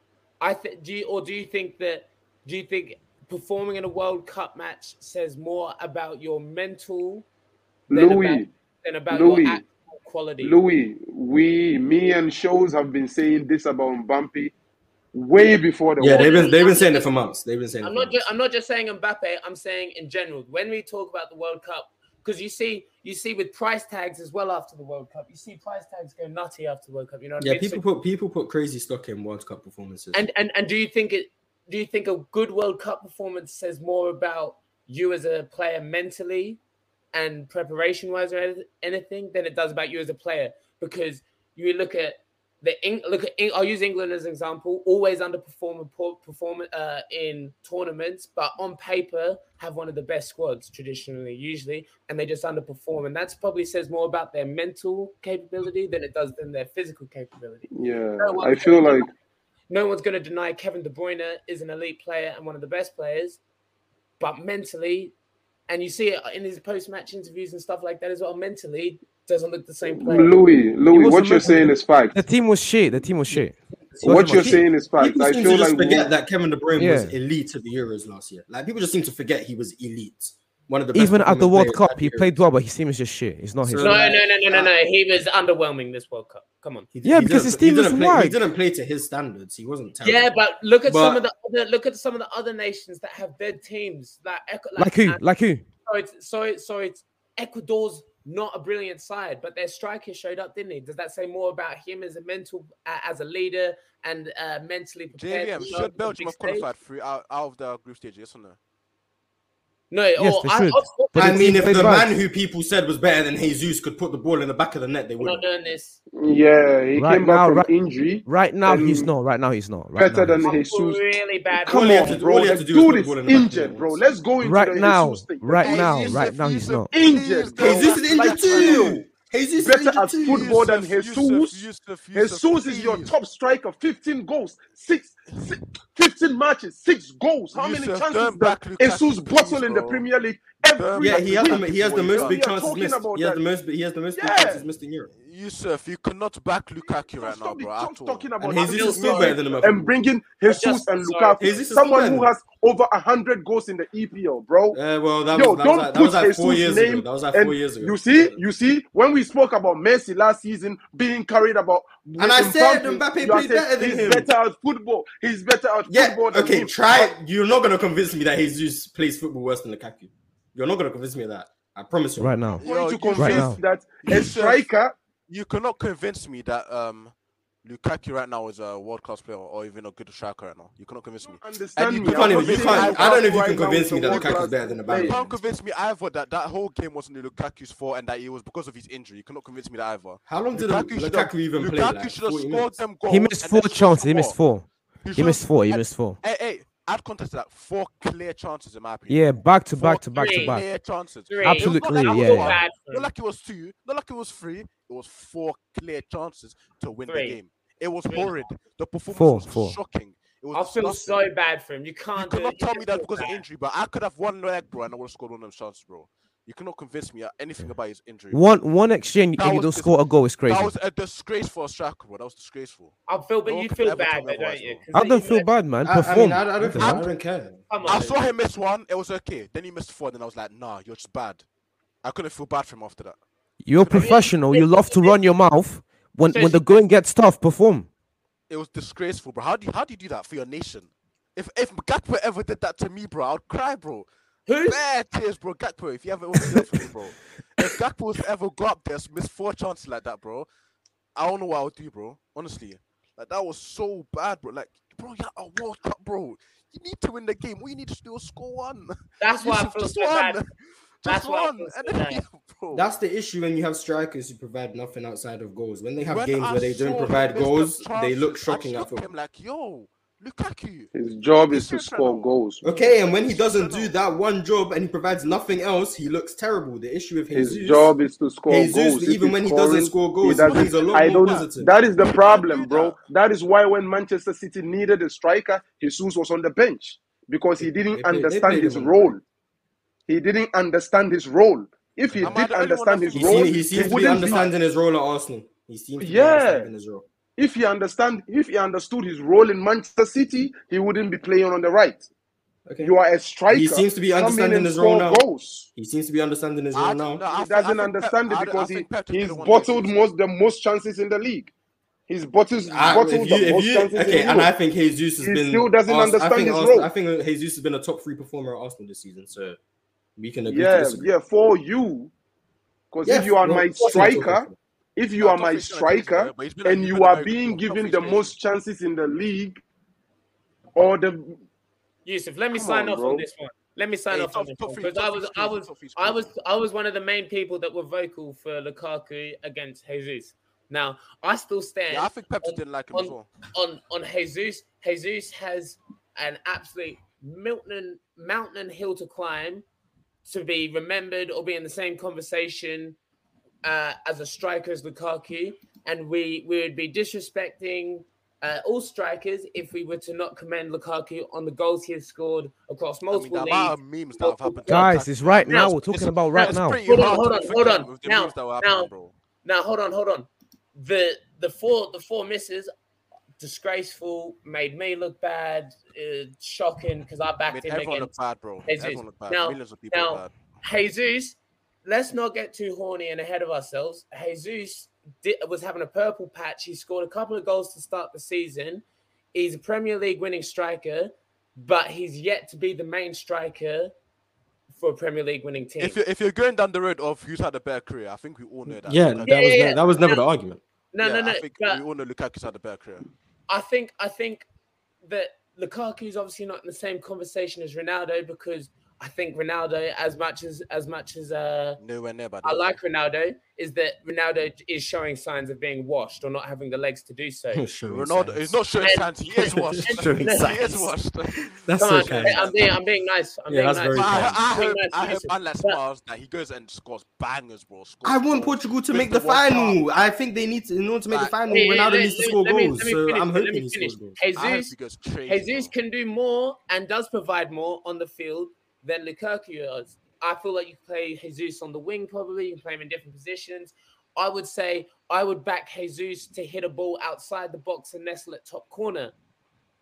I think. Do you, or do you think that? Do you think performing in a World Cup match says more about your mental than about, Louis, than about Louis, your actual quality? Louis, we, me, and shows have been saying this about Mbappe way before the Yeah, World they've been no, they've I'm been saying it just- for months. They've been saying it. I'm For not. months. Ju- I'm not just saying Mbappe. I'm saying in general when we talk about the World Cup, because you see, you see with price tags as well after the World Cup. You see price tags go nutty after the World Cup. You know what I yeah, mean? So- people put people put crazy stock in World Cup performances. and and and do you think it? Do you think a good World Cup performance says more about you as a player mentally and preparation wise or anyth- anything than it does about you as a player? Because you look at the Eng- look at Eng- I'll use England as an example. Always underperform po- perform uh, in tournaments, but on paper have one of the best squads traditionally, usually, and they just underperform. And that's probably says more about their mental capability than it does than their physical capability. Yeah, No one- I feel like No one's going to deny Kevin De Bruyne is an elite player and one of the best players, but mentally, and you see it in his post-match interviews and stuff like that as well. Mentally, doesn't look the same player. Louis, Louis, was what you're amazing. saying is fact. The team was shit. The team was shit. What Sorry, you're Mark. saying is fact. people I seem to feel just like forget that Kevin De Bruyne was Yeah. elite at the Euros last year. Like people just seem to forget he was elite. One of the best Even at the performing World players Cup, at he the played Euros. well, but his team is just shit. It's not his. So- No, fault. no, no, no, no, no. He was underwhelming this World Cup. Come on. He- Yeah, because didn't- his team he didn't is play, He whack. didn't play to his standards. He wasn't terrible. Yeah, but look at some of the But- other look at some of the other nations that have their teams like Ecu- Like who? uh, Like who? so it's so it's so it's Ecuador's not a brilliant side, but their striker showed up, didn't he? Does that say more about him as a mental uh, as a leader and uh, mentally prepared? JVM, to go to should the Belgium big have stage? qualified through out, out of the group stage? Yes or no? No, Yes, or they I, should. Oxford- But I the mean, team if played the well. man who people said was better than Jesus could put the ball in the back of the net, they we're not wouldn't. doing this. yeah, he Right came back now, from right- injury Right now, he's Um, not. Right now, he's not. Right better now, than he's- I'm Jesus. really bad. Come All he had on, to- all bro. he had The to do was put dude the is ball in the back of the injured, net bro. once. Let's go into right the now, Jesus thing. The right guy is now, Hey, right Yusuf, now, he's Yusuf, not. injured, bro. Jesus is injured Like, bro, too. Jesus is better injured at too. football than Yusuf, Jesus. Yusuf, Yusuf, Yusuf, Jesus is your please. top striker. 15 goals, six, six 15 matches, six goals. How many Yusuf, chances turn does back Lukaku, Jesus please, bottle in the bro. Premier League Turn every Yeah, he has the week? he has the Wait, most God. big We are chances talking missed. about He has that. the most he has the most big Yeah. chances missed in Europe. Yusuf, you cannot back Lukaku right now, Stop bro. stop At all. talking about And I'm Jesus still is still sorry. better than him. at and football. bringing Jesus just- and sorry. Lukaku, Jesus is still someone better who than has over hundred goals in the EPL, bro. Uh, well, that Yo, was that don't was like, that put was like four Jesus' years name. ago. That was like and four years ago. you see, you see, when we spoke about Messi last season being carried about, with And I said Mbappe you are played saying better than he's him. better at football. He's better at Yeah. football than Okay. him. Try. You're not gonna convince me that Jesus plays football worse than Lukaku. You're not gonna convince me of that. I promise you. Right now, I'm going Yo, to Yusuf, convince now. that a Yusuf. striker you cannot convince me that um Lukaku right now is a world class player or even a good striker right now. You cannot convince me. Understand you me? can't I'm even- not you saying can't- I'm I don't know if you right can now convince with me the that world-class Lukaku's better than You Aubameyang. players. can't convince me either that that whole game wasn't Lukaku's fault and that it was because of his injury. You cannot convince me that either. How long did Lukaku, should have- Lukaku even play? Lukaku Like, should have 40 scored minutes? them goals. He missed and four then should chances. He score. missed four. He should- missed four. He and- missed four. Hey, hey, add context to that. Four clear chances in my opinion. Yeah, back to Four back to back to clear back. chances. Three. Absolute It was not three, like yeah, it was yeah. one, Bad for Not him. like it was two. Not like it was three. It was four clear chances to win Three. the game. It was Three. horrid. The performance Four, was four. shocking. It was I feel disgusting. so bad for him. You You can't do cannot it. tell me that because of Bad. injury, but I could have one leg, bro, and I would have scored one of them shots, bro. You cannot convince me anything about his injury. bro. One one exchange That and you was don't dis- score a goal is crazy. That was a disgrace for a striker, bro. That was disgraceful. I feel, but No one you feel ever bad, told me though, don't otherwise, you? bro. 'Cause I they- don't feel bad, man. I, I mean, Perform. I, I, don't, think- I don't care. Come I on, saw him miss one. It was okay. Then he missed four. Then I was like, nah, you're just bad. I couldn't feel bad for him after that. You're professional. You love to run your mouth. When So when the she- going gets tough, perform. It was disgraceful, bro. How do you, how do you do that for your nation? If if Gakpo ever did that to me, bro, I'd cry, bro. Who's Bad tears, bro. Gakpo, if you ever did that for me, bro. If Gakpo's ever got up there, missed four chances like that, bro, I don't know what I would do, bro. Honestly, like that was so bad, bro. Like, bro, you're at a World Cup, bro. You need to win the game. All you need to do is score one. That's why I feel just so one. bad. Just That's why I one. feel so And then, bad. bro, That's the issue when you have strikers who provide nothing outside of goals. When they have when games I where they saw don't him provide miss them goals, they look chances, I shocking at just looked football. him like, yo, Lukaku. His job is to Serious right score now. goals. bro. Okay, and when he doesn't do that one job and he provides nothing else, he looks terrible. The issue with His Jesus, job is to score Jesus, goals. If even he's when he scoring, doesn't score goals, he doesn't- he's a lot I more don't- positive. That is the problem, do bro. that. That is why when Manchester City needed a striker, Jesus was on the bench because he didn't They play- they understand played his him on the bench. role. He didn't understand his role. If he Am I did the only one that understand his thinks He, he's role, He seems, he he seems to be wouldn't be understanding his role at Arsenal. He seems to be Yeah. understanding his role. if he understand if he understood his role in Manchester City, he wouldn't be playing on the right. Okay. You are a He striker. seems to be Come in understanding and his role score now. goals. He seems to be understanding his I role don't know. now. I He think- I doesn't think Pep- understand it I don't- I because he, think Pep just did he's it one day, bottled seriously. most the most chances in the league. He's bottled I, if bottled you, the if most you, chances okay, in and I Europe. think Jesus has He been. still doesn't Ars- I understand think his Arsenal, I role. think Jesus has been a top three performer at Arsenal this season, so we can agree to Yeah, disagree. yeah, for you. Because if Yeah, you are well, my of course, in the top striker, three. if you Nah, are top my three's kind of crazy, striker though. But he's been, a- and he's you been a are very good being player. Top given three's the crazy. most chances in the league, or the Yusuf, let me come sign on, off on bro. this one. Let me sign Hey, off top, on this top one three, because I top was, three's I crazy. was, Top three's I was, crazy. I was one of the main people that were vocal for Lukaku against Jesus. Now I still stand Yeah, I think Pep just on, didn't like him as on, well. on, on Jesus. Jesus has an absolute mountain, mountain and hill to climb to be remembered or be in the same conversation uh, as a striker as Lukaku, and we, we would be disrespecting uh, all strikers if we were to not commend Lukaku on the goals he has scored across I mean, multiple the amount leagues. of memes that have happened. to Guys, Lukaku it's now, right bro, now. Now- We're talking it's- about right it's now. pretty Hold on, hard to hold on, defend hold him on. with the Now- memes that were now- happening, bro. Now, hold on, hold on. The the four the four misses, disgraceful, made me look bad, uh, shocking because I backed Made him everyone against look bad, bro. Jesus. Everyone look bad. Now- Millions of people now- look bad. Jesus, let's not get too horny and ahead of ourselves. Jesus di was having a purple patch. He scored a couple of goals to start the season. He's a Premier League winning striker, but he's yet to be the main striker for a Premier League winning team. If you're, if you're going down the road of who's had a better career, I think we all know that. Yeah, Lukaku- that Yeah, was yeah, ne- yeah. that was never Now- the argument. no, yeah, no, no. I think but we all know Lukaku's had a better career. I think I think that Lukaku's obviously not in the same conversation as Ronaldo because I think Ronaldo, as much as as much as uh Nowhere near, by the I way. like Ronaldo is that Ronaldo is showing signs of being washed or not having the legs to do so. Showing Ronaldo signs. is not showing signs. He is washed. Showing he signs. is washed. But That's Come so on, kind. okay. I'm being, I'm being nice. I'm Yeah, being that's nice. very I, kind. I Very hope, nice I hope, reason. unless But- Miles, that he goes and scores bangers, bro. Scores I want goals. Portugal to Wins make the World Cup. final. I think they need to, in order to make the Like- final, Hey, Ronaldo let- needs to let- score let me- goals. let me So finish, I'm let me hoping he finish. scores goals. I hope Jesus he goes crazy. Jesus bro. can do more and does provide more on the field than Lukaku does. I feel like you can play Jesus on the wing, probably. You can play him in different positions. I would say I would back Jesus to hit a ball outside the box and nestle at top corner.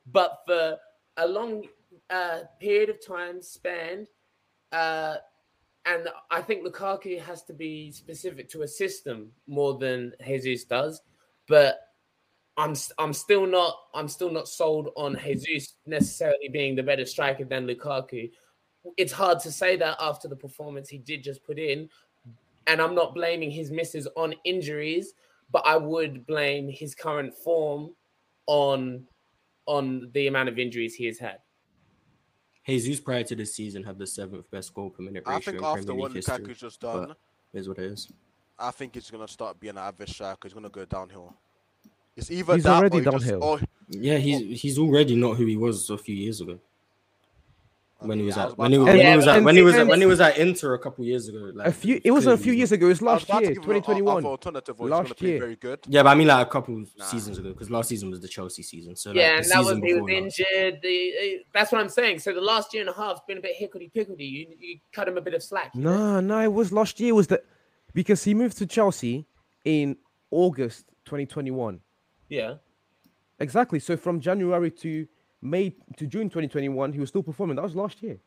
But for a long uh, period of time spanned, uh, and I think Lukaku has to be specific to a system more than Jesus does. But I'm I'm still not I'm still not sold on Jesus necessarily being the better striker than Lukaku. It's hard to say that after the performance he did just put in, and I'm not blaming his misses on injuries, but I would blame his current form on on the amount of injuries he has had. Jesus prior to this season had the seventh best goal per minute ratio I think in after Premier what League history. Lukaku's just done, but- Is what it is. I think it's gonna start being an average striker. It's gonna go downhill. It's either He's that already or he just- downhill. or- Yeah, he's he's already not who he was a few years ago. I When mean, he was I at about when he to- was And- when he was at and- when he was at, and- when he was at Inter a couple years ago. Like A few. It wasn't a few clearly years ago. It was I was last about to year, give him an al- 2021. other alternative or he's Last gonna play year. very good. Yeah, but I mean like a couple Nah. seasons ago because last season was the Chelsea season. So like, yeah, the and that was season he was before last. injured. The, eh, that's what I'm saying. So the last year and a half's been a bit hickledy pickledy. You, you cut him a bit of slack. you No, know? no, it was last year. Was that because he moved to Chelsea in August 2021? Yeah. Exactly. So from January to May to June 2021, he was still performing. That was last year.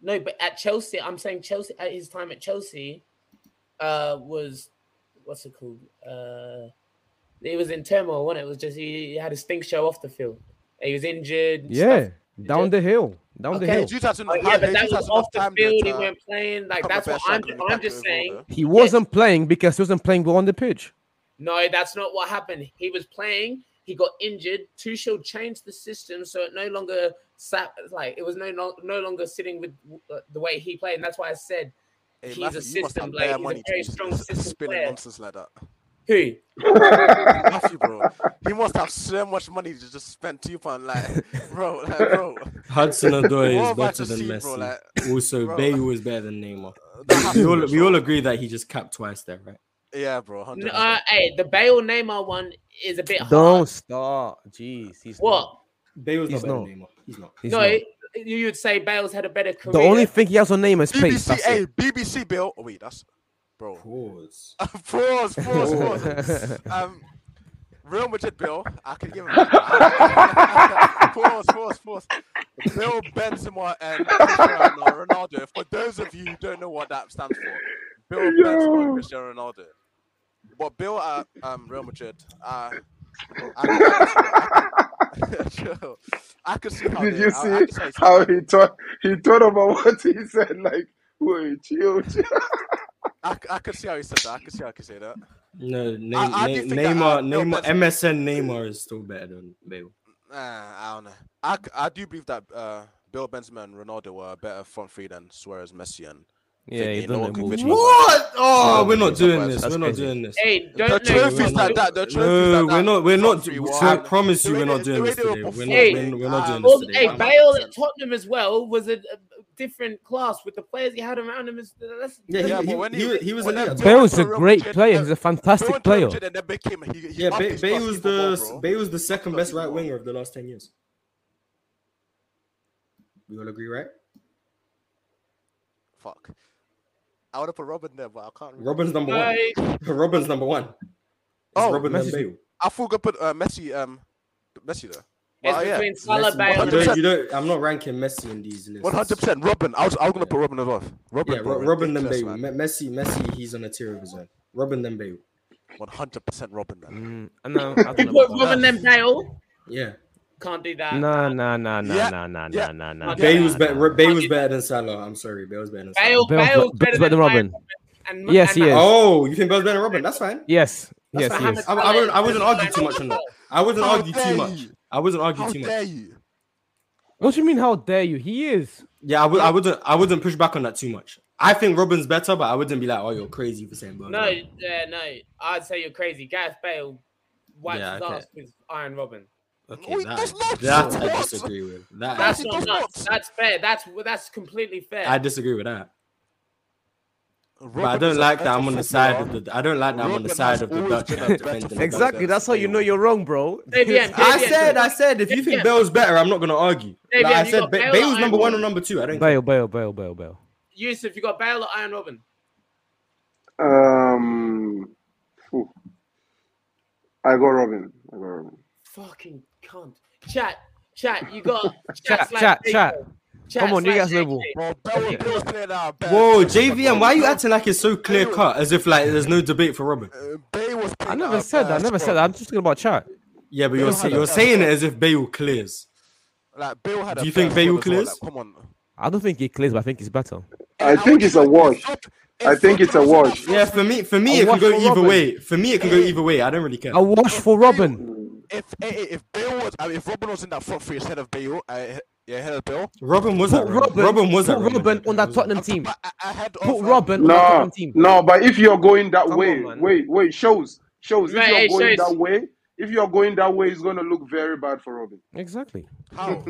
No, but at Chelsea, I'm saying Chelsea at his time at Chelsea uh was what's it called? Uh it was in turmoil, wasn't it? It was just he, he had a stink show off the field. He was injured. Yeah, down Yeah. the hill, down the Okay. hill. Jesus hasn't Stuff. Like, Oh, yeah, had- but that Jesus was hasn't off had the time there field. He to went playing. Like become that's the what best I'm. striker in I'm Lukaku just overall, saying. though. He wasn't playing because he wasn't playing well on the pitch. No, that's not what happened. He was playing. He got injured. Tuchel changed the system, so it no longer sat like it was no no, no longer sitting with uh, the way he played. And that's why I said Hey, He's Matthew, a you must system have bare player. He's a money to very be strong s- system spinning player. nonsense like that. who Matthew, bro, he must have so much money to just spend two pound, like, bro, like, bro. Hudson Odoi What is about better to than see, bro, Messi. like- also, bro. Bale is better than Neymar. That has We to all, be we all so. agree that he just capped twice there, right? Yeah, bro. 100%. N- uh, hey, the Bale Neymar one is a bit Don't hard. start. Jeez, he's What? Bale's not He's better not. than Neymar. He's not. Not, he's no, not. it- you you would say Bale's had a better career. The only thing he has on name is pace. BBC, That's hey, it. BBC Bill. Oh, wait, that's bro. Pause. pause, pause, pause. um, Real Madrid Bill. I could give him pause, pause, pause. Bill Benzema and Cristiano Ronaldo. For those of you who don't know what that stands for, Bill Benzema and Yo. Cristiano Ronaldo. But Bill at um, Real Madrid, uh, I, I, Chill. I could see how Oh, Did they- you I- see I could see how how he thought he thought about what he said? Like, wait, chill, chill. I, I could see how he said that. I could see how I could say that. No, Ney- I do Ney- think that, uh, Neymar, Bale Neymar, does- MSN Neymar is still better than Bale. Nah, I don't know. I, c- I do believe that uh, Bill Benzema and Ronaldo were a better front three than Suarez, Messi, and Yeah, Thingy, he's no done one that can bitch bullshit. about that. Oh, Yeah, we're not that's doing crazy. this. We're not doing this. Hey, don't The know. trophies no, like no, that, the trophies No, like that. we're not. We're not. country I wide. promise you, The we're way not they- doing the way this they were today. We're not. performing, We're, we're not doing uh, this Well, today. hey, Yeah, Bale at 100%. Tottenham as well was a, a different class with the players he had around him. Is that's, Yeah, Yeah, he, but when he, he, he- he was when he- eleven. Bale's a Real great Madrid, player. uh, He's a Bill fantastic and player. Tottenham and then became he, he Yeah, upped Ba- his class Bale was even more, the bro. Bale was the second Not best even right more. winger of the last ten years. We all agree, right? Fuck. I would have put Robin there, but I can't. Remember. Robin's number one. Hey, Robin's number one. It's Oh, Robin and Messi's- Bale. I forgot put uh, Messi. Um, Messi there. it's Well, yeah. between Salah, Messi- Bale, you, and don't, you don't. I'm not ranking Messi in these lists. One hundred percent, Robin. I was, I was gonna Yeah. put Robin as well. Robin, Yeah, Ro- Robin and Bale. Me- Messi, Messi, he's on a tier of his own. Robin and Bale. One hundred percent, Robin. Man. Mm, no, I you don't know put about Robin then Bale. Yeah, Can't do that. that. Nah, nah, nah, nah, Yeah, nah, nah, yeah. nah, nah, nah. Yeah, Bale was nah, better. nah. Bale was better than Salah. I'm sorry, Bale was better than Salah. Bale, Bale's Bale's be- better better than Bale Robin. And Yes, he and- is. Oh, you think Bale's better than Robin? That's fine. Yes, That's yes, But fine. how yes. much I- I Salah wouldn't- I is wouldn't better argue than too much Robin on that. Bale? I wouldn't How argue dare too much. you? I wouldn't argue How too dare much. you? What do you mean? How dare you? He is. Yeah, I would. I wouldn't. I wouldn't push back on that too much. I think Robin's better, but I wouldn't be like, "Oh, you're crazy for saying Bale." No, yeah, no. I'd say you're crazy. Gareth Bale wipes Yeah, his okay. ass with Iron Robin. Okay, Wait, that, that's not- that I what? disagree with. That I That's he disagree not does with. nuts. not. That's fair. That's that's completely fair. I disagree with that. Robin But I is don't a like better that I'm on the side footballer. of the. I don't like that I'm on Robin the side has of the always Dutch been a and better defending the footballer. Dutch. Exactly. That's how you know you're wrong, bro. JVM, I JVM. said, I said, if you think Yeah. Bale's better, I'm not gonna argue. Yeah, Like, yeah, I you said, got Ba- Bale Bale's and number one or Robin. number two. I don't. care. Bale, Bale, Bale, Bale, Bale. Yusuf, you got Bale or Iron Robin? Um, phew. I got Robin. I got Robin. Fucking cunt. Chat, chat, you got Chat, slash chat, JK. chat. Chat Come on, you slash guys level. JK. Bro, Bell and Bill's playing out. Bell. Whoa, JVM, why are you acting like it's so clear cut, as if like there's no debate for Robin? Uh, Bale was. I playing never out said that. I bad never spot. said that. I'm just talking about chat. Yeah, but Bale you're had say- a you're better saying it squad. as if Bale clears. Like Bale had. Do a you think better Bale squad as well, clears? like, Come on. I don't think he clears, but I think he's better. I think it's a wash. Drop, I think it's a wash. Yeah, for me, for me, A it can wash go for either Robin. way. For me, it can go either way. I don't really care. A wash for Robin. If eh, eh, if Bale was I mean, if Robin was in that front three instead of Bale, I, yeah, ahead of Bale. Robin was Put that Robin, Robin was put that Robin on that Tottenham I'm talking team. about a- ahead of Put um, Robin on that No, Tottenham team. no, but if you're going that Come way, on, man. wait, wait, shows, shows. Right, if you're hey, going shows. that way, if you're going that way, it's gonna look very bad for Robin. Exactly. How?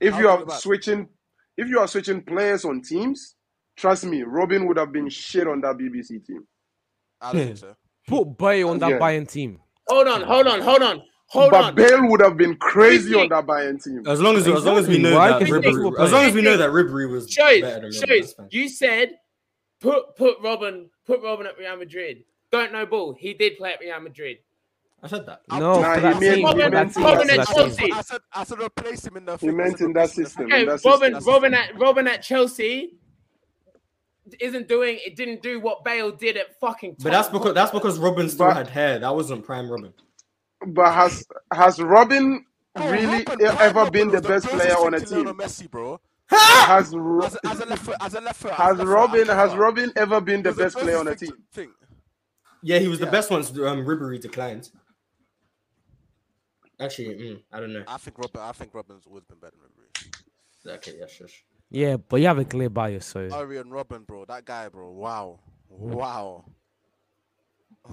If How you is are it bad? switching, if you are switching players on teams, trust me, Robin would have been shit on that BBC team. I don't think so. Put Bay on that Yeah. Bayern team. Hold on, hold on, hold on, hold but on. Bale would have been crazy Wait, on that Bayern team. Uh, As long as as long as we know Why? that Because people Ribery, were as long playing. as we know that Ribery was better than Shows, Robin, that's shows. fine. You said put put Robin put Robin at Real Madrid. Don't know ball. He did play at Real Madrid. I said that. Nah, No, for he that meant- team. he For that meant team. in for that that system. team. I said I said replace him in the. He meant in that Mm, system. Okay, in that Robin system. Robin at Robin at Chelsea isn't doing it. Didn't do what Bale did at fucking. But that's Tottenham. because that's because Robin still But- had hair. That wasn't prime Robin. But has has Robin Oh, really Robin- Prime ever Robin been was the best closest player thing on a to Lionel team? Messi, bro. Has Ro- As, as a left foot, as a left foot, as a has left foot, Robin I has prefer. Robin ever been He the was best player on a closest thing team? to- thing. Yeah, he was the Yeah. best once um, Ribery declined. Actually, mm, I don't know. I think Robin. I think Robin's always been better than Ribery. Okay, yeah, shush. Yeah, but you have a clear bias, so Orion Robin, bro. That guy, bro. Wow, wow.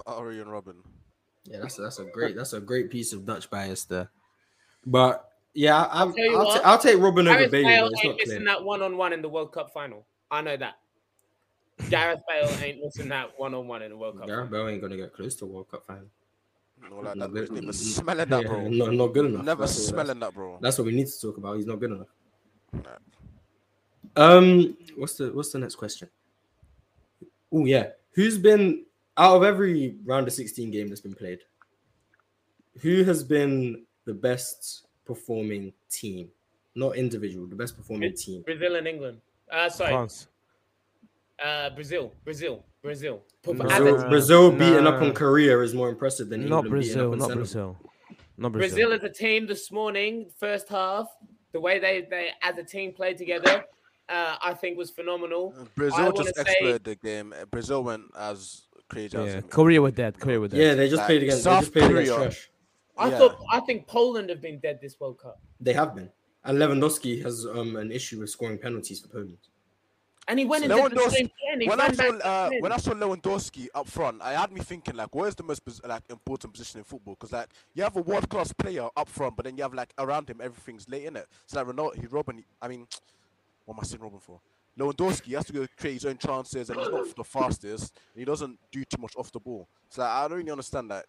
Orion Robin. Yeah, that's that's a great that's a great piece of Dutch bias there. But yeah, I, I'll, Tell you I'll, what, t- I'll take Robin over Gareth Bale. Bale but it's ain't not missing clear. that one on one in the World Cup final. I know that. Gareth Bale ain't missing that one on one in the World Cup. Gareth Bale ain't gonna get close to World Cup final. No, like that. Not good. He's never smelling that, Yeah, bro. no, not good enough. Never That's all, that's- smelling that, bro. That's what we need to talk about. He's not good enough. Um, what's the what's the next question? Oh yeah, who's been out of every round of sixteen game that's been played? Who has been the best performing team, not individual, the best performing team? Brazil and England. Uh, sorry, France. uh, Brazil, Brazil, Brazil. No. Brazil, Havertz. Brazil beating up Nah. on Korea is more impressive than Not England Brazil, beating up not on Senegal. Brazil. Not Brazil. Brazil as a team this morning, first half, the way they, they as a team played together, uh, I think was phenomenal. I Uh, Brazil wanna just say- exploded the game. Uh, Brazil went as crazy as. Yeah, it- Korea were dead. Korea were dead. Yeah, they just Like, played against. They South just played against Korea. trash. I Yeah. thought I think Poland have been dead this World Cup, They have been. And Lewandowski has um, an issue with scoring penalties for Poland. and he went and did the Lewandowski- same thing. He when I ran saw back uh, to when I win. saw Lewandowski up front, I had me thinking like, what is the most pos- like important position in football? Because like you have a world class player up front, but then you have like around him everything's late in it. So like Ronaldo, he Robin. I mean, what am I saying Robin for? Lewandowski he has to go create his own chances, and he's not the fastest. And he doesn't do too much off the ball. So like, I don't really understand that.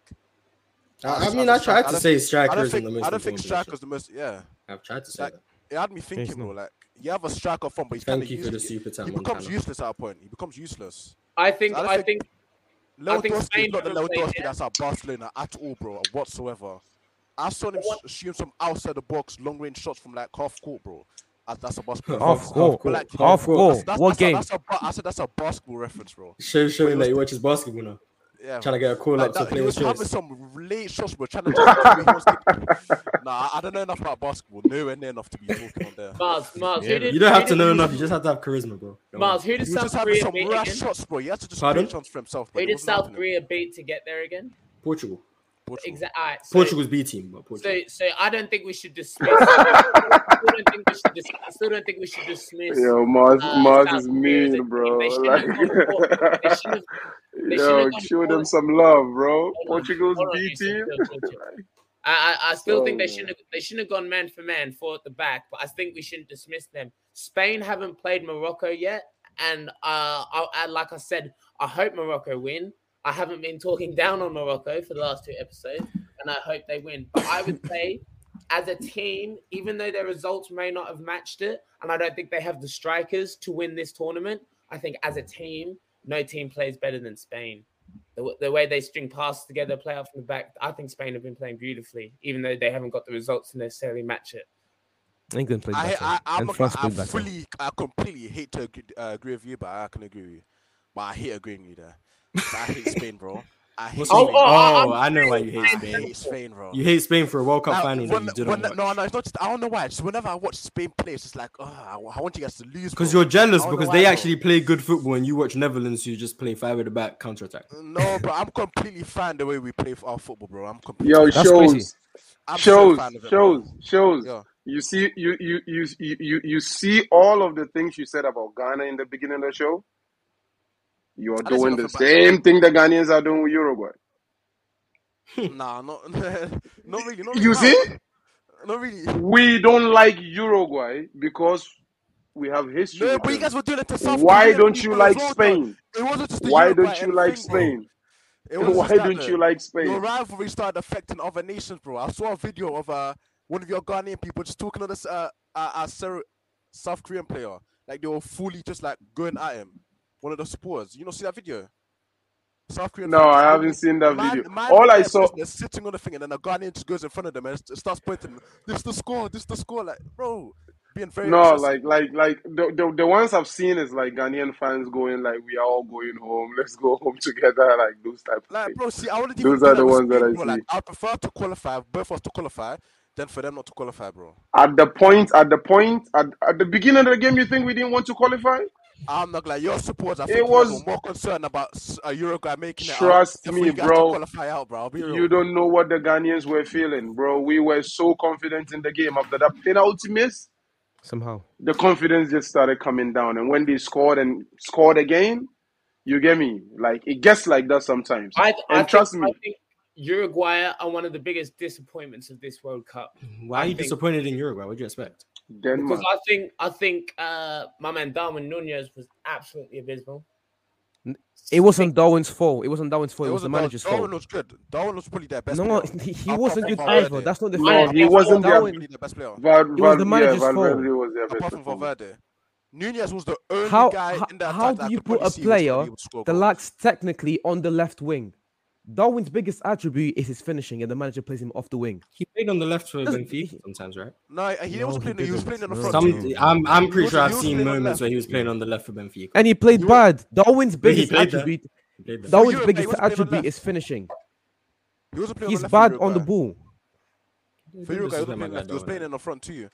I, I just- mean, I I just- I tried to don't say I don't strikers in think the most I don't think important position. striker's the most. Yeah, I've tried to say Like, that. it had me thinking, bro. not. Like you have a striker up front, but he's kind Thank of you for the useless. super He chat, becomes Montana. useless at a point. He becomes useless. I think So I don't I think- think I think Lewandowski Spain is not the haven't played Lewandowski yet. that's at Barcelona at all, bro, whatsoever. I saw him What- sh- shoot some outside the box, long range shots from like half court, bro. As that's a basketball. Half reference. court. But, like, Half court. That's, that's, What that's a, game? that's a, ba- I said that's a basketball reference, bro. Show, showing was- that he watches basketball now. Yeah. Trying to get a call Like up to that- he play his was having choice. some late shots, bro. Trying to. Just, nah, I don't know enough about basketball. Nowhere near enough to be talking on there. Mars, Mars, who did, You don't have who to did- know enough. You just have to have charisma, bro. Don't Mars, worry. who did He was South just having Korea some beat rash again? shots, bro. He had to just Pardon? create chance for himself, bro. Who It did wasn't South happening. Korea beat to get there again? Portugal. Portugal. Exactly. All right, so, Portugal's B team, but Portugal. So, so I don't think we should dismiss. I still don't think we should dis- I still don't think we should dismiss. Yo, Mars, uh, Mars South is Korea as a mean, team. bro. They shouldn't Like, have gone for- they shouldn't have- they yo, should've gone show for them it. some love, bro. Hold on, Portugal's hold on, B Yusuf, team. chill, chill, chill. I, I, I still think they So- shouldn't have, they shouldn't have gone man for man, four at the back. But I think we shouldn't dismiss them. Spain haven't played Morocco yet, and uh, I, I, like I said, I hope Morocco win. I haven't been talking down on Morocco for the last two episodes, and I hope they win. But I would say, as a team, even though their results may not have matched it, and I don't think they have the strikers to win this tournament, I think as a team, no team plays better than Spain. The, w- the way they string passes together, play out from the back, I think Spain have been playing beautifully, even though they haven't got the results to necessarily match it. England played I, better. I, I'm and not, France I played better. fully, I completely hate to agree, uh, agree with you, but I can agree with you. But I hate agreeing with you there. But I hate Spain, bro. I hate Oh, Spain. oh, oh, I'm I know why you hate I Spain. hate Spain, bro. You hate Spain for a World Cup Now, final when- that you when- didn't watch. No, no, it's not. Just, I don't know why. It's whenever I watch Spain play, it's just like, oh, I, wa- I want you guys to lose. Because bro." you're jealous I don't because know they why, bro. actually play good football and you watch Netherlands who just play five at the back counter attack. No, bro, I'm completely fine the way we play for our football, bro. I'm completely. Yo, That's shows, crazy. I'm so shows, fan of it, bro. shows, shows. Yo. You see, you, you you you you you see all of the things you said about Ghana in the beginning of the show. You are I didn't say doing the nothing about- same thing the Ghanaians are doing with Uruguay. Nah, not, not really. Not really You nah. see, Not really. we don't like Uruguay because we have history. No, with but you them. guys were doing it to South Why Korean don't people you as like well, though. Spain? It wasn't just the Why Uruguay don't you and like thing, bro. Spain? It wasn't Why just that, don't though. you like Your Spain? rivalry started affecting other nations, bro. I saw a video of uh, one of your Ghanaian people just talking to this uh, uh, uh, Sir- South Korean player. Like they were fully just like going at him. One of the supporters. You know, see that video? South Korean. No, player just I fully- haven't seen that Man- video. man All in I their saw, business, sitting on the thing, and then a Ghanaian just goes in front of them and st- starts pointing. This the score. This the score. Like, bro, being very no, excessive. like, like, like the, the the ones I've seen is like Ghanaian fans going like, "We are all going home. Let's go home together." Like those type of Like, things. bro, see, I wouldn't even Those do are that the with ones that Spain, I bro. Like, see. I prefer to qualify, both of us to qualify, than for them not to qualify, bro. At the point, at the point, at, at the beginning of the game, you think we didn't want to qualify? I'm not like your supporters. I It think you guys were was. more concerned about s- uh, Uruguay making it out Trust than for me, you guys to bro. qualify out, bro. I'll be You real. don't know what the Ghanaians were feeling, bro. We were so confident in the game after that penalty miss. Somehow. the confidence just started coming down. And when they scored and scored again, you get me? Like it gets like that sometimes. I, I And trust think, me, I think Uruguay are one of the biggest disappointments of this World Cup. Why are I you think- disappointed in Uruguay? What do you expect? Denmark. Because I think I think uh, my man Darwin Nunez was absolutely abysmal. It wasn't Darwin's fault. It wasn't Darwin's fault. It, It was the Dar- manager's Darwin fault. was good. Darwin was probably their best. No, player. he, he I'll wasn't fucking good Valverde. either. That's not the No, fault. he wasn't there. Darwin. Probably their best player. Val, It was Val, the yeah, manager's Valverde fault. was their best Apart from performer. Valverde, Nunez was the only How guy how, in that how attack that do I you could put probably a see was going to be player able to score that goals. lacks technically on the left wing? Darwin's biggest attribute is his finishing, and the manager plays him off the wing. He played on the left for Doesn't- Benfica sometimes, right? No, he, he No, wasn't he playing. He was didn't. playing in the No. front. Some- too. Some, I'm, I'm He pretty was- sure he I've was seen playing on moments left. where he was playing on the left for Benfica. And he played You were- bad. Darwin's But he biggest played there. attribute. He played there. For Darwin's Uruguay, he biggest wasn't playing on attribute left. is finishing. He wasn't playing on He's the left for bad on the Uruguay. ball. For Don't Uruguay, he disrespect wasn't my playing guy left. He was Darwin. playing in the front too.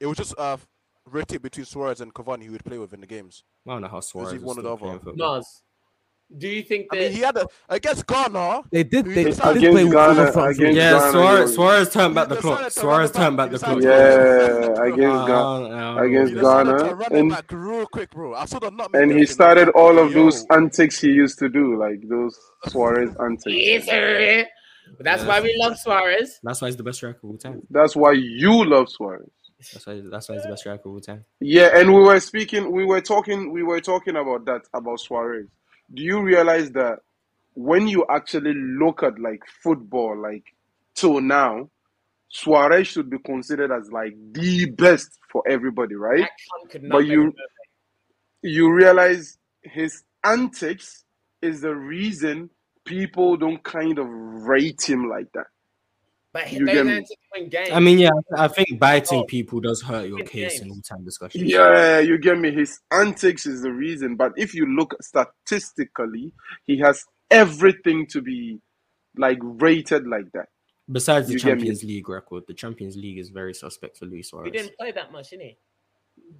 It was just uh, rotate between Suarez and Cavani who would play with in the games. I don't know how Suarez he is wanted still over. playing football. Nas, do you think I that mean, he had a against Ghana. They did. Who They decided did to play Against with full Ghana, front three. against Yeah, Ghana, Suarez, he- Suarez turned He back the clock. decided to run Suarez it back. turned He back the decided clock. to run it back real Yeah. yeah, quick, bro. against Ghana, Uh, I don't He against know. decided to Ghana, run it and back real quick, bro. I saw the nutmeg and there he thing. I was started like, all of those yo, antics he used to do, like those Suarez antics. Yes, sir. But that's Yeah. why we love Suarez. That's why he's the best striker of all time. That's why you love Suarez. That's why, that's why he's the best striker of all time. Yeah, and we were speaking, we were talking, we were talking about that about Suarez. Do you realize that when you actually look at like football, like till now, Suarez should be considered as like the best for everybody, right? That cunt could not But make a you move. you realize his antics is the reason people don't kind of rate him like that. But You those get me? answers win games. I mean, yeah, I think biting Oh. people does hurt your Good case in games. all time discussions. Yeah, you get me. His antics is the reason, but if you look statistically, he has everything to be like rated like that. Besides the You get me? Champions League record, the Champions League is very suspect for Luis he Suarez. didn't play that much, did he?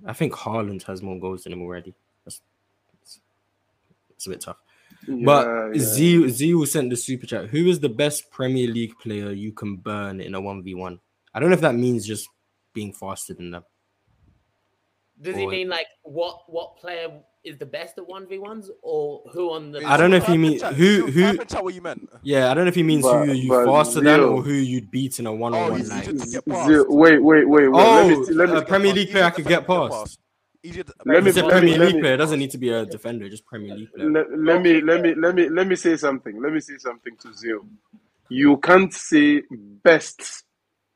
I think Haaland has more goals than him already. That's, it's, it's a bit tough. Yeah, But yeah. Z Z will send the super chat. Who is the best Premier League player you can burn in a one v one? I don't know if that means just being faster than them. Does he Or- mean like what what player is the best at one v ones or who on the? Wait, I someone don't know if he type in mean- chat- who- someone who- type in chat what you meant. Yeah, I don't know if he means who But- are you but faster than Zio- or who you'd beat in a one on Oh, one he's like. easier to get Zio- past. wait, wait, wait, wait. Let me Oh, see, let me uh, Premier League player I could get past. Easier to, Let me- He's a easier let me- Premier defender let to League me- get player. It doesn't past. need to be a defender, just Premier League player. let, let me let me let me let me say something. Let me say something to Zio. You can't say best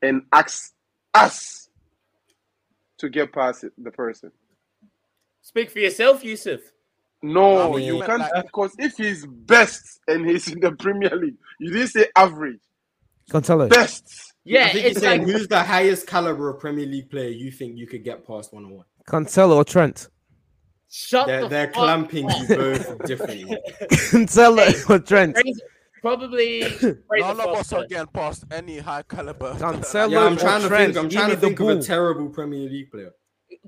and ask us to get past it, the person. Speak for yourself, Yusuf. Nah, No, but you you Yeah. meant can't like because if he's best and he's in the Premier League, you didn't say average. Cancelo. Best. Yeah, I think it's he's saying like who's the highest caliber of Premier League player you think you could get past one on one. Cancelo or Trent. shut They're the they're fuck clamping up. you both differently. Cancelo or Trent. Crazy. Probably. None of us are getting past any high caliber. Cancelo Yeah, I'm or trying to Trent, think. I'm give trying me to the think of a ball. terrible Premier League player.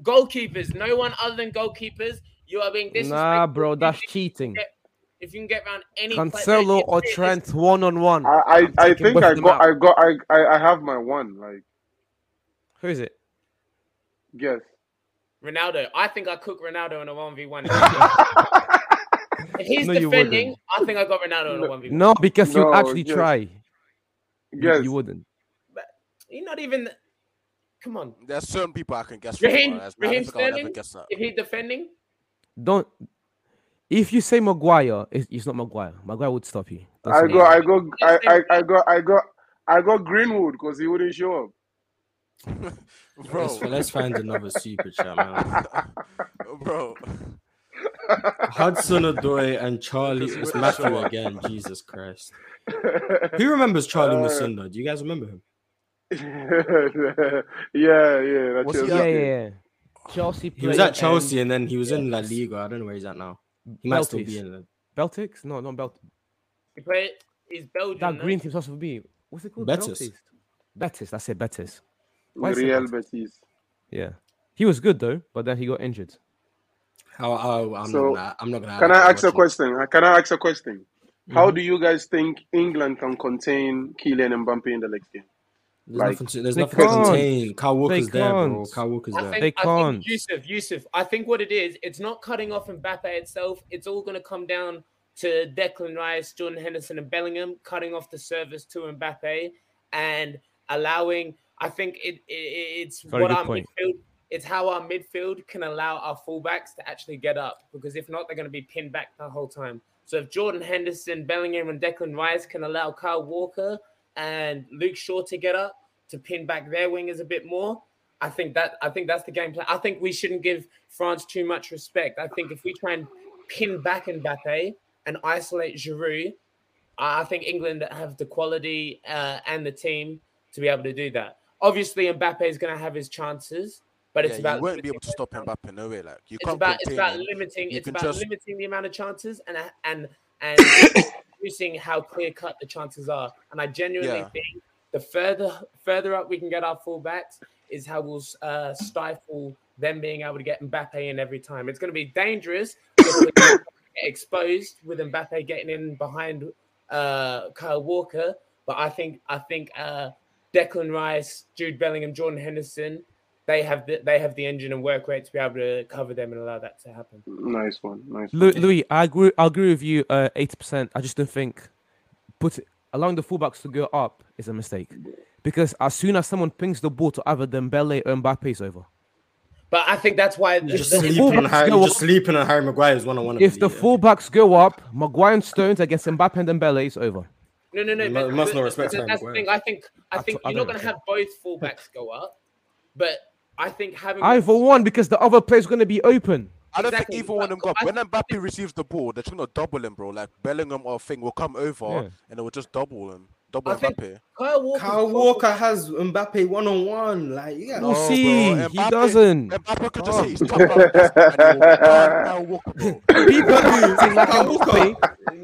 goalkeepers. No one other than goalkeepers. You are being disrespectful. Nah, bro, If that's you can cheating. get- If you can get around any player- Cancelo Like, or it's- Trent, one on one. I, I, I taking think both I of them got, out. I got, I, I, I have my one. Like, Who is it? guess. Ronaldo. I think I cook Ronaldo in a one v one. If he's No, you defending, wouldn't. I think I got Ronaldo in a one v one. No, because you No, actually yes. try. You- Yes. You wouldn't. You're not even. Come on. There's certain people I can guess. Raheem- from, whereas, man, I Raheem think I'll never Sterling? guess that. If he's defending, Don't. If you say Maguire, it's, it's not Maguire. Maguire would stop you. That's I it. go, I go, I, I, I got, I got, I got Greenwood because he wouldn't show up. Bro, Let's, let's find another super chat, man. bro. Hudson Odoi and Charlie. Because It's we're Matthew sure. again. Jesus Christ. Who remembers Charlie Uh, Masundo? Do you guys remember him? yeah, yeah. That's Was he just Yeah, Okay. yeah, yeah. Chelsea. He was player um, at Chelsea and then he was in La Liga. I don't know where he's at now. and He might still Beltis. be in. The... Beltics? No, not Belt. he play is Belgium. That no? green team's also for me. What's it called? Betis. Beltis. Betis. That's it. Betis. Why is it Real that? Betis. Yeah. He was good though, but then he got injured. Oh, oh, I'm So, not gonna. I'm not gonna. Can I ask a watch it. question? Uh, Can I ask a question? How Mm-hmm. do you guys think England can contain Kylian Mbappe in the next game? There's Like, nothing. To, there's They nothing to can't. contain. Kyle Walker's there, bro. can't. Kyle Walker's I there. think, They I can't. think Yusuf, Yusuf. I think what it is, it's not cutting off Mbappe itself. It's all going to come down to Declan Rice, Jordan Henderson, and Bellingham cutting off the service to Mbappe and allowing. I think it, it it's Very what good our point. midfield. It's how our midfield can allow our fullbacks to actually get up because if not, they're going to be pinned back the whole time. So if Jordan Henderson, Bellingham, and Declan Rice can allow Kyle Walker and Luke Shaw to get up to pin back their wingers a bit more, I think that I think that's the game plan. I think we shouldn't give France too much respect. I think if we try and pin back Mbappe and isolate Giroud, I I think England have the quality uh, and the team to be able to do that. Obviously, Mbappe is going to have his chances, but Yeah, it's about you won't be limiting able to those stop chances. Mbappe. No way, like you It's can't about it's contain about him. limiting You it's can about just- limiting the amount of chances and and and reducing how clear cut the chances are. And I genuinely Yeah. think the further further up we can get our fullbacks is how we'll uh, stifle them being able to get Mbappe in every time. It's going to be dangerous. if we get exposed with Mbappe getting in behind uh, Kyle Walker, but I think I think uh, Declan Rice, Jude Bellingham, Jordan Henderson, they have the, they have the engine and work rate to be able to cover them and allow that to happen. Nice one. Nice. Lu- Louis, I agree. I agree with you. uh, Eighty percent. I just don't think put allowing the fullbacks to go up is a mistake because as soon as someone pings the ball to either Dembele or Mbappe, it's over. But I think that's why You're just the- sleeping on fullbacks Harry. go You're just up. sleeping on Harry Maguire's one on one. If the fullbacks go up, Maguire and Stones against Mbappe and Dembele, it's over. no, no, no. You but- mu- must but- not respect but Harry That's the Maguire. thing. I think I I think t- I you're not don't going to have both fullbacks go up, but I think having Either one, because the other player's going to be open. I don't Exactly. think either one of them got. I- When Mbappe receives the ball, they're trying to double him, bro. Like Bellingham or thing will come over Yeah. and they will just double him, double I think- Mbappe. Kyle Walker, Kyle Walker has Mbappe one on one. Like, yeah. No, we'll bro, see. he Mbappe- doesn't. Mbappe could Oh. just hit his top up and he will pound Kyle Walker, bro. People do think like Kyle Mbappe,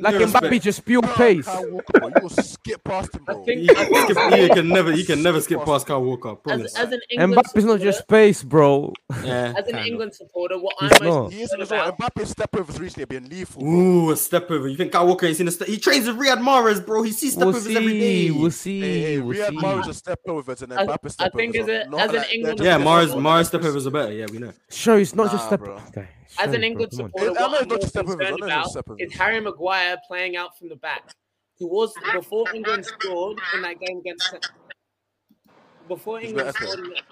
like No Mbappe respect. just pure Pound pace. Kyle Walker, bro. You will skip past him, bro. think- He can, skip- he can never, he can never skip past Kyle Walker. I as, Promise. as an England Mbappe's not supporter- just pace, bro. yeah, as an kind of. England supporter, what I'm He's most not. He concerned is as well. about. Mbappe's step overs recently have been lethal. bro. Ooh, a step over. You think Kyle Walker ain't seen a step? He trains with Riyad Mahrez, bro. He sees step We'll overs every day. see. We'll see. Hey, hey, we'll Riyad see. Mahrez is step overs and I- Mbappe I step think overs. as a- Not as an like they're England- just yeah, getting Mahrez, doubled. Mahrez step overs are better. Yeah, we know. Sure, it's not just Nah, step. bro. Okay, As sure, an bro, England come on. supporter, It- I know what it's I'm not most just Stephen Rivers, I concerned know it's about just Stephen is Rivers. Harry Maguire playing out from the back. He was before England scored in that game against before He's England got echo. scored in that,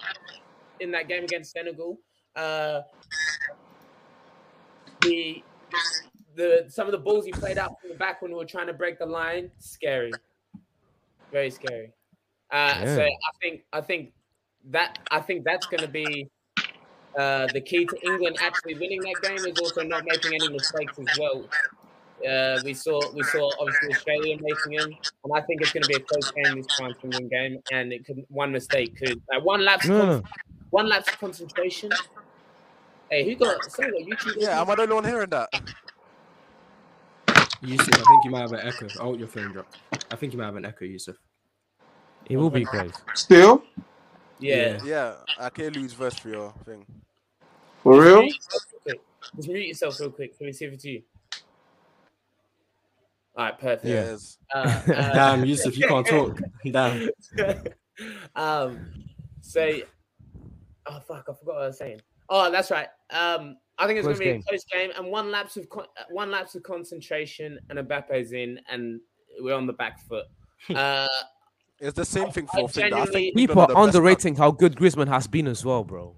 in that game against Senegal. Uh, the the some of the balls he played out from the back when we were trying to break the line, scary, very scary. Uh, So Yeah. I think I think that I think that's going to be uh, the key to England actually winning that game is also not making any mistakes as well. Uh, we saw we saw obviously Australia making them, and I think it's going to be a close game this France England game, and it could one mistake could like one lapse No, of no. one lapse of concentration. Hey, who got? Someone got YouTube? Yeah, am I the only one hearing that? Yusuf, I think you might have an echo. Oh, your phone dropped. I think you might have an echo, Yusuf. It will be great. Still? Yeah. Yeah, I can't lose verse for your thing. For real? Mute yourself real quick. Just mute yourself real quick. Let me see if it's you. All right, perfect. Yeah. Yeah. it's- Uh, uh, Damn, Yusuf, you can't talk. Damn. um, so, oh fuck, I forgot what I was saying. Oh, that's right. Um, I think it's Close going to be game. a close game and one lapse of con- uh, one lapse of concentration, and Mbappe's in, and we're on the back foot. Uh, It's the same thing I for a thing that I genuinely- think England are People are the best underrating how good Griezmann has been as well, bro.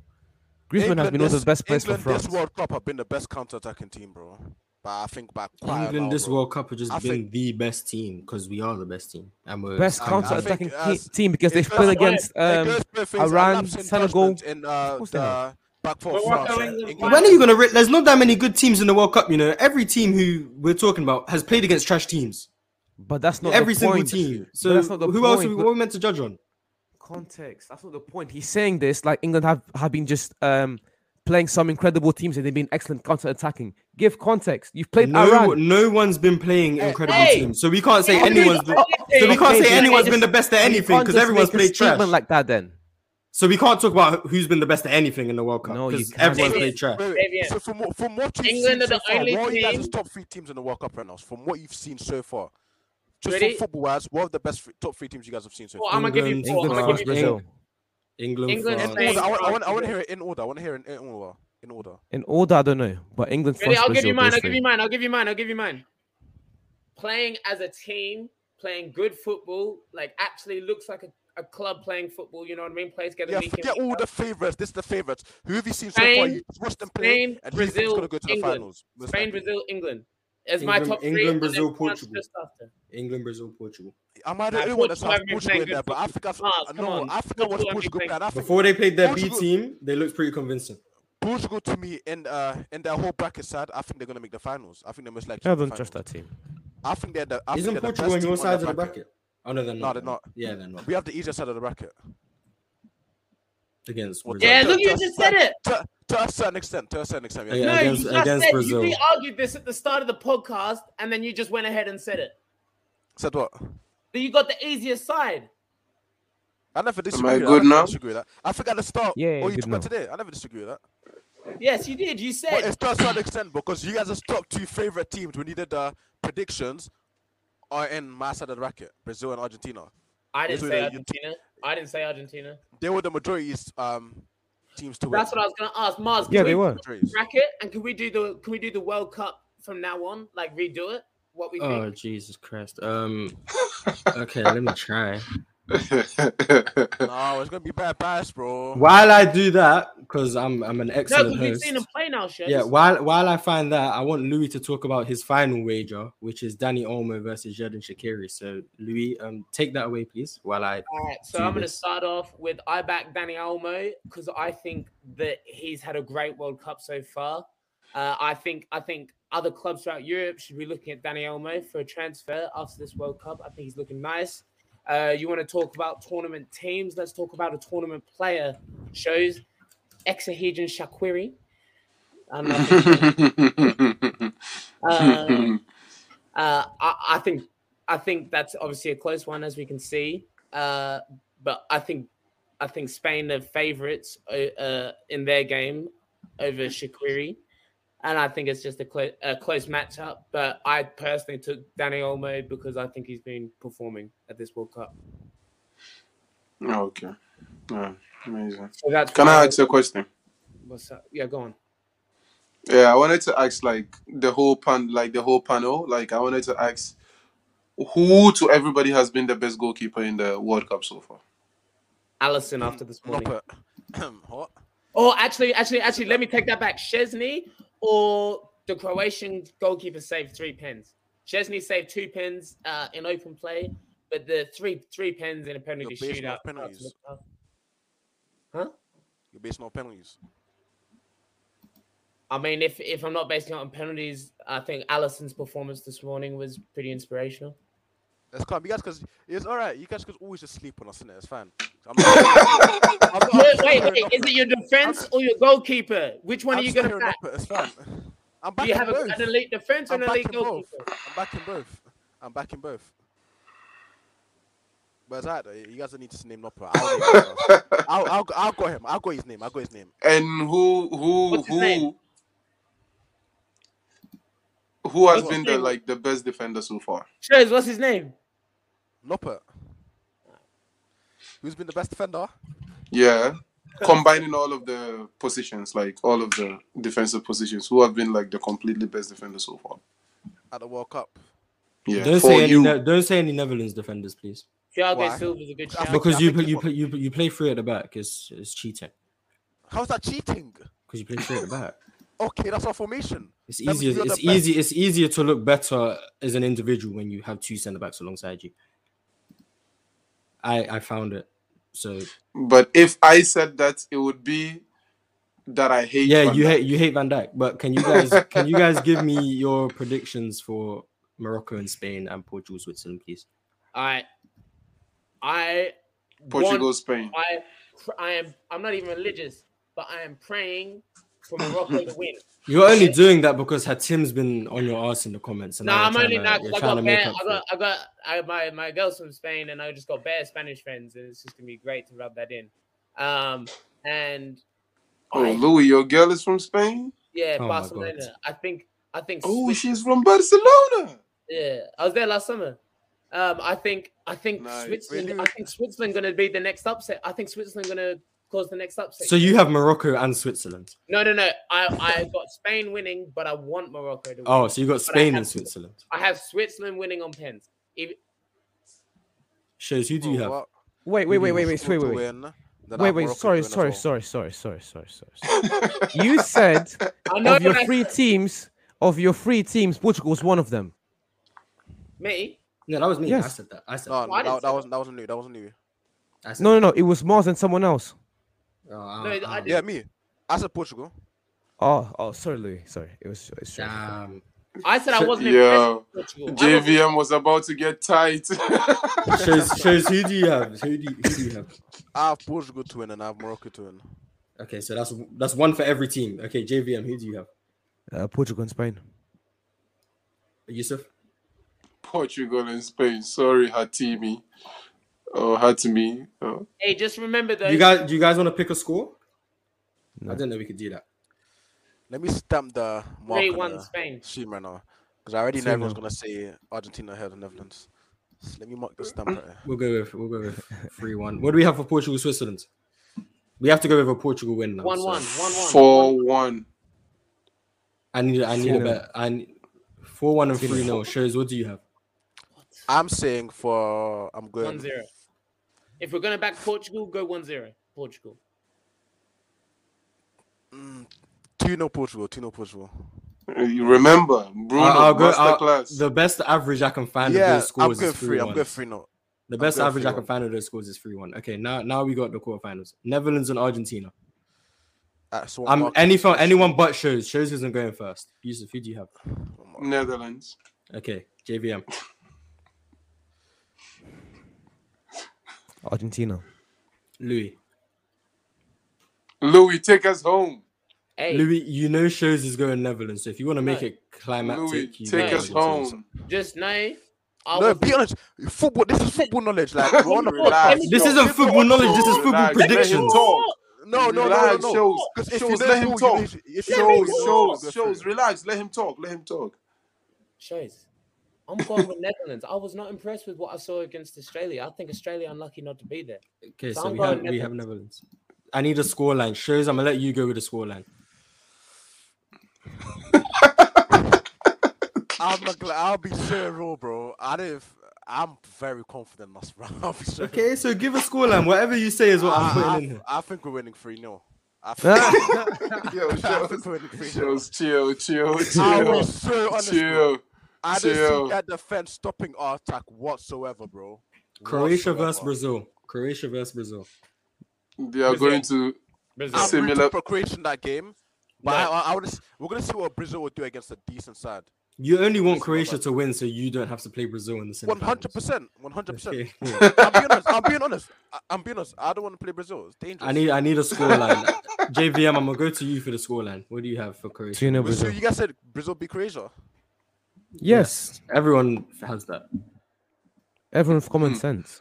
Griezmann has been one of this- the best players for England France. This World Cup have been the best counter-attacking team, bro. But I think by quite a England lot, this bro. World Cup has just I been think- the best team because we are the best team and we're Best I- I counter attacking think as- team because they've because played when- against It um, goes with things like Iran, lapse in Senegal. judgment in uh, Of course they the have. back four But what France. about yeah. England? England- When are you gonna? Re- There's not that many good teams in the World Cup. You know, every team who we're talking about has played against trash teams. but that's not every the single point. team. But So that's not the who else? Are point. we, what are we meant to judge on? context. That's not the point. He's saying this like England have, have been just um, playing some incredible teams and they've been excellent counter attacking. Give context. You've played No, Iran. no one's been playing incredible hey! teams, so we can't say Hey, anyone's. Been, hey, so we can't okay, say but anyone's just- been the best at You anything can't because just everyone's make a played trash. statement like that. Then so we can't talk about who's been the best at anything in the World Cup No, you because can't. everyone's Fabian, played trash. Wait, wait. Fabian. So from, what- from what you've seen England are so the far, only what are you guys' team- top three teams in the World Cup right now? From what you've seen so far, just Ready? from football-wise, what are the best three, top three teams you guys have seen so well, far? I'm gonna give you England, four. England I'm France, gonna versus give you Brazil England, England, France. In Spain, order, I, want- I, want, I France, want to hear it in order. I want to hear it in, in order. In order. in order. I don't know, but England. Ready? France, I'll give Brazil, you mine. those I'll give three. you mine. I'll give you mine. I'll give you mine. Playing as a team, playing good football, like actually looks like a, a club playing football. You know what I mean? Players get a Yeah, week in, forget week all out. the favorites. This is the favorites. Who have you seen so far? Spain, You watch them play, Spain, and who Brazil, going to go to the England. finals? most Spain, likely. Brazil, England. As my England- top three. England, and then Brazil, France Portugal. just after. England, Brazil, Portugal. Am I the Nah, only one that's had Portugal haven't been Portugal playing in there? good But I think I've football. Mars, come no, on. I think I watched Portugal haven't been Portugal playing play. and I think Before they played their Portugal- B team, they looked pretty convincing. Portugal to me in uh in their whole bracket side, I think they're gonna make the finals. I think they're most likely. I to make don't the trust finals. that team. I think they're the. I Isn't think they're Portugal the on best your team on side of their the bracket? Oh no, they're No, not. they're not. Yeah, they're not. We have the easier side of the bracket. Against What Brazil. Yeah, Just- look, you just- just said it. To, to a certain extent, to a certain extent, yeah. Yeah, No, against- you just against said Brazil. you argued this at the start of the podcast, and then you just went ahead and said it. Said what? That you got the easiest side. I never disagree. I with that. good I never now? Disagree with that. I think at the start, Yeah, or you good talk about now. today, I never disagree with that. Yes, you did. You said But it's to a certain extent because you guys' are top two favorite teams when you did the predictions are in my side of the bracket, Brazil and Argentina. I didn't Those say were the- Argentina. I didn't say Argentina. They were the majority's um teams to win. That's what I was gonna ask. Mars, can Yeah, we they do were. the bracket and can we do the can we do the World Cup from now on? Like redo it? What we Oh think? Jesus Christ. Um. Okay, let me try. No, it's gonna be bad bias, bro. While I do that, because I'm I'm an No, excellent because we've host. seen him play now, Shams. Yeah. While while I find that, I want Louis to talk about his final wager, which is Danny Olmo versus Jordan Shakiri. So Louis, um, take that away, please. While I All right, so do I'm going to this. start off with I back Danny Olmo because I think that he's had a great World Cup so far. Uh, I think I think other clubs throughout Europe should be looking at Danny Olmo for a transfer after this World Cup. I think he's looking nice. Uh, you want to talk about tournament teams? Let's talk about a tournament player. Shows Exahegan Shaquiri. I'm not uh, uh, I, I think I think that's obviously a close one as we can see. Uh, but I think I think Spain are favourites uh, uh, in their game over Shaqiri, and I think it's just a, clo- a close matchup. But I personally took Danny Olmo because I think he's been performing at this World Cup. Oh, okay. Yeah, amazing. So that's Can why- I ask a question? What's up? Yeah, go on. Yeah, I wanted to ask like the whole pan, like the whole panel. Like I wanted to ask who to everybody has been the best goalkeeper in the World Cup so far. Allison after this Lop morning. it. what? Oh, actually, actually, actually, let me take that back. Chesney or the Croatian goalkeeper saved three pins. Chesney saved two pins uh, in open play, but the three three pins in a penalty You're basing shootout. off penalties. You're basing on penalties. I mean, if if I'm not basing it on penalties, I think Allison's performance this morning was pretty inspirational. That's calm. You guys, cause it's all right. You guys could always just sleep on us, innit? It's fine. I'm not, I'm not- I'm Wait, just wait, tearing wait, up is it. it your defense or your goalkeeper? Which one I'm are you just going to tearing back? up it, It's fine. I'm Do back you in have a, both. an elite defense I'm and an back elite in both. goalkeeper? I'm back in both. I'm back in both. But it's alright. though. You guys don't need to name Nopper. I'll, name him, bro. I'll, I'll, I'll go him. I'll go his name. I'll go his name. And who who What's his who name? who has What's been his the name? like the best defender so far? Shows, what's his name? Nopper. Who's been the best defender? Yeah. Combining all of the positions, like all of the defensive positions, who have been like the completely best defender so far? at the World Cup. Yeah, Don't for say any. you. Ne- don't say any Netherlands defenders, please, Why? Thiago Silva's a good I shout. think- because I you think play, you it's- play, you play, you play three at the back. It's it's cheating How's that cheating? because you play three at the back. Okay, that's our formation. It's That means easier. you're It's the best. easy. It's easier to look better as an individual when you have two centre backs alongside you. I I found it. So But if I said that, it would be that I hate. yeah, Van you Dijk. hate you hate Van Dijk, but can you guys can you guys give me your predictions for Morocco and Spain and Portugal Switzerland, please? I, I, Portugal, want- Spain. I, I am. I'm not even religious, but I am praying for Morocco to win. You're only doing that because Hatim's been on your ass in the comments. And No, now I'm you're only trying to- not. you're I trying to got, make bad, up I for it. got, I got, I my my girls from Spain, and I just got bad Spanish friends, and it's just gonna be great to rub that in. Um, and Oh, I- Louis, your girl is from Spain. yeah, Oh my God. Barcelona. I think, I think. Oh, Sp- she's from Barcelona. yeah, I was there last summer. Um, I think, I think Nice. Switzerland. Really? I think Switzerland gonna be the next upset. I think Switzerland gonna cause the next upset. So you have Morocco and Switzerland. No, no, no. I, I got Spain winning, but I want Morocco to win. Oh, so you got But I Spain and have- Switzerland. I have Switzerland winning on pens. If, Shows who do you Bro, have? what? Wait, wait, Maybe wait, wait, wait, wait, Portugal wait, to wait. win, then Wait, have wait, Morocco to sorry, win as sorry, well. sorry, sorry, sorry, sorry, sorry, sorry. you said I know of your when I- three teams, of your three teams, Portugal was one of them. me, No, that was me. I Yes. said that. I said No, no, Why did you that, say that? wasn't that wasn't new. That wasn't new. that. I said No, no, no. It was Mars and someone else. that. Oh, No, I oh, Yeah, me. I said Portugal. Oh, oh, sorry, Louis. Sorry, it was. It's true. Damn. I said I wasn't Yeah. impressed with Portugal. I wasn't- JVM was about to get tight. shows shows who do you have? Who do you, who do you have? I have Portugal to win and I have Morocco to win. Okay, so that's that's one for every team. Okay, JVM, who do you have? Uh, Portugal and Spain. Yusuf. Portugal and Spain. Sorry, Hatimi. Oh, Hatimi. Oh. Hey, just remember though. You guys, do you guys want to pick a score? No. I didn't know we could do that. Let me stamp the mark Three on one the Spain. stream right now because I already know everyone's 2-0. gonna say Argentina ahead of Netherlands. So let me mark the stamp right here. We'll go with we'll go with three one. What do we have for Portugal Switzerland? We have to go with a Portugal win now. One so one. One one. 4 1. I need I need a Four-nil. bet. I need, four one and three nil shows. What do you have? I'm saying for I'm going. One zero. If we're gonna back Portugal, go one zero. Portugal. Two 0 Portugal. Two 0 Portugal. You remember, Bruno, I'll- I'll go- I'll- masterclass. The best average I can find of Yeah, those I'm scores going is free. three I'm one. going free. No, The best going average I can 3-1. find of those scores is three one. Okay, now now we got the quarterfinals. Netherlands and Argentina. Uh, so Um, Mark- any for anyone but shows. Shows isn't going first. Yusuf, who do you have? Netherlands. Okay, JVM. Argentina. Louis. Louis, take us home. Hey, Louis, you know shows is going Netherlands. So if you want to make No. it climactic, Louis, you take go us Argentina. home. just know. I No, was be honest. Football. This is football knowledge. Like we're on a Relax. Let me This talk. isn't Let me football talk. knowledge. This is football Relax, let him predictions. talk. No, no, no, no, Relax, no. shows. 'Cause if you Shows, don't Oh, let him know, you talk. need- if you don't Shows, know, shows, you're shows. free. Relax, let him talk. Let him talk. Shows. I'm going with Netherlands. I was not impressed with what I saw against Australia. I think Australia unlucky not to be there. Okay, so Sound we guard have, we have Netherlands. I need a scoreline. Shows, I'm gonna let you go with the scoreline. I'm not gonna, I'll be so raw, bro. I don't. I'm very confident, in us, bro. I'll be so Okay, so give a scoreline. Whatever you say is what I'm Ah. I, putting in. I, I think we're winning three 0 I think, Yo, I think shows, we're winning three 0 shows, chill, chill, I was chill, so honest. bro. chill. I didn't chill. see that defense stopping our attack whatsoever, bro. Croatia versus Whatsoever. Brazil. Croatia versus Brazil. They are Brazil. going to. Brazil. I'm Similar- rooting for Croatia in that game, but No. I, I, I wanna s- we're gonna see what Brazil will do against a decent side. You only want Croatia to win so you don't have to play Brazil in the semi. One hundred percent. One hundred percent. Okay. I'm being honest. I'm being honest. I- I'm being honest. I don't want to play Brazil. It's dangerous. I need I need a scoreline. JVM, I'm gonna go to you for the scoreline. What do you have for Croatia? Two nil But so Brazil. you guys said Brazil beat Croatia. Yes, Everyone has that. everyone with common sense.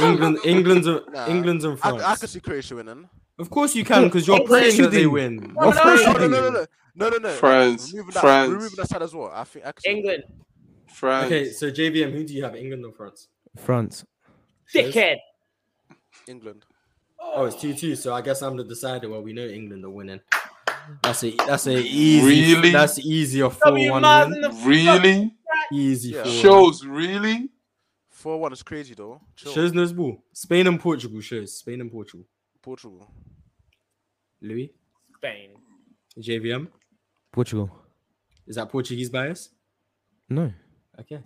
England, England's, Nah. England's and I, France. I could see Croatia winning. Of course you can, because you're Of course praying you that they do. win. No, Of no, course Oh, No, no, no, you do. no, no, no, no, no. France, We're moving that, France. We're moving that side as well. I think I could see- England, France. Okay, so JVM, who do you have? England or France? France. dickhead. England. Oh, it's two two. So I guess I'm the decider. Well, we know England are winning. That's a that's a easy. Really? That's easier four W one. Mars in the Really? Easy Yeah. four. Shows, really? Four one is crazy though. Chill. Shows knows ball. Spain and Portugal shows. Spain and Portugal. Portugal. Louis, Spain. JVM. Portugal. Is that Portuguese bias? No. Okay.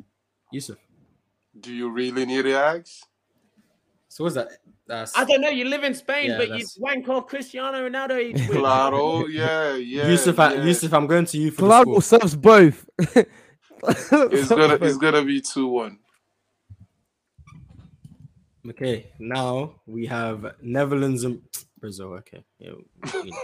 Yusuf. Do you really need the axe? So what's that? That's I don't know. You live in Spain, Yeah, but you that's- wank off Cristiano Ronaldo. each week. Claro, yeah, yeah. Yusuf. I- yeah. Yusuf, I'm going to you for the Claro score. serves both. It's Serves gonna, both. it's gonna be two one. Okay, now we have Netherlands and Brazil. Okay, yeah, we know.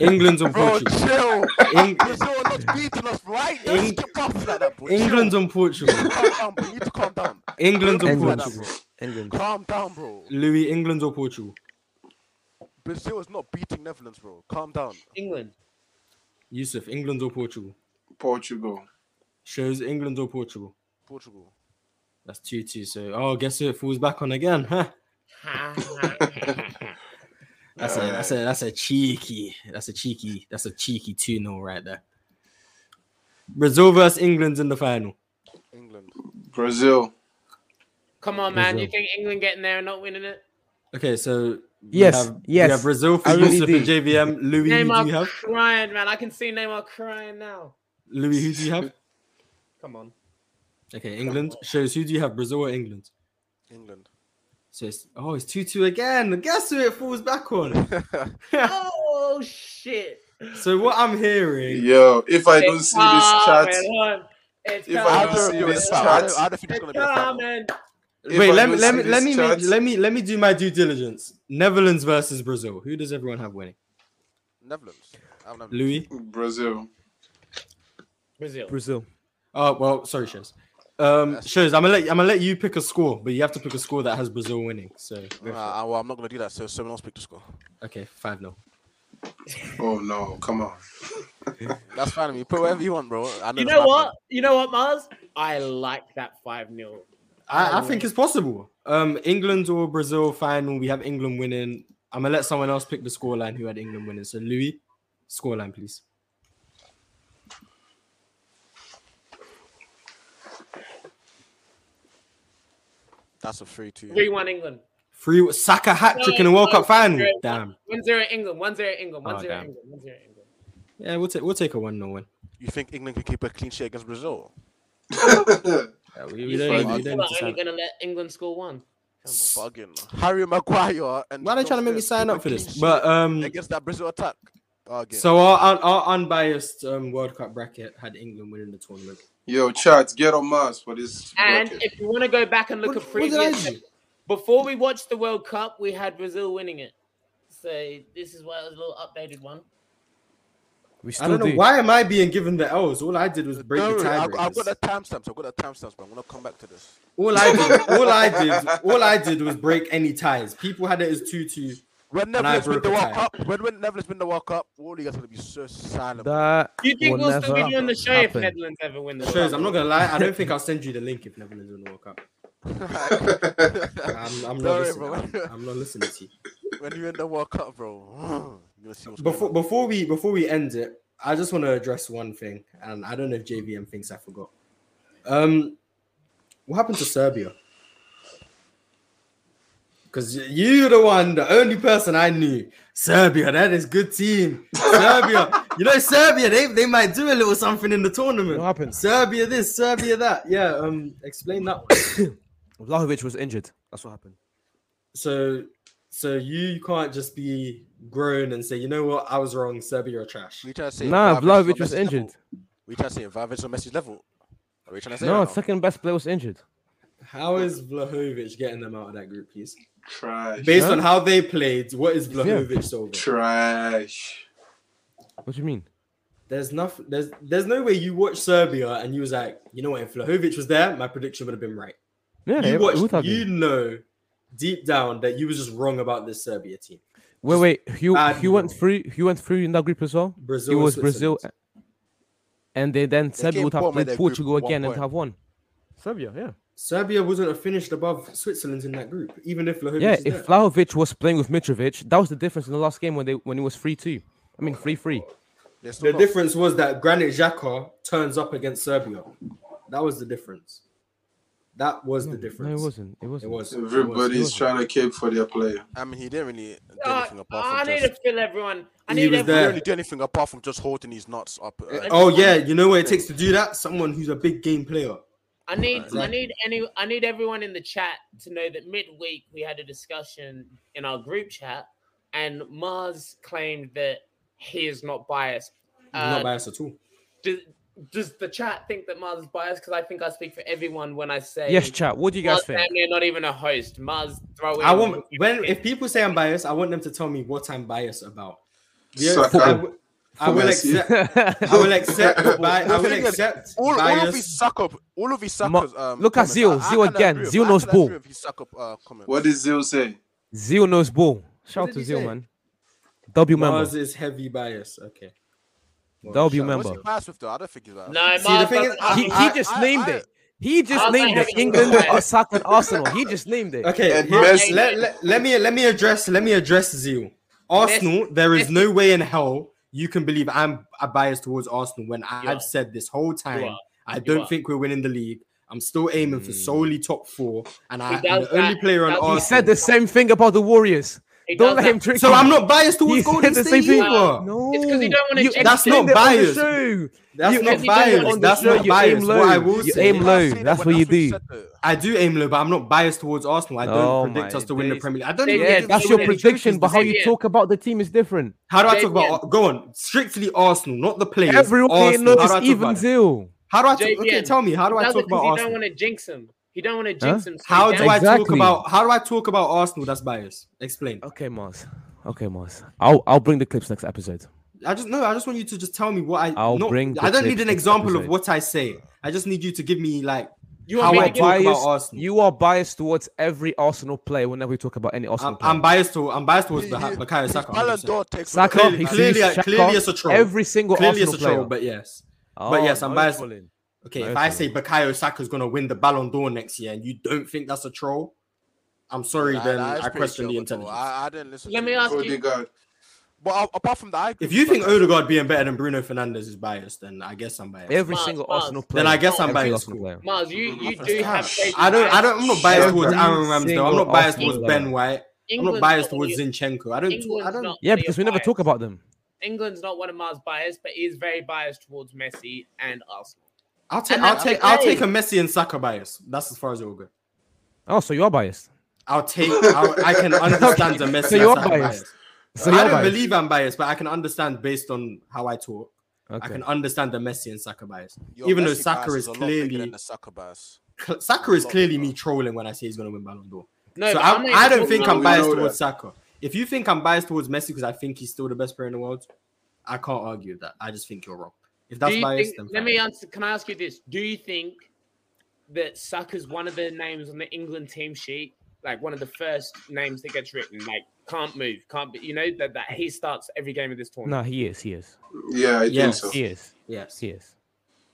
England and Bro, Portugal. chill. Eng- Brazil are not beating us, right? Don't Eng- skip past like that, bro. England Chill. and Portugal. Calm down, bro. You need to calm down. England and England. Portugal. England. Calm down, bro. Louis, England or Portugal? Brazil is not beating Netherlands, bro. Calm down. England. Yusuf, England or Portugal? Portugal. Shows England or Portugal. Portugal. That's 2 2. So, oh, guess who it falls back on again? Huh? That's a that's a that's a cheeky that's a cheeky that's a cheeky 2 0 right there. Brazil versus England in the final. England. Brazil. Come on, man. You Brazil. think England getting there and not winning it? Okay, so we Yes, have, yes. we have Brazil for I really Yusuf do. and JVM. Louis, who do you Neymar have? crying, man. I can see Neymar crying now. Louis, who do you have? Come on. Okay, England shows who do you have? Brazil or England? England. So it's oh, it's two two again. Guess who it falls back on? oh shit. So what I'm hearing, Yo, if I don't It's see this chat, coming, hon. It's If I I don't don't see think this it's gonna be a foul. I chat. don't- I don't think it's gonna be a foul. coming. if wait, I let me don't let see me let this me chat- make, let me let me do my due diligence. Netherlands versus Brazil. Who does everyone have winning? Netherlands. I'm Netherlands. Louis. Brazil. Brazil. Brazil. Oh well, sorry, shows. Um, shows. I'm gonna let I'm gonna let you pick a score, but you have to pick a score that has Brazil winning. So go for it. Nah, well, I'm not gonna do that. So someone else picked the score. okay, five 0 Oh no, come on. That's fine. with me. put whatever you want, bro. I know You it's know my what? You know what, Mars? I like that 5 0. I, I think it's possible. Um, England or Brazil final. We have England winning. I'm gonna let someone else pick the scoreline who had England winning. So Louis, scoreline, please. fault. That's a three-two. 3 1 England. Three Saka hat trick in the World Cup final. Damn. 1 0 England. 1 0 England. 1 0 damn. England. 1 0 England. Yeah, we'll take we'll take a one 0 win. You think England can keep a clean sheet against Brazil? Yeah, we, we You don't, think we Brazil don't are need to only sign. going to let England score one? Come on. Bugging. Harry Maguire and. Why are they John trying to make me Stones sign keep a up for clean this? sheet But um, against that Brazil attack. Bugging. so our our, our unbiased um, World Cup bracket had England winning the tournament. Yo, chat, get on Mars for this. And bracket. if you want to go back and look What- at what did I previous, do? before we watched the World Cup, we had Brazil winning it. So this is why it was a little updated one. We still I don't know do. why am I being given the L's. All I did was break Don't the worry, I've, I've got tiebreakers. the timestamps. I've got the timestamps, but I'm gonna come back to this. All I did, all I did, all I did was break any ties. People had it as two two. When I Netherlands win broke the a World tie. Cup, when when Netherlands win the World Cup, all you guys are gonna be so silent. bro. That You think will we'll still be never doing the show if happen. Netherlands ever win the Shows, World I'm Cup? not gonna lie. I don't think I'll send you the link if Netherlands win the World Cup. I'm, I'm not Don't worry, listening. bro. I'm not listening to you. when you win the World Cup, bro, you're gonna see what's Before going on. before we before we end it, I just want to address one thing, and I don't know if JVM thinks I forgot. Um, what happened to Serbia? Because you're the one, the only person I knew. Serbia, that is good team. Serbia, you know Serbia, they, they might do a little something in the tournament. What happened? Serbia this, Serbia that. Yeah, um, explain that one. Vlahovic was injured. That's what happened. So, so you can't just be grown and say, you know what, I was wrong. Serbia are trash. We trying to say Vlahovic Nah, is Vlahovic was unnecessary. injured. We trying to say Vlahovic on Messi's level. Are we trying to say No, that now? second best player was injured. How is Vlahovic getting them out of that group, please? Trash. Based Huh? on how they played, what is Vlahovic over? Trash. What do you mean? There's nothing. There's there's no way you watch Serbia and you was like, you know what? If Vlahovic was there, my prediction would have been right. Yeah, you yeah, who watched, thought you that? know, deep down that you was just wrong about this Serbia team. Wait, wait. Who add who went more. through? Who went through in that group as well? Brazil, it was and Switzerland. Brazil, and they then Serbia came would have bottom of played their group Portugal with one again and point. have won. Serbia, yeah, Serbia wouldn't have finished above Switzerland in that group, even if Vlahovic. yeah. is there. If Vlahovic was playing with Mitrovic, that was the difference in the last game when they when it was three two. I mean three three. They're still not. the difference was that Granit Xhaka turns up against Serbia. That was the difference. That was the No, it difference. wasn't. It It wasn't. was. Everybody's trying to cape for their player. I mean, he didn't really do Ah, anything I apart from need just. to fill everyone. I He need was He everyone. there. didn't really do anything apart from just holding his nuts up. uh, Oh yeah, you know what it takes to do that? Someone who's a big game player. I need I Exactly. need any I need everyone in the chat to know that midweek we had a discussion in our group chat and Mars claimed that he is not biased. He's Uh, not biased at all. do- does the chat think that Mars is biased? Because I think I speak for everyone when I say Yes, chat. What do you guys Mars think? They're not even a host. Mars throw in I want what you when think. if people say I'm biased, I want them to tell me what I'm biased about. Yeah, Suck I, up. w- I will Messi. accept. I will accept. bi- I The will thing is, accept. All, all of bias. his suck up, all of his suck Ma- ups, um, look at comments, Zio, I- I Zio kinda again, agree with- Zio I knows kinda ball. agree with his suck up, uh, comments. What did Zil say? Zio knows ball. Shout did to he Zio, say? man. W member. Mars is heavy bias. Okay. W shut up. What's member. he biased with though? I don't think he's biased. no Mars See, the thing is, doesn't- He, I- he I- just I- named I- it. He just I'll named let it. him England go back. are sacking Arsenal. He just named it. Okay, And here- Messi- let, let, let me let me address let me address Zeal. Arsenal, there is no way in hell you can believe I'm a biased towards Arsenal when I, You are. have said this whole You time are. I are. don't think we're winning the league. I'm still aiming Hmm. for solely top four, and I, He am does the only that. player on He Arsenal. He said the same thing about the Warriors. He Don't does let him that. trick so you. I'm not biased He towards said Golden the State same thing. either. No, It's 'cause you don't wanna jinx That's it. not explained it on the biased. show. That's You- if not you don't biased. want That's to show not your aim biased. low, What I will you say, aim low. I've seen it That's when what you he do. said that. I do aim low, but I'm not biased towards Arsenal. I don't Oh predict my us to win the days. Premier League. I don't. They- even they Yeah, do predict that's us say your your that it's prediction, but how you Xavier. talk about the team is different. How do I They talk about? win. Go on, strictly Arsenal, not the players. Everyone here Arsenal. knows how do I it's talk even about them? zero. How do I talk? JVM. Okay, tell me. How do He I does talk it 'cause about He don't Arsenal? want to jinx him. He don't want to Huh? jinx him. So How he do does- I talk Exactly. about? How do I talk about Arsenal? That's biased. Explain. Okay, Mars. Okay, Mars. I'll I'll bring the clips next episode. I just no. I just want you to just tell me what I. I'll not, bring the I don't clips need an next example of episode. what I say. I just need you to give me like You how want me I to You're give talk about biased, Arsenal. you are biased towards every Arsenal player whenever we talk about any Arsenal I'm, player. I'm biased to. I'm biased towards He- the he- Bakayo his Saka. Ballon 100%. d'Or takes Saka, away Clearly, his- Jesus, clearly, Xhaka, clearly it's a troll. Every single Clearly, it's Arsenal a troll. player. But yes, Oh, but yes, I'm no biased. trolling. Okay, No if I trolling. say Bakayo Saka's gonna win the Ballon d'Or next year, and you don't think that's a troll, I'm sorry. Nah, then nah, it's I pretty question chill, but the no, intelligence. I, I didn't listen. Let to me you. ask you- Odegaard. But uh, apart from that, I agree If you with think Saka. Odegaard being better than Bruno Fernandez is biased, then I guess I'm biased. Every Mars, single Mars. Arsenal player. then I guess I'm Every biased. Arsenal cool. player. Mars, you, you Mhm. do have. Faith I don't. I don't. I'm not biased Every towards Aaron Ramsdale. I'm single not biased towards Arsenal Ben player. White. I'm not England's biased one of towards your- Zinchенko. I don't. England's I don't. not Yeah, one of because your we never talk bias. about them. England's not one of Mars' bias, but he is very biased towards Messi and Arsenal. I'll take. And I'll that's take. the I'll thing. take a Messi and Saka bias. That's as far as it will go. Oh, so you are biased. I'll take. I'll, I can understand the Messi So and you're Saka bias. biased. So I you're don't biased. believe I'm biased, but I can understand based on how I talk. I Okay. can understand the Messi and Saka bias, Your even though Messi Saka bias is a lot bigger than clearly the Saka bias. cl- Saka is lot clearly bigger. me trolling when I say he's going to win Ballon d'Or. No, so but I, I'm not I even don't think talking I'm about- biased We know towards that. Saka. If you think I'm biased towards Messi because I think he's still the best player in the world, I can't argue with that. I just think you're wrong. If that's do you biased, think, then let fine. me answer. Can I ask you this? Do you think that Saka's one of the names on the England team sheet, like one of the first names that gets written, like can't move, can't be, you know, that, that he starts every game of this tournament? No, he is. He is. Yeah, I Yes. think so. He is. yes. He is.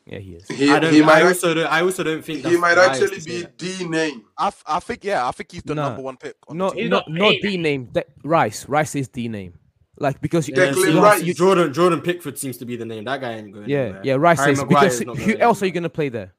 Yeah, he is. He, I don't. he I might, also don't. I also don't think he might biased actually to say be that. the name. I, f- I think yeah, I think he's the Nah. number one pick. On Not the team. He's not not not paid. the name. That Rice. Rice is the name. Like because you, Yeah, Declan see, you Rice. you- Jordan Jordan Pickford seems to be the name. That guy ain't going. yeah, anywhere. yeah, Rice Harry is Maguire because is not who going else are you anywhere. gonna play there?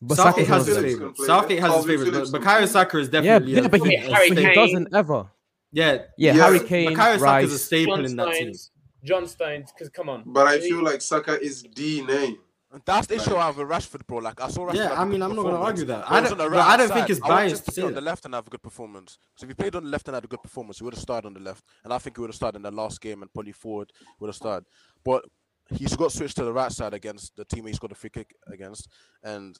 But Southgate Saka has has his Calvin them. Phillips can favorite. play Southgate there. has his Calvin favorite, but Phillips can Bakayo play Saka is Yeah, definitely. yeah, but Okay, he, a- Harry so he Kane. doesn't ever. yeah, Yeah, Yeah. Harry Kane, Bakayo Saka is a Rice. staple John in that team. Stones, John Stones, because come on. But I feel like Saka is the name. And that's the issue Right. I have with Rashford, bro. Like I saw Rashford. Yeah, have a I good mean, I'm not gonna performance, argue that. but I it was don't, on the but right I don't side. think it's I want him biased to to play say on the that. left and have a good performance. Because if he played on the left and had a good performance, he would have started on the left, and I think he would have started in the last game and probably forward would have started. But he's got switched to the right side against the team he's got a free kick against, and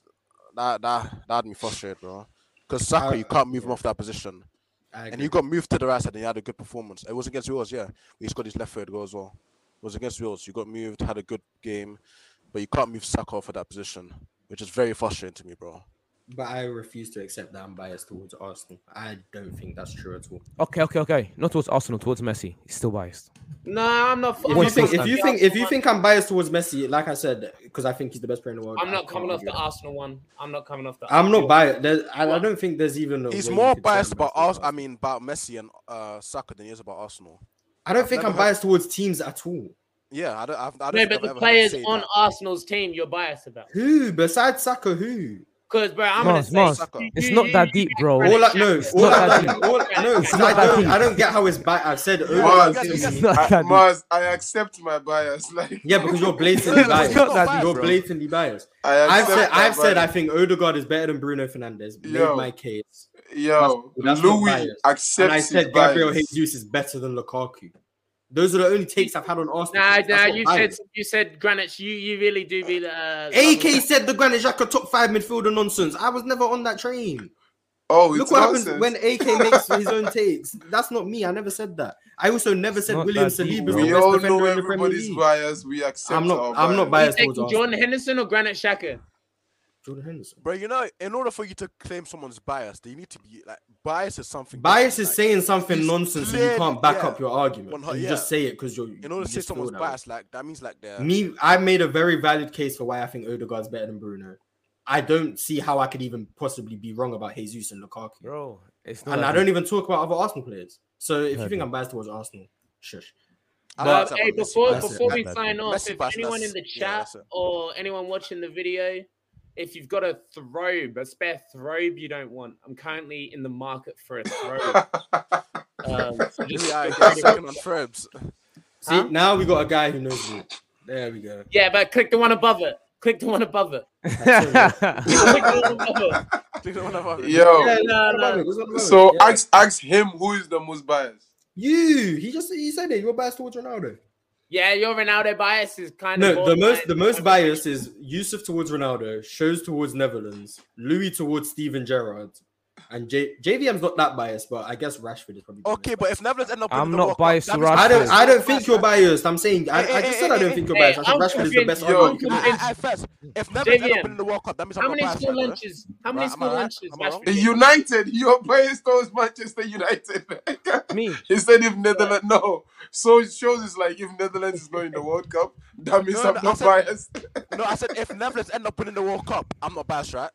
that that that had me frustrated, bro. Because Saka, I- you can't move him off that position, I and agree. he got moved to the right side and he had a good performance. It was against Wales, yeah. He's got his left footed goal as well. It was against Wales. You got moved, had a good game, but you can't move Saka off of that position, which is very frustrating to me, bro. but I refuse to accept that I'm biased towards Arsenal. I don't think that's true at all. Okay, okay, okay. Not towards Arsenal, towards Messi. He's still biased. Nah, I'm not. I'm If you not think, if coming you off think, the if you Arsenal think I'm biased towards Messi, like I said, because I think he's the best player in the world. one. I'm I not can't coming off argue the that. Arsenal one. I'm not coming off the. I'm not Arsenal biased. There's- I, I don't think there's even. a He's way you more could say I'm biased about towards Ars- I mean, about Messi and uh, Saka than he is about Arsenal. I don't I've think never heard- I'm biased towards teams at all. Yeah, I don't. I've, I don't No, think but I've the ever heard him players say on that. Arsenal's team, you're biased about. Who besides Saka? Who? Because, bro, I'm Mars, gonna Mars, say Saka. you- It's you- not you- that deep, bro. All I, no, all not I, that don't- all, no, It's see, not I that don't. deep. I don't get how it's biased. I've said. over Mars, and you guys- you guys- over again. Not I, that Mars, I accept my bias. Like Yeah, because you're blatantly It's not biased. that deep, You're bro. blatantly biased. I I've accept said. my I've said. I bias. think Odegaard is better than Bruno Fernandez. Made Yo. my case. Yo, That's- that's not Louis biased. accepts and I said his Gabriel bias. Jesus is better than Lukaku. Those are the only takes I've had on Arsenal. Nah, That's nah, not you said biased. you said Greenwich. You you really do be the. Uh, AK said the Granit Xhaka top five midfielder nonsense. I was never on that train. Oh, it's Look what nonsense. happens when AK makes his own takes. That's not me. I never said that. I also never It's said not William that deep, Saliba is bro. we the best all know defender in the Premier everybody's League. bias. We accept. I'm not- Our I'm bias. not Are you biased taking towards Arsenal. John Henderson or Granit Xhaka? Jordan Henderson. Bro, you know, in order for you to claim someone's bias, you need to be like bias is something. Bias different, is like, saying something he's nonsense and you clearly- can't back yeah. up your argument. One hu- you yeah. just say it because you're. in order you to say just feel someone's that way. biased, like that means like they're me i made a very valid case for why i think odegaard's better than bruno i don't see how i could even possibly be wrong about jesus and lukaku Bro, it's not. and that i deep. don't even talk about other arsenal players so if you Okay. think i'm biased towards arsenal shush I But- don't Uh, accept my hey, Messi before bias. that's it, before we that's it. sign off, Messi if bias, anyone in that's- the yeah, chat that's it. or anyone watching the video, if you've got a throbe, a spare throbe you don't want, I'm currently in the market for a throbe. um, so just- Yeah, I get second on Ferbs. see Huh? now we got a guy who knows me there we go yeah, but click the one above it. Click the one above it. Click the one above it. Think of another- Yo, Yeah, no, what's no. wrong with it? What's wrong so with it? Yeah. ask ask him who is the most biased. you he just he said it you're biased towards ronaldo Yeah, your Ronaldo bias is kind of no the borderline. most the most bias is yusuf towards ronaldo shows towards netherlands louis towards steven gerrard and J- JVM's not that biased, but I guess Rashford is probably. the Okay, most but if Netherlands end up, I'm winning the not World Cup, biased that to means- Rashford. I don't. I don't think you're biased. I'm saying. I, Hey, I just hey, said I hey, don't hey, think you're hey, biased. I said I'm Rashford is the best. convinced- Yo, argument. I'm I, I, I first, if Netherlands end up JVM. winning the World Cup, that means I'm How not many biased. school either. lunches? How many Right, school am I right? lunches? Am I wrong? Rashford did? United, your bias towards Manchester United. Me. he said if Netherlands no, so it shows it's like if Netherlands is not in the World Cup, that means No, I'm no, I not said- biased. No, I said if Netherlands end up winning the World Cup, I'm not biased, right?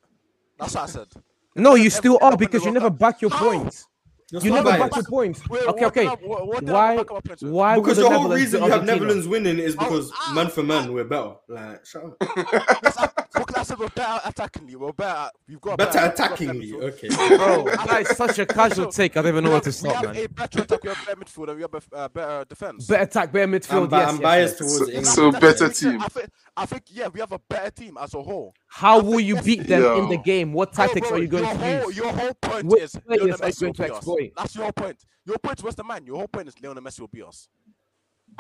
That's what I said. No, you If- still if are they because you win the never World back your How? points. You're You not never back biased. your points. Wait, Okay, what did okay. I- what- what did I Why? back up my points with? Why? Because were the the whole Netherlands reason beat you have Argentina? Netherlands winning is because Oh, man for man we're better. Like shut up. Yes, I, what can I say? We're better attacking you. We're better. You've got a Better we've got a better attackingly. midfield. Okay. Bro, that is such a casual So, take. I don't even know we where have- to stop, We have man. a better attack. We have better midfield. And we have a uh, better defense. Better attack, better I'm, midfield. bi- yes, I'm yes, biased yes. towards England. So That better makes sense. team. I think, I think, yeah, we have a better team as a whole. How will you beat them in the Yo. game? What Bro, tactics bro, are you going your to whole, use? Your whole point Which is players Lionel are you Messi will going to beat us. exploit? That's your point. Your point was the man. Your whole point is Lionel Messi will beat us.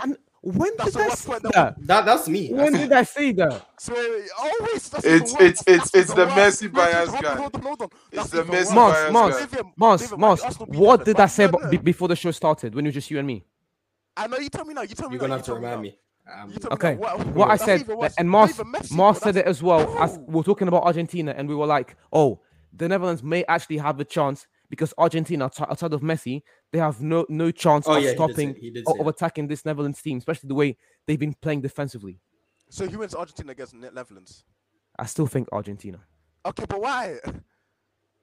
And when That's did the I worst say point that that? That that's me. When did I say that? So always It's- that's even it's- worse. it's- That's even it's the worse. Messi Wait, wait, bias hold guy. on, hold on, hold on. That's the even Messi worse. Mons, Mons, David, Mons, David, Mons. Arsenal beat What Everton, did I but- say no, about, be- no. before the show started when it was just you and me? I know you tell me now. You tell me You're now, gonna you have to tell me now. remind me. Um, You tell me Okay. now. What, What I that's said, even worse. and Not Mars, even Messi, Mars bro, said it that's- as well. As Bro. we we're talking about Argentina, and we were like, "Oh, the Netherlands may actually have a chance because Argentina, outs- outside of Messi, they have no no chance oh of yeah, he did say. stopping He did say. or of attacking this Netherlands team, especially the way they've been playing defensively." So who wins Argentina against Ne- Netherlands? I still think Argentina. Okay, but why?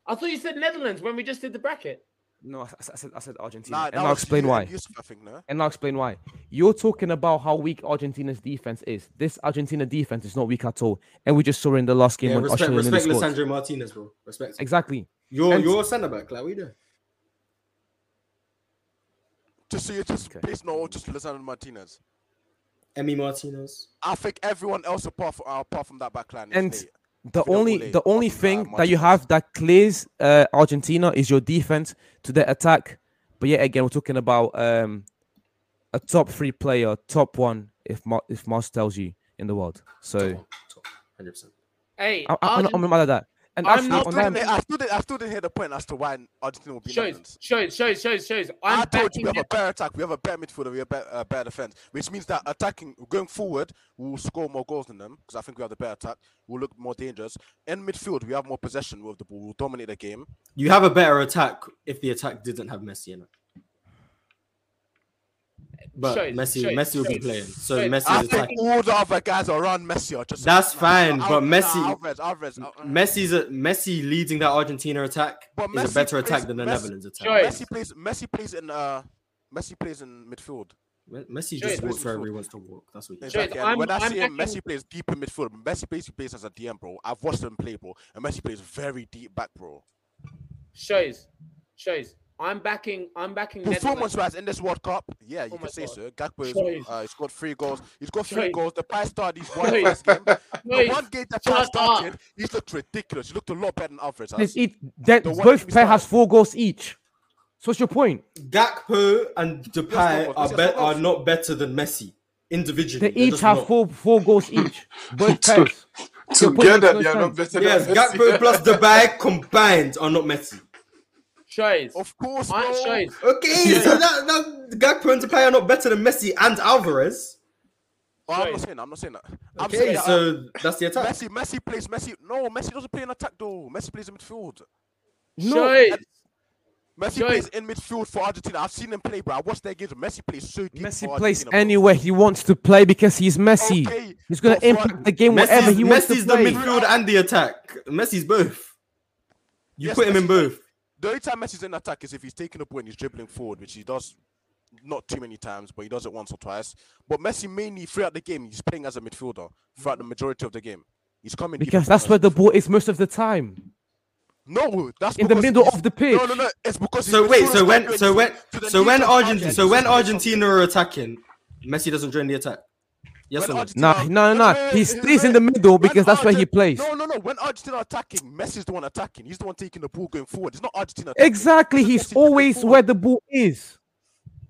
I thought you said Netherlands when we just did the bracket. No, I, s- I said I said Argentina, Nah, that and I'll was explain you why. and Yusuf, I think, no? And I'll explain why. You're talking about how weak Argentina's defense is. This Argentina defense is not weak at all, and we just saw in the last game Yeah, when respect, Argentina respect scored. Lissandro Martinez, bro. Respect. Exactly. You're And- you're a centre back. Like we do. Just so you just Okay. please no, just Lisandro Martinez. Emmy Martinez. I think everyone else apart from, uh, apart from that back line is And late. the Without only Ole, the only without thing that you Martinez. have that clears uh, Argentina is your defense to their attack. But yet again, we're talking about um, a top three player, top one, if Mar- if Mars tells you in the world. So Hundred percent. Hey, I, I, I'm, not- I'm not mad at that. And I'm actually, not I on still, that, didn't, I, still didn't, I still didn't hear the point as to why Argentina will be shows, Netherlands. shows, shows, shows, shows. I'm I told you backing we have a them. better attack, we have a better midfielder, we have a better, uh, better defense, which means that attacking, going forward, we will score more goals than them because I think we have the better attack. We'll look more dangerous. In midfield, we have more possession with the ball. We'll dominate the game. You have a better attack if the attack didn't have Messi in it. But Shows, Messi, shows, Messi will be shows, playing. So shows. I Messi's think attacking. all the other guys around Messi are just. That's Nah, fine, nah, but nah, Messi- Alvarez, Alvarez, uh, uh, Messi's a, Messi leading that Argentina attack But is a Messi better plays- attack than the Messi- Netherlands attack. Sure. Messi plays. Messi plays in. Uh, Messi plays in midfield. Me- Messi Sure, just walks Messi where will. he wants to walk. That's what he does. Sure. Exactly. and I'm- um, when I I'm see him, actually- Messi plays deep in midfield. Messi plays, he plays as a DM, bro. I've watched him play, bro. And Messi plays very deep back, bro. Shows, shows. I'm backing. I'm backing. Netherlands. Performance-wise in this World Cup, yeah, you Oh my can say God. so. Gakpo, Choice. is, uh, he scored three goals. He's got three Choice. goals. The price started. He's one Choice. pass game. The Choice. one game that Shut price up. started, he's looked ridiculous. He looked a lot better than Alvarez. has. It's each, then The one both team pair started. has four goals each. So what's your point? Gakpo and Yes, Depay no, are, yes, be- no. are not better than Messi individually. They They're each just have not. four four goals each. Both So- pairs. Your point Together, makes no they are not sense. better Yes, than Gakpo Messi. plus Depay combined are not Messi. Shows. Of course, I- bro. shows. Okay, so that, that Gakpo and Depay are not better than Messi and Alvarez. Oh, I'm not Choice. saying that. I'm not saying that. I'm saying Okay, that, uh, so that's the attack. Messi, Messi plays Messi. No, Messi doesn't play in attack though. Messi plays in midfield. No, Shows. Messi Joy. plays in midfield for Argentina. I've seen him play, bro. I watched their games. Messi plays so deep. Messi for plays Argentina, bro. anywhere he wants to play because he's Messi. Okay, He's gonna but for- impact the game wherever Messi's, he wants Messi's to the play. midfield and the attack. Messi's both. You Yes, put him in Messi- both. The only time Messi's in attack is if he's taking the ball and he's dribbling forward, which he does not too many times, but he does it once or twice. But Messi mainly throughout the game, he's playing as a midfielder throughout the majority of the game. He's coming deep because and that's where the ball is most of the time. No, that's in the because middle he's- of the No, no, pitch. no. It's because So he's wait, midfielder so when, standing so when, to the so knees when of Argentina, so Alvarez. when Argentina are attacking, Messi doesn't join the attack. Yes When or no? Argentina- Nah, no, no, wait, no. wait, He wait, stays in wait. the middle When because that's where he Argent- plays. No, no, no. When Argentina are attacking, Messi's the one attacking. He's the one taking the ball going forward. It's not Argentina. attacking. Exactly. It's He's Messi going always forward. where the ball is.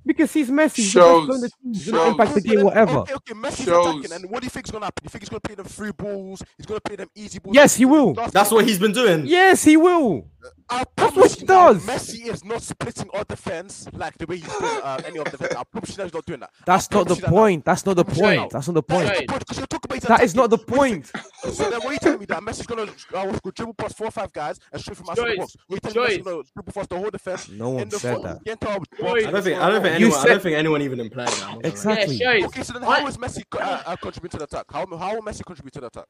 Because he's Messi. He's Shows. just going to he's gonna Shows. impact the Okay, game then- wherever. Okay, okay, Messi's Shows. attacking, and what do you think is gonna happen? You think he's gonna play them free balls? He's gonna play them easy balls? Yes, he will. That's what he's been doing. Yes, he will. I what promise he you now, does. Messi is not splitting our defense like the way he's doing uh, any of the defense. I promise you, now he's not doing that. That's I not promise the you that now. point. That's not the Shows. point. That's not the That is point. the point, 'cause you're talking about he's That is not the attacking. What do you point. think- So then, what are you telling me that Messi's gonna uh, go dribble past four or five guys and shoot from outside the Shows. box? What are you telling me Messi's Shows. gonna dribble past the whole defense? No one in the said fucking- that. the entire box? I Shows. don't think, I don't think You anyone, I said- don't think anyone even implied that. I'm not gonna lie. Exactly. Yeah, shows. Okay, so then I- how is Messi co- uh, uh, contribute to the attack? How how will Messi contribute to the attack?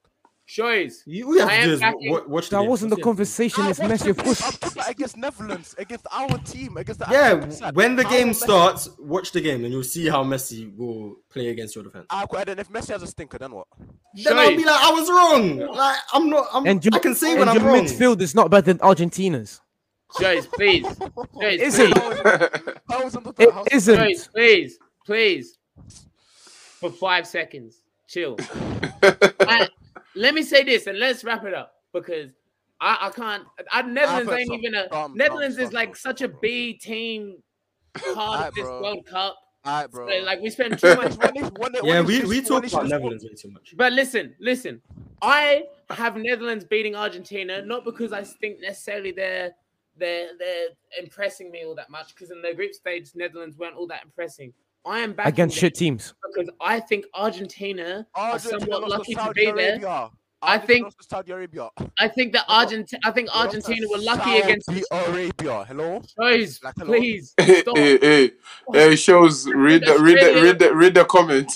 Shows. You, we have I to am do is backing- wa- watch the That game. wasn't the That's it. Ah, conversation. I It's watched Messi. the Of game. course, I'm talking about against Netherlands, against our team, against the Yeah, actual side. when the How game Messi- starts, watch the game and you'll see how Messi will play against your defense. Ah, okay, then if Messi has a stinker, then what? Then I'll be like, I was wrong. Like I'm not. I'm, and your, I can say and when I'm your wrong. midfield is not better than Argentina's. Shows. Please. Shows. Is please. it? How is under It how isn't. Please, please, please, for five seconds, chill. And let me say this, and let's wrap it up because I, I can't. I, Netherlands I've heard ain't some even a dumb, Netherlands dumb is like stuff, such a bro. B team part Aight, of this bro. World Cup. Alright, So, bro. like we spend too much. When they- when they- Yeah, when we they- we when talk they- about Netherlands way too much. But listen, listen. I have Netherlands beating Argentina not because I think necessarily they're they're they're impressing me all that much because in the group stage Netherlands weren't all that impressing. I am back Against shit teams. because I think Argentina are Argentina somewhat lost to lucky to Saudi be there. Arabia. I Argentina think- lost to Saudi Arabia. They I think that Hold on. Argentina. I think lost to Argentina were lucky against Saudi Arabia. Hello. shows. Like, hello? Please hey, stop. hey, hey, hey, shows. Read the, read the, read the, read the comment.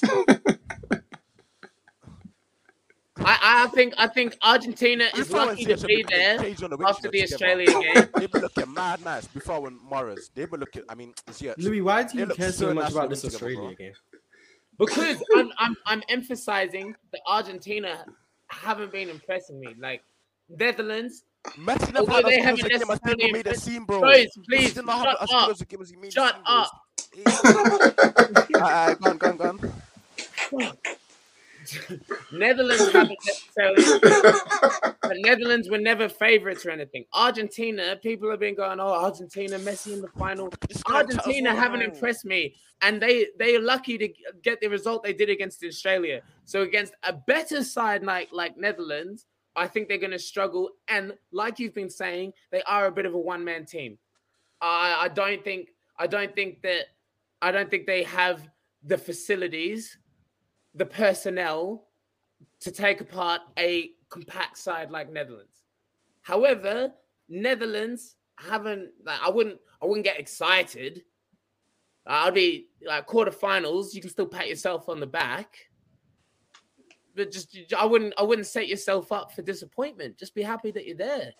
I, I think I think Argentina is Before lucky to Inception, be they there changed on wing after shirts the together. Australian game. They were looking mad nice before when Morris. They were looking. I mean, yeah. Louis, why do They you look care so so much nice about when this we together, Australia bro. game? because I'm, I'm I'm emphasizing that Argentina haven't been impressing me. Like Netherlands, Messi never Although had they as good as a game haven't as necessarily people made it impressed- seem, bro. Guys, please, Messi did not have as shut good up. as a game as he made it Shut seem, bro. up. Aye, aye, go on, go on, go on. Netherlands haven't necessarily but Netherlands were never favorites or anything. Argentina, people have been going, oh, Argentina, Messi in the final. Argentina haven't impressed me, and they they are lucky to get the result they did against Australia. So against a better side like like Netherlands, I think they're going to struggle. And like you've been saying, they are a bit of a one man team. I I don't think I don't think that I don't think they have the facilities, the personnel to take apart a compact side like Netherlands. However, Netherlands haven't. Like, I wouldn't. I wouldn't get excited. I'd be like quarterfinals. You can still pat yourself on the back, but just I wouldn't. I wouldn't set yourself up for disappointment. Just be happy that you're there.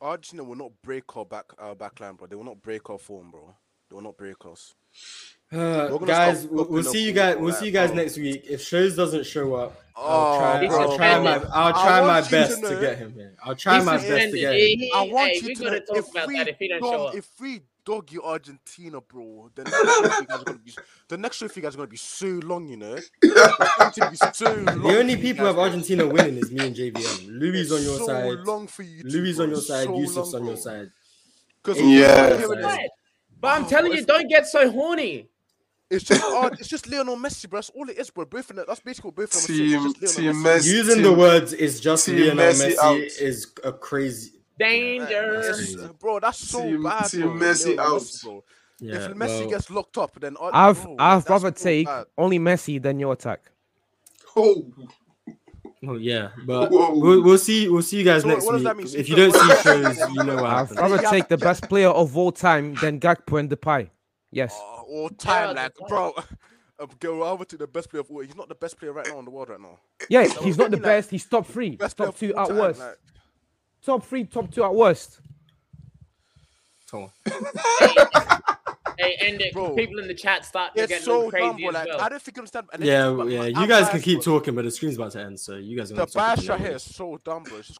Argentina will not break our back our backline, bro. They will not break our form, bro. They will not break us. Uh, We're gonna guys, stop we'll, we'll opening see up you guys. all We'll that, see you guys bro. next week. If shows doesn't show up, Oh, I'll try. bro. I'll try my. I'll try I my want you best to to know- get him here. I'll try my best to suspended. get He- him. he- I want hey, you we to got know to talk if about we that if he don't show dog- up. if we dog you Argentina, bro, then you guys are gonna be the next show for you guys are gonna be so long, you know. It's going to be so long The only for you people guys, who have bro. Argentina winning is me and JVM. Louis It's on your so side. Long for you. two, Louis bro. on your It's side. so Yusuf's long, on your bro. side. 'Cause Adrian's Yeah. on your Here it side. is. But I'm Oh, telling if- you, don't get so horny. It's just hard. It's just Lionel Messi, bro. That's all it is, bro. Both of them. That's basically what both of them are saying. Team, It's just Lionel team Messi. Messi. Using team, the words is just team Lionel Messi Messi, out. is a crazy. Danger. that's It's- crazy. bro, that's so Team- bad. team bro. Messi Lionel out. Messi, bro. Yeah, if Messi well, gets locked up, then Ar- I've bro, I've that's rather so take bad. only Messi than your attack. Oh, well, Oh, yeah, but Whoa. we'll, we'll see. We'll see you guys So next what does week. that mean? If So- you don't see shows, you know what I'd happens. rather Yeah, take the best player of all time than Gakpo and Depay. Yes. Oh, all time, Yeah, like that's bro. Um, Go over to the best player of all. He's not the best player right now in the world right now. Yeah, what he's I not the mean, like, best. He's top three, Best player top of two all at time, worst, like- top three, top two at worst. Come on. Hey, end it. 'cause Bro. People in the chat start to It's get so crazy dumb, bro. as Like well. I don't think you understand. and then Yeah, talk about- yeah. I'm You guys can biased, keep bro. talking, but the screen's about to end, so you guys are The gonna. have to bias keep it right going. here is so dumb, bro. It's just